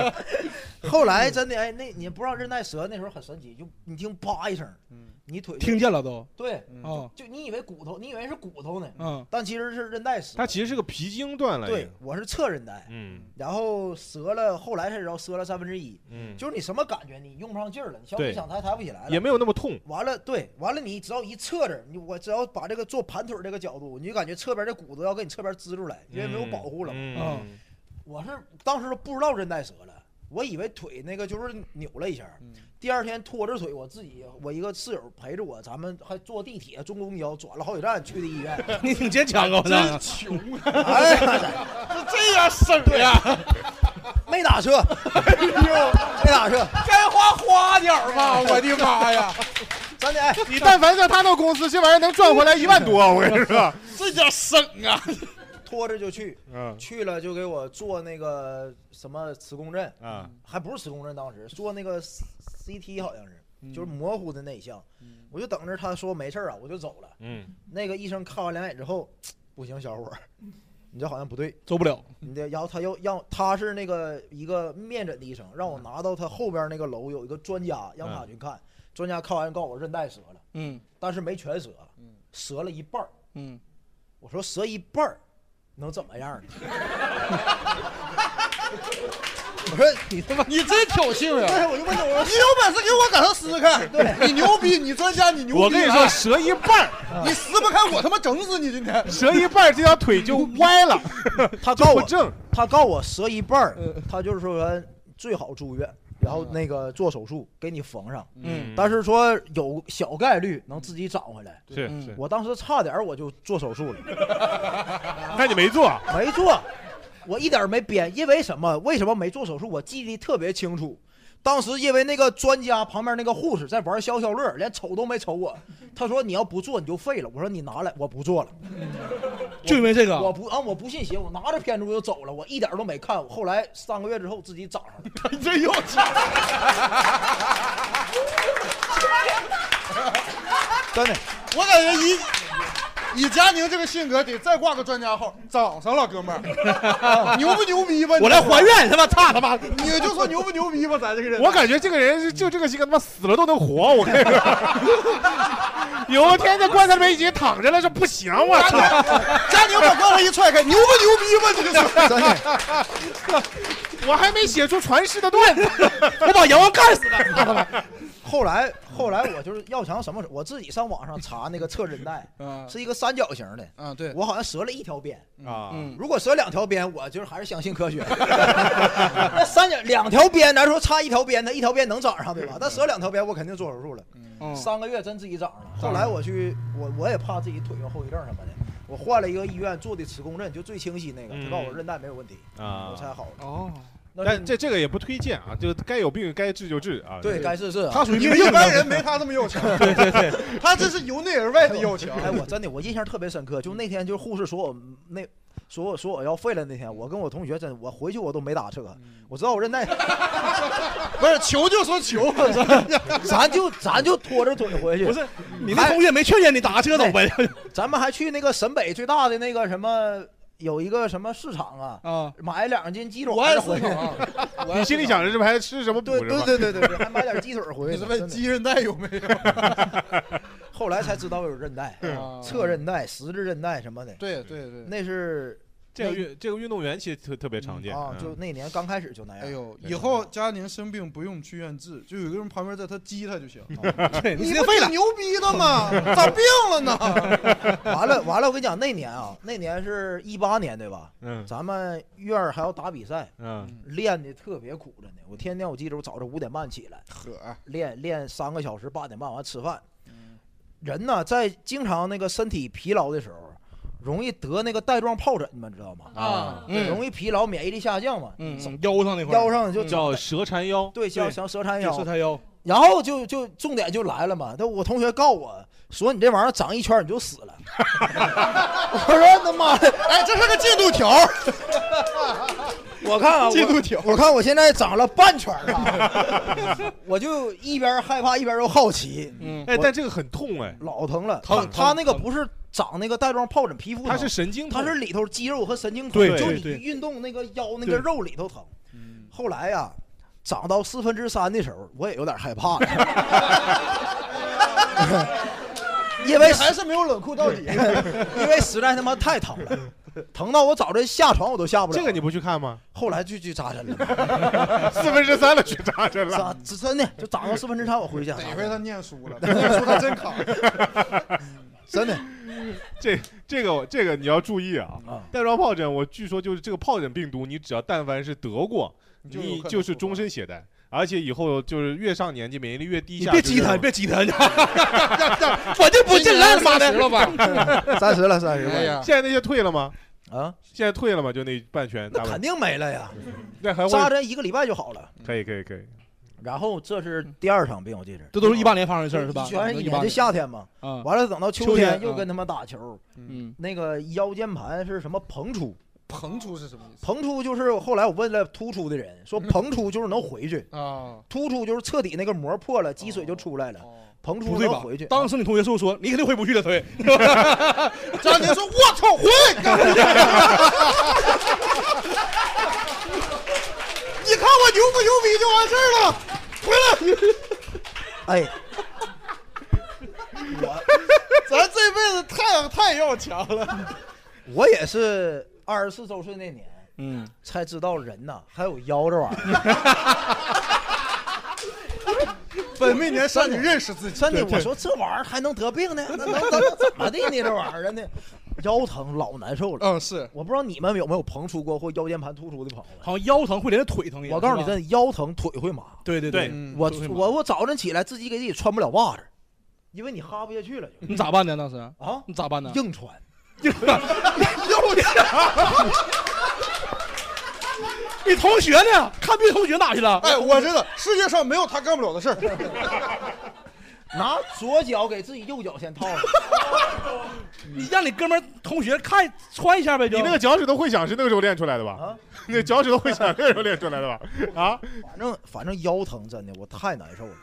S3: 后来真的哎，那你不知道韧带折那时候很神奇，就你听啪一声，
S5: 嗯
S3: 你腿就
S4: 听见了都。
S3: 对，
S4: 哦
S3: 就你以为骨头，你以为是骨头呢，
S4: 嗯
S3: 但其实是韧带折。
S5: 它其实是个皮筋断了。
S3: 对，，我是侧韧带，
S5: 嗯
S3: 然后折了，后来才知道折了三分之一。
S5: 嗯，
S3: 就是你什么感觉，你用不上劲儿了，你想
S5: 对
S3: 你想抬抬不起来了，
S5: 也没有那么痛。
S3: 完了，对，完了，你只要一侧着，你我只要把这个做盘腿儿这个角度，你就感觉侧边这骨头要给你侧边支出来，因为没有保护了嘛。
S5: 嗯，
S3: 我是当时都不知道韧带折了，我以为腿那个就是扭了一下
S6: 嗯
S3: 儿。第二天拖着腿，我自己我一个室友陪着我，咱们还坐地铁、坐公交，转了好几站去的 医院。
S4: 你挺坚强啊，我
S6: 真
S4: 操！
S6: 穷啊！
S3: 哎呀，
S6: 这这样省呀，哎
S3: 没打车，没打车，
S6: 该花花点儿吧！我的妈呀，
S3: 咱得哎，
S5: 你但凡在他那公司，这玩意儿能赚回来一万多，我跟 你说。
S6: 这叫省啊！
S3: 拖着就去，
S5: 嗯
S3: 去了就给我做那个什么磁共振，
S5: 啊，
S3: 还不是磁共振，当时做那个 C- CT 好像是，
S6: 嗯
S3: 就是模糊的那一项，我就等着他说没事儿啊，我就走了。
S5: 嗯
S3: 那个医生看完两眼之后，不行，小伙儿，你这好像不对，
S4: 走不了。
S3: 你的，然后他又让他是那个一个面诊的医生，让我拿到他后边那个楼有一个专家，让
S6: 嗯
S3: 他去看。专家看完告诉我韧带折了，
S4: 嗯，
S3: 但是没全折，
S6: 嗯
S3: 折了一半儿
S4: 嗯，
S3: 我说折一半儿能怎么样呢？我说你他妈
S6: 你真挑衅
S5: 啊
S6: 啊呀！
S3: 对，我就问他，我说
S6: 你有本事给我赶上撕开，
S3: 对
S6: 你牛逼，你专家，你牛逼！
S5: 我跟你说折一半儿
S6: 哎你撕不开，我他妈整死你！今天
S5: 折一半儿这条腿就歪了。
S3: 他告我他告我折一半儿，
S5: 嗯
S3: 他就是说最好住院，然后那个做手术给你缝上。
S2: 嗯
S3: 但是说有小概率能自己长回来。
S5: 是嗯是
S3: 我当时差点儿我就做手术了，
S5: 那你没做？
S3: 没做，我一点儿没编，因为什么？为什么没做手术？我记得特别清楚。当时因为那个专家旁边那个护士在玩消消乐，连瞅都没瞅我。他说你要不做你就废了。我说你拿来，我不做了。
S4: 就因为这个，
S3: 我不啊，我不信邪，我拿着片子我就走了，我一点都没看。我后来三个月之后自己长上 了。
S6: 你真有钱！
S3: 真的，
S6: 我感觉以以佳宁这个性格，得再挂个专家号，涨上了，哥们 儿，牛不牛逼吧？你
S5: 我来还愿他妈操他妈
S6: 你就说牛不牛逼吧，咱这个人。
S5: 我感觉这个人是就这个性格，他妈死了都能活。我跟你说， 有一天在棺材里面已经躺着了，说不行，我操！
S6: 佳宁把棺材一踹开，牛不牛逼吧？ 这个是。
S5: 我还没写出传世的 段子，
S4: 我把阎王干死 了。
S3: 后来后来我就是要强什么时候，我自己上网上查那个测韧带，是一个三角形的。
S6: 啊，对，
S3: 我好像折了一条边。
S5: 啊
S4: 嗯
S3: 如果折两条边，我就是还是相信科学。 那三角两条边，咱说差一条边，它一条边能长上对吧？但折两条边，我肯定做手术了。
S4: 嗯
S3: 三个月真自己长了。后来我去，我我也怕自己腿有后遗症什么的，我换了一个医院做的磁共振，就最清晰那个，他告
S4: 嗯
S3: 诉我韧带没有问题，
S5: 啊
S3: 我才好了。
S4: 哦，
S5: 但这这个也不推荐啊，就该有病该治就治啊。
S3: 对该治治啊
S6: 你们一般人没他这么要强，
S5: 对对对，
S6: 他这是由内而外的要强。
S3: 哎，我真的我印象特别深刻，就那天就是护士说我那说我说我要废了那天，我跟我同学真的我回去我都没打车，
S6: 嗯
S3: 我知道我 韧带
S6: 不是求就说求，
S3: 咱就咱就拖着腿回去。
S4: 啊不
S3: 哎
S4: 是你那同学没劝劝你打车走呗？
S3: 咱们还去那个沈北最大的那个什么。有一个什么市场啊？
S4: 啊，
S3: 买两斤鸡爪
S6: 我爱
S3: 子回去
S6: 市 场啊，
S5: 你心里想着是不是还吃什么补
S3: 对
S5: 什么？
S3: 对对对对对，还买点鸡腿回 去。
S6: 你是问鸡
S3: 韧
S6: 韧带有没有？
S3: 后来才知道有韧带
S6: 嗯，
S3: 侧韧带、十字韧带什么的。
S6: 对对对，
S3: 那 是
S5: 这个运这个运动员其实特特别常见
S3: 啊，
S5: 嗯
S3: 就那年刚开始就那样。
S6: 哎呦，以后佳宁生病不用去医院治，就有一个人旁边在他激他就行。
S4: 对
S6: 你
S4: 你
S6: 不
S4: 这废
S6: 挺
S4: 了
S6: 牛逼的吗？ 咋病了呢？
S3: 完了完了，我跟你讲，那年啊，那年是一八年对吧？
S5: 嗯
S3: 咱们院儿还要打比赛，
S5: 嗯
S3: 练的特别苦着呢。我天天我记着，我早上五点半起来，
S6: 呵，
S3: 练练三个小时，八点半完吃饭。人呢，在经常那个身体疲劳的时候，容易得那个带状疱疹，你们知道吗？
S5: 啊
S3: 对容易疲劳，免疫力下降嘛。
S4: 嗯，腰上那块儿
S3: 腰上就
S5: 叫蛇缠腰，
S3: 对，像像蛇缠
S4: 就
S3: 腰，
S4: 是他腰，
S3: 然后就就重点就来了嘛，但我同学告我说你这玩意儿长一圈你就 死了，我说他妈的，
S6: 哎，这是个进度条，
S3: 我看 啊，
S6: 进
S3: 我
S6: 度条。
S3: 我看我现在长了半圈儿 了，我就一边害怕一边又好奇，
S4: 嗯，
S5: 哎，但这个很痛哎，
S3: 老疼了，
S5: 疼
S3: 他
S5: 疼
S3: 他那个不是长那个带状疱疹皮肤疼，
S5: 它是神经
S3: 它
S5: 痛，
S3: 是里头肌肉和神经疼，
S4: 对
S3: 就
S4: 对
S3: 你
S4: 对
S3: 运动那个腰那
S4: 对
S3: 个肉里头疼。
S6: 嗯
S3: 后来呀、长到四分之三的时候，我也有点害怕 了，因为
S6: 你还是没有冷酷到底。
S3: 因为实在他妈太疼了，疼到我早晨下床我都下不了。
S5: 这个你不去看吗？
S3: 后来就去扎针了，
S5: 四分之三了去扎针了，
S3: 扎真的就长到四分之三我回去啊扎
S6: 得亏他念书了，念书他真扛。
S3: 真的
S5: 这这个我这个你要注意啊。
S3: 啊。
S5: 带状疱疹，我据说就是这个疱疹病毒，你只要但凡是得过，你就是
S3: 啊
S5: 终身携带，而且以后就是越上年纪免疫力越低
S4: 你
S5: 下。
S4: 别激他，你
S5: 就是
S4: 别激 他，我就不进来了，妈的！
S6: 了吧？
S3: 三十了，三十
S6: 哎
S3: 了
S6: 呀，
S5: 现在那些退了吗？
S3: 啊，
S5: 现在退了吗？就那半圈
S3: 那
S5: 大半
S3: 肯，定没了呀，
S5: 那还
S3: 扎
S5: 会
S3: 针一个礼拜就好了。
S5: 可以可以可以。
S3: 然后这是第二场病，我记着。
S4: 这都是一八年发生的事儿是吧？
S3: 全是一年
S4: 18
S3: 的夏天嘛，
S4: 啊，
S3: 完了等到秋
S4: 秋天
S3: 天又
S4: 嗯
S3: 跟他们打球，
S4: 嗯
S3: 那个腰间盘是什么膨出，
S6: 膨出是什么意思？
S3: 膨出就是后来我问了突出的人，说膨出就是能回去
S6: 啊，哦
S3: 突出就是彻底那个膜破了，积水就出来了，膨
S4: 不
S3: 出
S4: 对
S3: 能
S4: 吧
S3: 回去？。
S4: 当时你同学是不是说你肯定回不去了？腿，
S6: 张宁说：“我操，回来！ 你看我牛不牛逼就完事儿了，回来。”
S3: 哎，
S6: 咱这辈子太太要强了。
S3: 我也是二十四周岁那年
S4: 嗯，
S3: 才知道人呐还有腰这玩意儿。
S6: 本命年少女认识 自己
S3: 真的，
S6: 对对
S3: 我说这玩意儿还能得病呢？那能能能怎么的呢？这玩意儿真的，腰疼老难受了。
S6: 嗯，是
S3: 我不知道你们有没有膨出过或腰间盘突出的朋友。
S4: 好像腰疼会连着腿疼一样。
S3: 我告诉你，
S4: 是吧
S3: 真的腰疼，腿会麻。
S4: 对对对嗯
S3: 我
S4: 腿会麻
S3: 我我早晨起来自己给自己穿不了袜子，因为你哈不下去了就。
S4: 你咋办呢？当时
S3: 啊，
S4: 你咋办呢？
S3: 硬穿，
S4: 你同学呢？看病同学哪去了？
S6: 哎，我知道世界上没有他干不了的事儿。
S3: 拿左脚给自己右脚 先套上。
S4: 你让你哥们儿同学看穿一下呗，就
S5: 你那个脚趾头会响是那个时候练出来的吧？
S3: 啊
S5: 那脚趾头会响那个时候练出来 的吧？啊，
S3: 反正反正腰疼，真的我太难受了。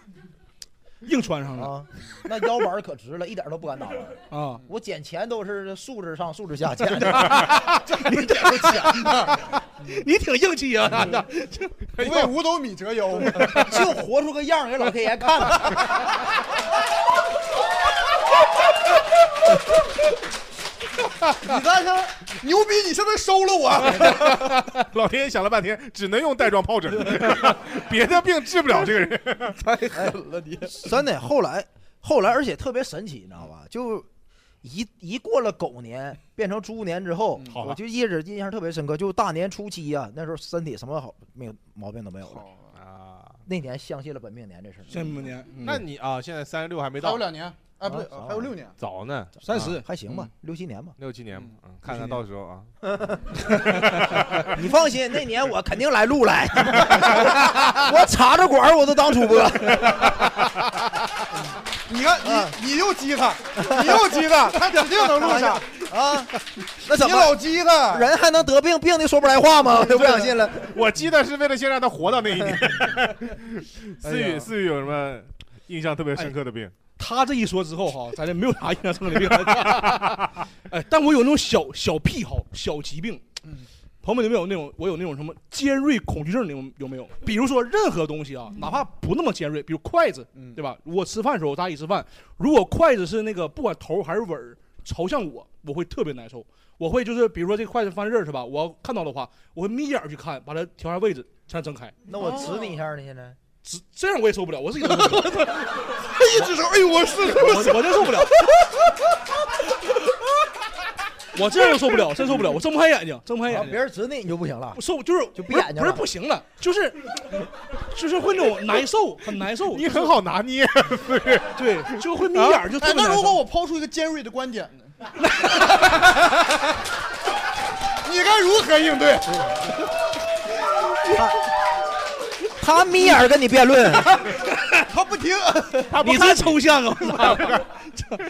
S4: 硬穿上了
S3: 啊，那腰板儿可直了，一 点儿都不敢打弯。
S4: 啊！
S3: 我捡钱都是竖着上、竖着下捡的， 你捡不捡的？
S4: 你挺硬气啊，
S3: 嗯
S4: 那
S6: 不为五斗米折腰 嘛。
S3: 就活出个样儿给老天爷看看。
S6: 你看看，牛逼！你现在收了我，
S5: 老天爷想了半天，只能用带状疱疹，别的病治不了这个人。
S6: 太狠了你！
S3: 真的，哎后来后来，而且特别神奇，你知道吧？就一一过了狗年，变成猪年之后，
S6: 嗯
S5: 好吧
S3: 我就一直印象特别深刻。就大年初七啊，那时候身体什么好没有毛病都没有了。
S6: 啊
S3: 那年相信了本命年这事儿，
S4: 这么年，嗯
S5: 那你啊，现在三十六还没
S6: 还有
S5: 到，
S6: 两年，啊，不对，还有六年。
S5: 早呢，啊嗯
S4: 三十
S3: 还行吧，六七年吧。
S5: 六七年嘛，嗯看看到时候啊。
S3: 你放心，那年我肯定来录来， 我插着管儿我都当主播。
S6: 你看，你你又激他，你又激他，他指定能录上。
S3: 啊，那怎
S6: 你
S3: 么
S6: 老激他，
S3: 人还能得病，病的说不来话吗？我就不想信了。
S5: 我记得是为了先让他活到那一年。思雨，思雨有什么印象特别深刻的病？
S4: 哎他这一说之后哈，咱这没有啥印象深刻的病。 哎，但我有那种小小癖好、小疾病。朋友们，有没有那种我有那种什么尖锐恐惧症？你们有没有？比如说任何东西啊，
S3: 嗯
S4: 哪怕不那么尖锐，比如筷子，对吧？我吃饭的时候，大家一起吃饭，如果筷子是那个不管头还是尾儿朝向我，我会特别难受。我会就是比如说这个筷子放这儿是吧？我要看到的话，我会眯眼儿去看，把它调下位置，才能睁开。
S3: 那我指你一下呢？现在
S4: 这这样我也受不了，我自己都受不了。
S6: 一直说，哎呦，我是
S4: 我我真受不了， 我这都受不了，真受不了，我睁不开眼睛，睁不开
S3: 啊
S4: 眼
S3: 别
S4: 睛，
S3: 人指你你就不行了
S4: 我。受就是
S3: 就闭
S4: 不是
S3: 眼睛
S4: 不是
S3: 了
S4: 不行了，就是就是会那种难受，很难受，
S5: 你很好拿捏，啊
S4: 对，就会眯眼儿就特
S6: 哎，
S4: 别
S6: 那
S4: 难
S6: 如果
S4: 受。
S6: 我抛出一个尖锐的观点呢？ 你该如何应对？
S3: 他眯眼儿跟你辩论，
S6: 他 不听，
S4: 你真抽象啊！我操，这这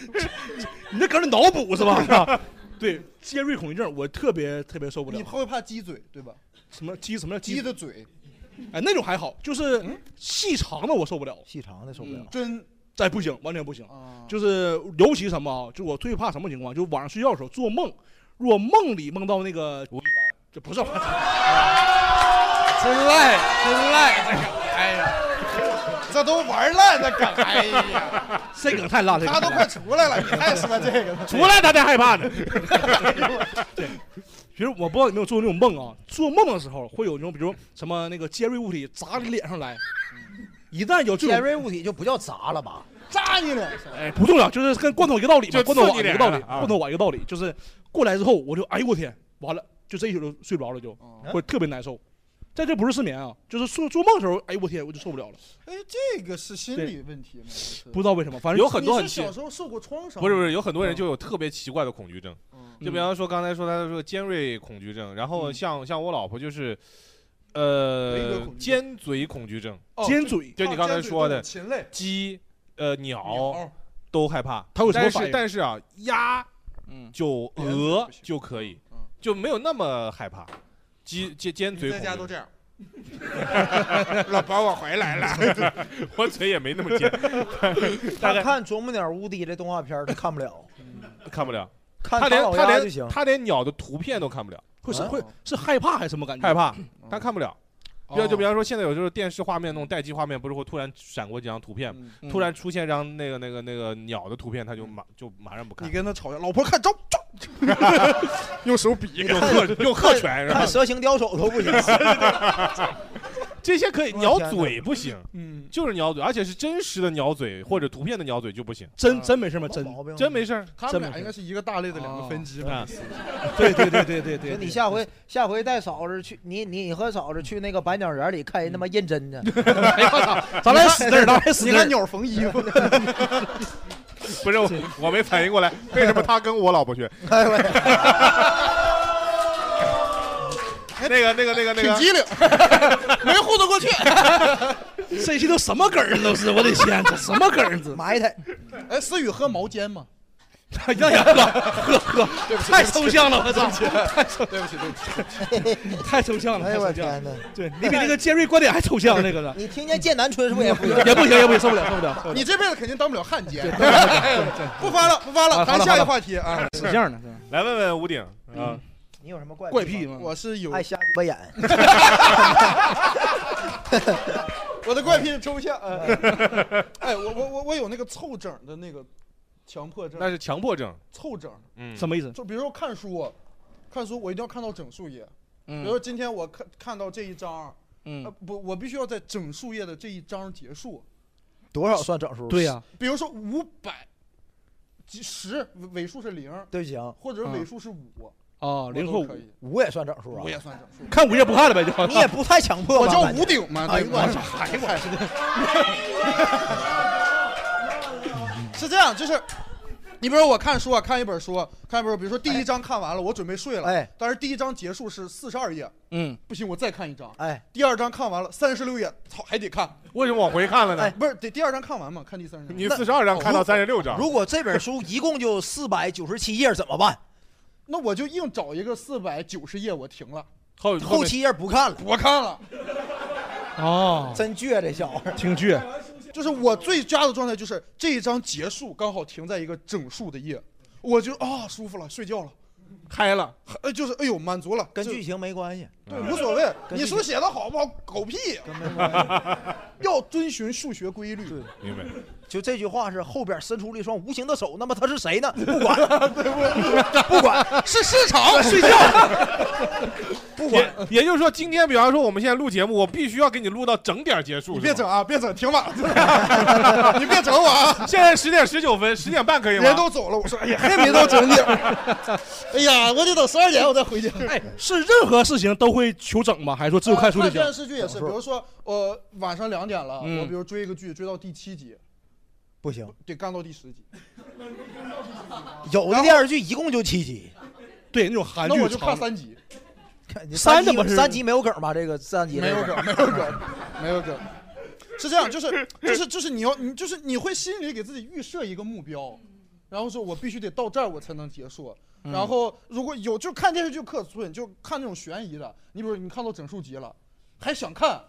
S4: 你这搁那脑补是
S3: 啊
S4: 吧？ 对，尖锐恐惧症我特别特别受不了
S6: 你。会怕鸡嘴对吧？
S4: 什么鸡什么叫鸡
S6: 鸡？的嘴嗯
S4: 哎，那种还好，就是细长的我受不了。
S3: 细长的受不了。
S6: 真
S4: 哎，不行，完全不行。
S6: 啊，
S4: 就是尤其什么啊，就我最怕什么情况？就晚上睡觉的时候做梦，如果梦里梦到那个，这不是我，
S6: 真 赖，真赖，这个，哎呀，这都玩烂的梗，哎呀，
S4: 这梗太烂了，
S6: 他都快出来了，你还说这个呢？
S5: 出来他才害怕呢。
S4: 其实我不知道有没有做那种梦啊，做梦的时候会有那种，比如什么那个尖锐物体砸你脸上来，一旦有这
S3: 尖
S4: 种，
S3: 锐物体就不叫砸了吧？，
S6: 扎你呢？
S4: 哎，不重要，就是跟罐头一个道理嘛，
S5: 就
S4: 罐头
S5: 刺
S4: 碗
S5: 你
S4: 一
S5: 脸
S4: 个道理，
S5: 上啊
S4: 罐头碗一个道理，就是过来之后我就哎呦我天，完了，就这一宿就睡不着了就，会特别难受。但这不是失眠啊，就是做做梦的时候，哎呦我天，我就受不了了，
S6: 哎，这个是心理问题吗？
S4: 不知道为什么，反正
S5: 有很多
S6: 你
S5: 很
S6: 是
S5: 奇，
S6: 小时候受过创伤？
S5: 不是不是，有很多人就有特别奇怪的恐惧症，
S6: 嗯，
S5: 就比方说刚才说他说尖锐恐惧症，然后像像我老婆就是，呃，尖嘴恐惧症，
S6: 哦
S4: 尖嘴
S5: 就你刚才说的
S6: 禽类
S5: 鸡、呃鸟
S6: 鸟，
S5: 都害怕
S4: 它有，什么
S5: 但
S4: 反应
S5: 是但是啊，鸭
S4: 嗯。
S5: 就
S6: 别的
S5: 鹅
S6: 不行
S5: 就可以
S6: 嗯，
S5: 就没有那么害怕。鸡尖尖嘴
S6: 在家
S5: 恐，
S6: 都这样老婆我回来了，
S5: 我嘴也没 那么尖大
S3: 他
S5: 概
S3: 看啄木鸟无敌这动画片儿他看不了，
S5: 看不了。
S3: 看
S5: 他连
S3: 唐老
S5: 他
S3: 鸭
S5: 连
S3: 就行啊
S5: 他连鸟的图片都看不了，
S4: 会是
S3: 哦
S4: 会是害怕还是什么感觉？
S5: 害
S3: 嗯
S5: 怕，他看不了。
S4: 哦
S5: 比方就比方说，现在有时候电视画面那种待机画面，不是会突然闪过几张图片吗，
S6: 嗯
S5: 突然出现一张那个那个那个鸟的图片，他就马就马上不看。
S6: 你跟他吵架，老婆看招招，
S5: 用手比， 用鹤用鹤拳是吧
S3: 看？蛇形刁手都不行。
S5: 这些可以，
S3: 我
S5: 鸟
S3: 的天哪
S5: 嘴不行，
S4: 嗯，
S5: 就是鸟嘴，而且是真实的鸟嘴或者图片的鸟嘴就不行。
S4: 真真没事吗？真
S5: 真没事儿，
S6: 他们俩应该是一个大类的两个分支吧
S5: 哦？
S4: 对对对对对对
S3: 就你下回下回带嫂子去，你你和嫂子去那个百鸟园里看人
S6: 嗯
S3: 他妈认真 去。
S6: 哎
S4: 咱俩死那儿咱俩死那儿
S6: 你看鸟缝衣 服，
S5: 不是我，我没反应过来，为什么他跟我 老婆去？
S6: 哎
S5: 那个那个那个那
S6: 挺
S5: 个，
S6: 机 灵，没糊弄过 去。
S4: 这些都什么梗儿啊？都是我的天，这什么梗儿？啊这
S3: 埋汰。
S6: 哎，思雨喝毛尖吗？
S4: 让人喝喝喝，
S6: 对不起
S4: 太抽象了，我操！
S6: 对不起，对不起，对不起。
S4: 太抽象了，
S3: 哎
S4: 太
S3: 呦
S4: 抽
S3: 我
S4: 象
S3: 天哪
S4: 了。！对你比那个尖锐观点还抽象，那啊个的
S3: 你听见剑南春是不是也不行？
S4: 也不行，也不行，受不了，受不了。受不了
S6: 哎你这辈子肯定当不了汉奸。
S4: 不
S6: 不发了，不发
S4: 好
S6: 了，
S4: 了好
S6: 谈
S4: 了
S6: 下一
S4: 好了
S6: 个话题啊。
S4: 死相呢？
S5: 来问问吴鼎
S6: 嗯
S5: 啊，
S3: 嗯你有什么怪
S4: 怪癖吗？
S6: 我是有
S3: 爱瞎鸡巴眼。
S6: 我的怪癖是抽 象。 呃哎，我我我我有那个凑整的那个强迫症。
S5: 那是强迫症，
S6: 凑整，
S5: 嗯，
S4: 什么意思？
S6: 就比如说看书，看书我一定要看到整数页。
S4: 嗯
S6: 比如说今天我看看到这一章，
S4: 嗯
S6: 呃，不，我必须要在整数页的这一章结束。
S3: 多少算整数？
S4: 对呀，
S6: 比如说五百，几十尾尾数是零，
S3: 对不行，
S6: 或者
S4: 嗯
S6: 尾数是五，
S4: 啊，零和
S6: 我
S4: 五
S6: 都可，以。
S3: 五也算整数啊
S6: 我。也算整数。
S4: 看五页不看了呗，就
S3: 你也不太强迫
S6: 我
S3: 吧？
S6: 叫
S3: 感觉
S6: 吴鼎嘛，
S3: 哎
S6: 对
S3: 呦
S6: 吧
S3: 我操！
S6: 哎呦我是这样，就是。你比如说我看书啊，看一本书，看一本书，比如说第一章看完了，我准备睡了，
S3: 哎，
S6: 但是第一章结束是四十二页，
S4: 嗯，
S6: 不行，我再看一章，
S3: 哎，
S6: 第二章看完了三十六页，操，还得看，
S5: 为什么往回看了呢
S3: 哎？
S6: 不是得第二章看完嘛，看第三章，
S5: 你四十二章看到三十六章，
S3: 如果这 本书一共就四百九十七页怎么办？
S6: 那我就硬找一个四百九十页，我停了，
S5: 后
S3: 后
S5: 面
S3: 七页不看了，
S6: 我看了，
S4: 哦，
S3: 真倔这小子。
S4: 挺倔，
S6: 就是我最佳的状态就是这一章结束，刚好停在一个整数的页，我就啊、舒服了，睡觉了，
S5: 嗨了，
S6: 呃，就是哎呦满足了，
S3: 跟
S6: 就
S3: 剧情没关系，
S6: 对无所谓，
S3: 跟
S6: 你
S3: 剧
S6: 书写的好不好，狗屁，要遵循数学规律，
S5: 明白？
S3: 就这句话是后边伸出了一双无形的手，那么他是谁 呢？不管，不管， 是市 场睡觉，不管
S5: 也也就是说，今天比方说我们现在录节目，我必须要给你录到整点结束，
S6: 你别
S5: 是吗
S6: 整。啊，别整，挺晚了， 你别整我啊。
S5: 现在十点十九分，十点半可以吗？
S6: 人都走了，我说哎呀，还没到整 点儿，哎呀，我得等十二点我再回家。
S4: 哎，是任何事情都会求整吗？还是说只有看书就
S6: 呃
S4: 行？
S6: 看电视剧也是，比如说我晚上两点了，
S4: 嗯
S6: 我比如追一个剧，追到第七集，
S3: 不行。
S6: 得干到第十集，
S3: 有的电视剧一共就七集，
S4: 对，那种
S3: 啊
S4: 韩
S6: 那我
S4: 剧
S6: 就
S4: 长
S6: 看，三集，
S3: 三
S4: 怎么
S3: 集
S4: 是
S3: 三集没有梗吧？这个三集
S6: 没有梗，没有梗，没有梗。是这样，就是就是就是你要你就是你会心里给自己预设一个目标，然后说我必须得到这儿我才能结束。
S3: 嗯
S6: 然后如果有就看电视剧克寸，就看那种悬疑的，你比如你看到整数集了，还想看，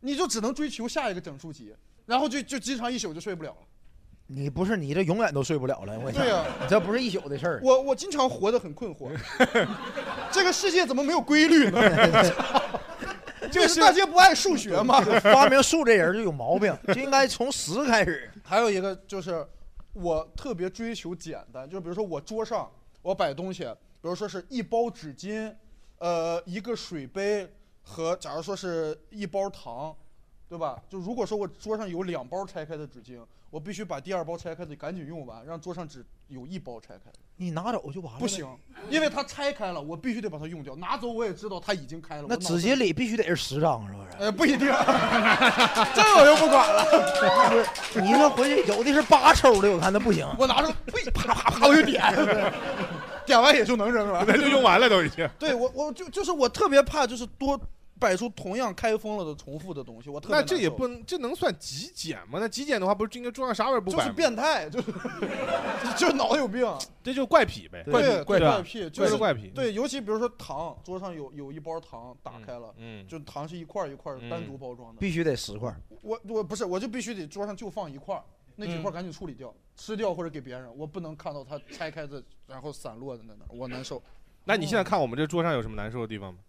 S6: 你就只能追求下一个整数集，然后就就经常一宿就睡不了了。
S3: 你不是你这永远都睡不了了，我跟你
S6: 对
S3: 讲
S6: 呀
S3: 你这不是一宿的事儿。
S6: 我我经常活得很困惑， 这个世界怎么没有规律 呢？ 这个是大家不爱数学吗？
S3: 发明数这人就有毛 病，就应该从十开始。
S6: 还有一个就是，我特别追求简单，就比如说我桌上我摆东西，比如说是一包纸巾，呃，一个水杯和假如说是一包糖，对吧？就如果说我桌上有两包拆开的纸巾，我必须把第二包拆开的赶紧用完，让桌上只有一包拆开的。
S3: 你拿走就完了。
S6: 不行，，因为它拆开了，我必须得把它用掉。拿走我也知道它已经开了。
S3: 那
S6: 我脑
S3: 纸
S6: 子
S3: 巾里必须得是十张，是不是？
S6: 呃，不一定， 这我就不管了。
S3: 不是， 你这回去有的是八抽的，我看那不行。
S6: 我拿着，呸，啪啪啪，我就点，点完也就能扔了。
S5: 那就用完了，都已经。
S6: 对我，我就就是我特别怕，就是多摆出同样开封了的重复的东西，我特别
S5: 那这
S6: 难
S5: 也
S6: 受
S5: 不能，这能算极简吗？那极简的话，不是应该桌上啥玩意儿不
S6: 就
S5: 摆
S6: 是
S5: 吗
S6: 变态，就是就是脑子有病，
S5: 这就是怪癖呗，
S6: 对，
S5: 怪
S6: 怪
S5: 癖，
S6: 癖，
S5: 就
S6: 就是是
S5: 怪癖。嗯
S6: 对，尤其比如说糖，桌上有有一包糖，打开了，
S5: 嗯
S6: 就糖是一块儿一块儿
S5: 嗯
S6: 单独包装的，
S3: 必须得十块。
S6: 我我不是，我就必须得桌上就放一块儿，那几块儿
S3: 嗯
S6: 赶紧处理掉，吃掉或者给别人，我不能看到它拆开的然后散落的在那儿，我难受。
S5: 那你现在看我们这桌上有什么难受的地方吗？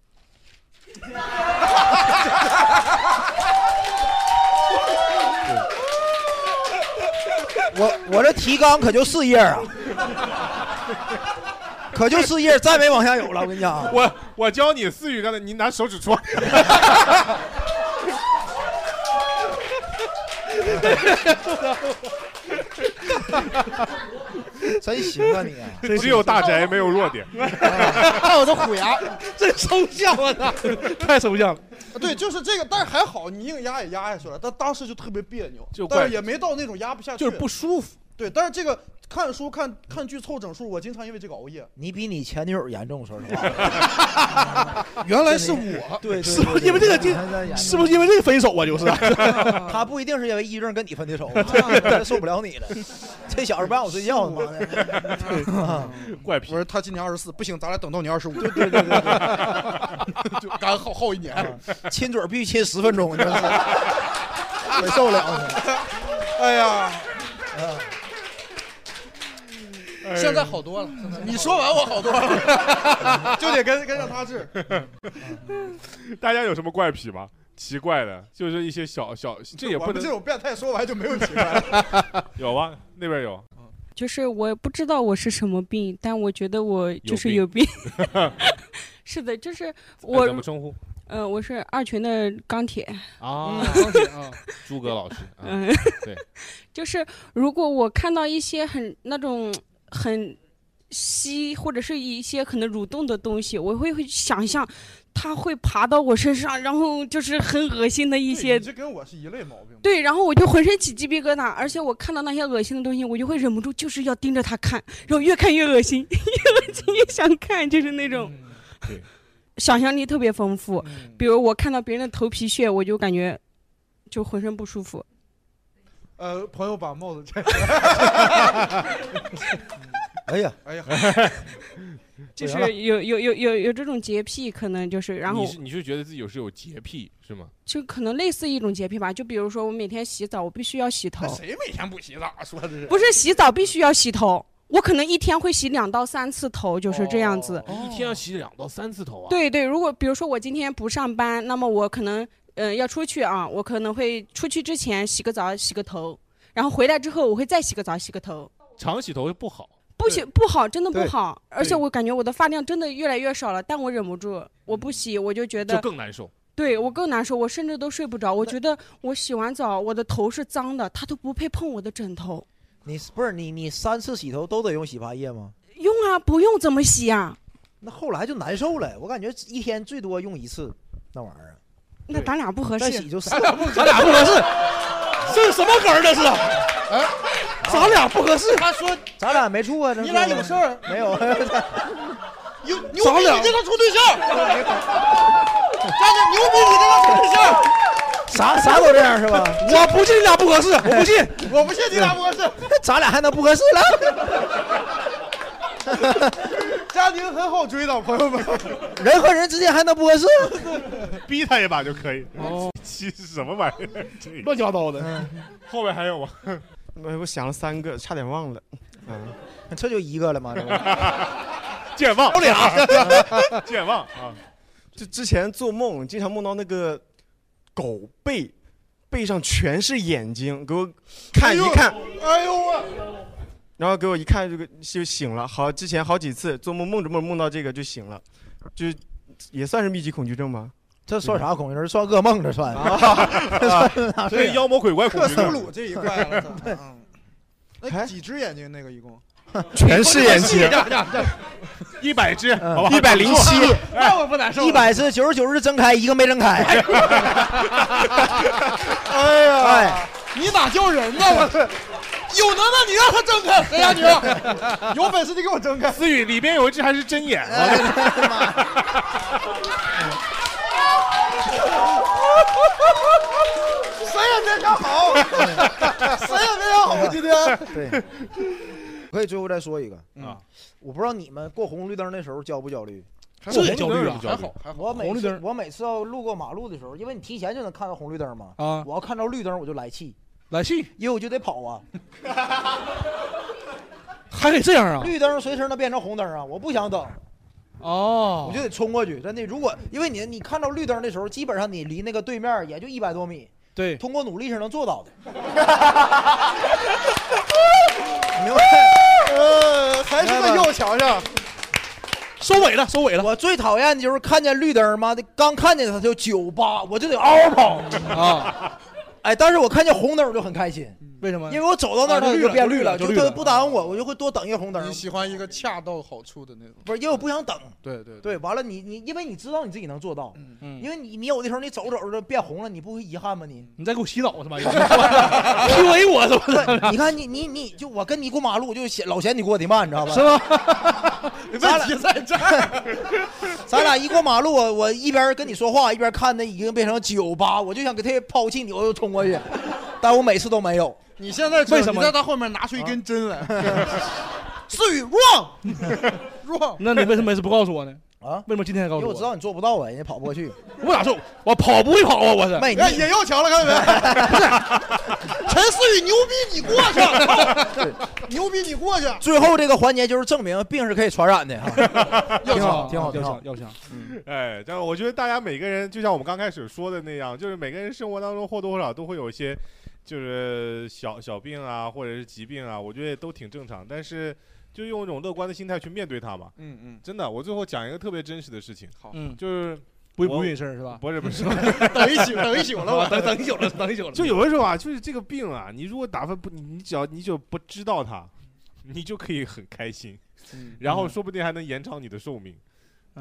S3: 我我这提纲可就四 页啊，可就四页，再没往下有了。我跟你讲，
S5: 我我教你思雨，刚才你拿手指戳。
S3: 真行啊你！
S5: 只有大宅没有弱点。
S6: 看我这虎牙，
S4: 真抽象，我操，太抽象了。
S6: 啊对，就是这个，但是还好，你硬压也压下去了，但当时就特别别扭，
S4: 就
S6: 但
S4: 怪
S6: 是也没到那种压不下去，
S4: 就是不
S5: 舒服。
S6: 对，但是这个看书看看剧凑整数，我经常因为这个熬夜。
S3: 你比你前女友严重，说实话。
S6: 原来是我，
S3: 对，对
S4: 是不是因为这个
S3: 对
S4: 这
S3: 对对 对
S4: 是不是因为这个分手啊？就是
S3: 他不一定是因为抑郁症跟你分的 手，他受不了你了。这小子不让我睡觉，他妈的！
S5: 怪癖。
S6: 我说他今年二十四，不行，咱俩等到你二十五。对对对 对，就干耗耗一年。
S3: 啊亲嘴必须亲十分钟，你知道吗？ 我受不了你。
S6: 哎呀，
S5: 哎
S6: 现在好多了，现在你说完我好多了， 就得跟跟上他治。
S5: 大家有什么怪癖吗？奇怪的，就是一些小小， 这也
S6: 我
S5: 不
S6: 们
S5: 能
S6: 这 种变态说完就没有奇怪嗯了。
S5: 有啊，那边有。
S15: 就是我不知道我是什么病，但我觉得我就是
S5: 有
S15: 有
S5: 病 哎
S15: 病。是的，就是我、
S5: 怎么称呼？
S15: 呃，我是二群的钢铁。
S5: 啊，诸葛老师，嗯
S15: 嗯，
S5: 对，
S15: 就是如果我看到一些很那种很稀或者是一些可能蠕动的东西，我会会想象它会爬到我身上，然后就是很恶心的一些
S6: 你这跟我是一类毛病。
S15: 对，然后我就浑身起鸡皮疙瘩，而且我看到那些恶心的东西，我就会忍不住就是要盯着它看，然后越看越恶心， 越恶心越想看，就是那种。
S5: 对
S15: 想象力特别丰富，比如我看到别人的头皮屑，我就感觉就浑身不舒服。
S6: 呃，朋友把帽子摘。
S3: 哎呀，
S6: 哎呀，
S15: 就是有有有有有这种洁癖，可能就是， 然后
S5: 你是你是觉得自己有是有洁癖是吗？
S15: 就可能类似一种洁癖吧。就比如说我每天洗澡，我必须要洗头，
S6: 谁每天不洗澡说的是？
S15: 不是洗澡必须要洗头，我可能一天会洗两到三次头，就是这样子。
S5: 一天要洗两到三次头啊？
S15: 对对，如果比如说我今天不上班，那么我可能嗯、呃要出去啊，我可能会出去之前洗个澡，洗个头，然后回来之后我会再洗个澡，洗个头。
S5: 常洗头不好。
S15: 不洗不好，真的不
S5: 对
S15: 好，而且
S5: 对
S15: 我感觉我的发量真的越来越少了，但我忍不住，我不洗，我就觉得
S5: 就更难受。
S15: 对我更难受，我甚至都睡不着。我觉得我洗完澡，我的头是脏的，它都不配碰我的枕头。
S3: 你不是你你三次洗头都得用洗发液吗？
S15: 用啊，不用怎么洗啊？
S3: 那后来就难受了，我感觉一天最多用一次那玩意儿。啊
S15: 那咱俩不合
S3: 再
S15: 适
S3: 洗就四
S15: 咱俩不
S3: 次
S15: 咱俩不合 适
S4: 这是什么梗儿这是？
S3: 啊
S6: 哎，
S4: 咱俩不合适。
S6: 他说
S3: 咱俩没处啊，这
S6: 你俩有事儿
S3: 没有？
S6: 有牛
S3: 咱
S6: 逼，
S3: 俩
S6: 你跟他处对象。真的牛逼，你跟他处对象。
S3: 啥啥都这 样是吧？
S4: 我不信你俩不合适，我不信，
S6: 哎我不信你俩不合适，
S3: 咱俩还能不合适了？
S6: 家庭很好追的，朋友 们。
S3: 人和人之间还能不合适？
S5: 逼他一把就可以。 哦，七是什么玩意儿？
S4: 乱七八糟的。
S5: 后面还有吗？
S11: 嗯我我想了三个，差 点忘了。嗯，
S3: 这就一个了吗？
S5: 健忘
S11: 不 了，
S5: 健忘啊！
S11: 就之前做梦，经常梦到那个狗背，背上全是眼睛，给我看一看，
S6: 哎呦我，
S11: 然后给我一看，这个就醒了。好，之前好几次做梦，梦着梦梦到这个就醒了，就也算是密集恐惧症吧。
S3: 这算啥恐惧症？算噩梦，这 算。
S11: 啊所以妖魔鬼怪恐惧症
S6: 克苏鲁这一块 了。嗯那几只眼睛那个一共？哎
S11: 全是眼睛
S6: 这样这样这样
S5: 一百只，
S6: 嗯
S3: 好
S11: 吧107
S6: 那我不难受了。
S3: 一百次九十九日睁开，一个没睁 开。
S6: 哎呀，
S3: 哎
S6: 你咋叫人呢？ 我这有能耐你让他睁开，
S4: 哎
S6: 谁呀你？ 有本事你给我睁开。
S5: 思雨啊里边有一只还是针眼，
S2: 谁也别想 好，
S3: 哎
S2: 谁也别想好，今天。
S3: 对，可以最后再说一个
S6: 啊，
S3: 我不知道你们过红绿灯的时候焦不焦虑？
S6: 还好这也焦虑啊还好还好
S3: 我每
S6: 红绿
S3: 次
S6: 灯
S3: 我每次要路过马路的时候，因为你提前就能看到红绿灯嘛，
S4: 啊
S3: 我要看到绿灯我就来气，
S4: 来气，
S3: 因为我就得跑啊。
S4: 还得这样啊？
S3: 绿灯随时能变成红灯啊，我不想等。
S4: 哦，
S3: 我就得冲过去，真的。如果因为你你看到绿灯的时候，基本上你离那个对面也就一百多米，
S4: 对，
S3: 通过努力是能做到的。明白？呃，还
S6: 是个
S3: 右瞧瞧。
S4: 收尾了，收尾了。
S3: 我最讨厌的就是看见绿灯，妈的，刚看见它就九八，我就得嗷嗷跑
S4: 啊！
S3: 哎，但是我看见红灯我就很开心，
S4: 嗯为什么？
S3: 因为我走到那儿
S6: 啊
S3: 它
S6: 绿
S3: 就
S6: 了
S3: 变
S6: 就绿
S3: 绿
S6: 了
S3: 了，
S6: 就
S3: 就
S6: 绿
S3: 它
S6: 了
S3: 不
S4: 啊
S3: 耽误我，我就会多等一个红灯
S6: 你。喜欢一个恰到好处的那种，
S3: 不是，因为我不想等。
S6: 对对
S3: 对，完了你你，因为你知道你自己能做到，
S4: 嗯
S3: 因为你你有的时候你走着走着变红了，你不会遗憾吗？你
S4: 你再给我洗脑是吧？PUA 我是吧？
S3: 对你看你你你就我跟你过马路，我就嫌老嫌你过得慢，你知道吧？
S4: 是吗？
S3: 问题在这儿， 咱俩一过马路，我我一边跟你说话，一边看那已经变成九八，我就想给他抛弃你，我就冲过去，但我每次都没有。
S6: 你现在知道
S3: 为什么
S6: 你在 他后面拿出一根针来，啊
S3: 思雨 wrong
S6: wrong，
S4: 那你为什么每次不告诉我呢？
S3: 啊？
S4: 为什么今天才告
S3: 因
S4: 诉
S3: 为
S4: 我？
S3: 我知道你做不到啊，人家跑不过去。
S4: 我咋说？我跑不会跑啊！我是
S3: 妹，你
S6: 哎也要强了，看见 没？
S3: 陈思雨牛逼，你过去。
S6: 啊 牛逼，你过去。啊
S3: 最后这个环节就是证明病是可以传染 的，哈挺好，挺好，挺
S4: 哎要
S3: 好
S4: 强，。要嗯强。
S5: 哎，但是我觉得大家每个人，就像我们刚开始说的那样，就是每个人生活当中或多或少都会有一些，就是小小病啊，或者是疾病啊，我觉得都挺正常。但是就用一种乐观的心态去面对它嘛。
S6: 嗯嗯，
S5: 真的，我最后讲一个特别真实的事情。
S6: 好
S4: 嗯
S5: 就是
S4: 不
S5: 我
S4: 不孕事儿是吧？，
S5: 不是 不是
S4: 等一宿等一宿
S5: 醒
S4: 了我 等等一宿了等一宿了
S5: 就有的时 候啊，就是这个病啊，你如果打发不，你你只要你就不知道它，你就可以很开心，然后说不定还能延长你的寿命。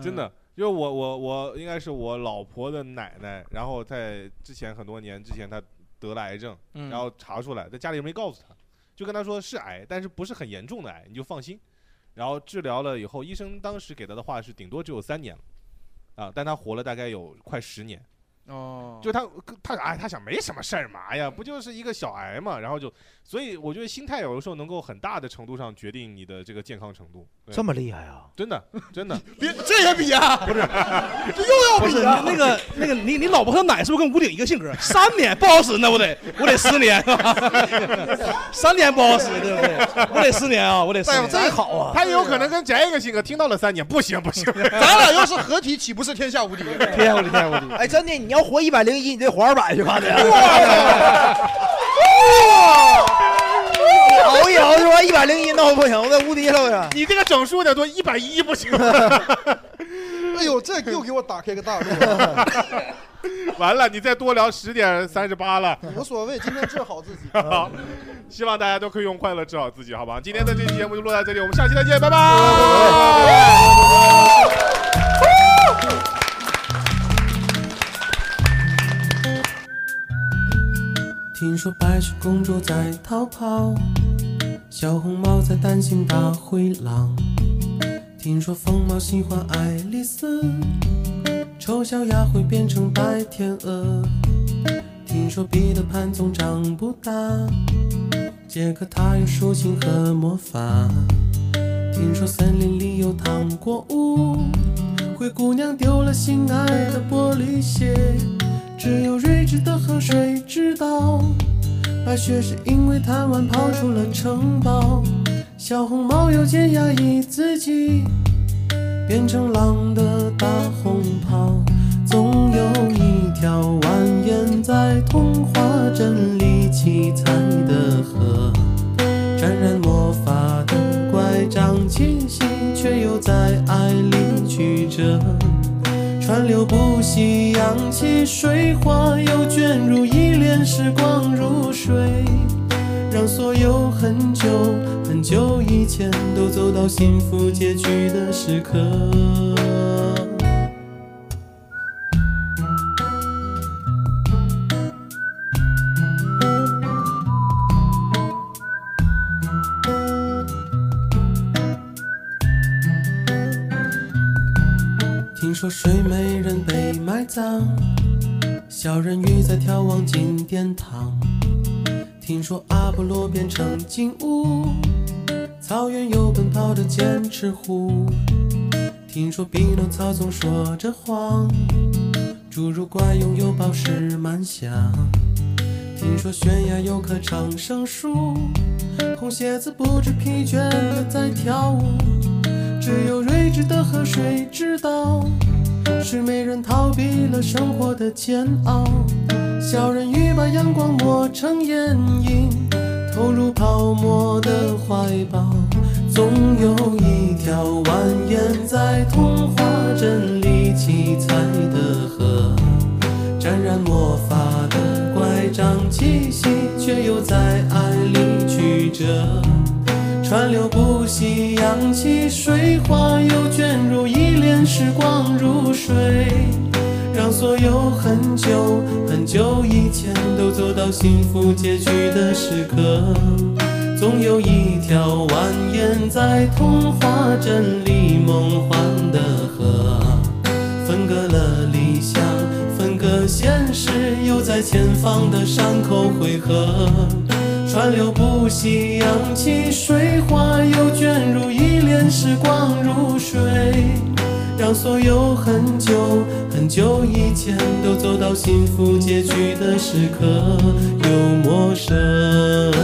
S5: 真的
S4: 嗯，
S5: 就是我我我应该是我老婆的奶奶，然后在之前很多年之前她得了癌症，
S4: 嗯
S5: 然后查出来，在家里人没告诉她，就跟她说是癌，但是不是很严重的癌，你就放心。然后治疗了以后，医生当时给她的话是顶多只有三年了，啊，但她活了大概有快十年。
S6: 哦，
S5: 就他他哎，他想没什么事儿嘛哎呀，不就是一个小癌嘛，然后就，所以我觉得心态有的时候能够很大的程度上决定你的这个健康程度。对
S3: 这么厉害啊！
S5: 真的，真的，
S6: 别这也比啊，
S5: 不是，
S6: 这又要
S4: 不是
S6: 比
S4: 你
S6: 啊，
S4: 那个那个你你老婆她奶是不是跟吴鼎一个性格？三年不好使呢，我得我得十年， 三年不好使，对不对？我得十年啊，我得十
S5: 哎呦
S4: 年。
S5: 这好
S3: 啊
S5: 他也有可能跟翟一个性格，听到了三年，不行不行，
S6: 咱俩要是合体，岂不是天下 无敌？
S4: 天无敌，天无敌！
S3: 哎，真的，你要活一百零一，你得活二百去吧得。你熬一熬就完一百零一，那我不行，我得无敌了我呀。
S5: 你这个整数有点多，一百一不行。
S6: 哎呦，这又给我打开个大路，
S5: 完了，你再多聊十点三十八了。
S6: 无所谓，今天治好自己。
S5: 好， 希望大家都可以用快乐治好自己，好吧？今天的这期节目就落在这里，我们下期再见，拜拜。
S16: 听说白雪公主在逃跑，小红帽在担心大灰狼。听说疯帽喜欢爱丽丝，丑小鸭会变成白天鹅。听说彼得潘总长不大，杰克他有竖琴和魔法。听说森林里有糖果屋，灰姑娘丢了心爱的玻璃鞋。只有睿智的河水知道，白雪是因为贪玩跑出了城堡。小红帽又见压抑自己，变成狼的大红袍。总有一条蜿蜒在童话镇里七彩的河，沾染魔法的乖张气息，却又在爱里曲折。川流不息，扬起水花，又卷入一帘时光如水，让所有很久很久以前都走到幸福结局的时刻。听说睡美人被埋埋葬。小人鱼在眺望金殿堂，听说阿波罗变成金乌，草原有奔跑的剑齿虎。听说匹诺曹总说着谎，侏儒怪拥有宝石满箱。听说悬崖有棵长生树，红鞋子不知疲倦地在跳舞。只有睿智的河水知道，是没人逃避了生活的煎熬。小人鱼把阳光磨成眼影，投入泡沫的怀抱。总有一条蜿蜒在童话镇里七彩的河，沾染魔法的乖张气息，却又在爱里曲折。川流不息，扬起水花，又卷入一帘时光如水，让所有很久很久以前都走到幸福结局的时刻。总有一条蜿蜒在童话镇里梦幻的河，分隔了理想，分隔现实，又在前方的山口汇合。川流不息，扬起水花，又卷入一帘时光如水，让所有很久很久以前都走到幸福结局的时刻，又陌生。啊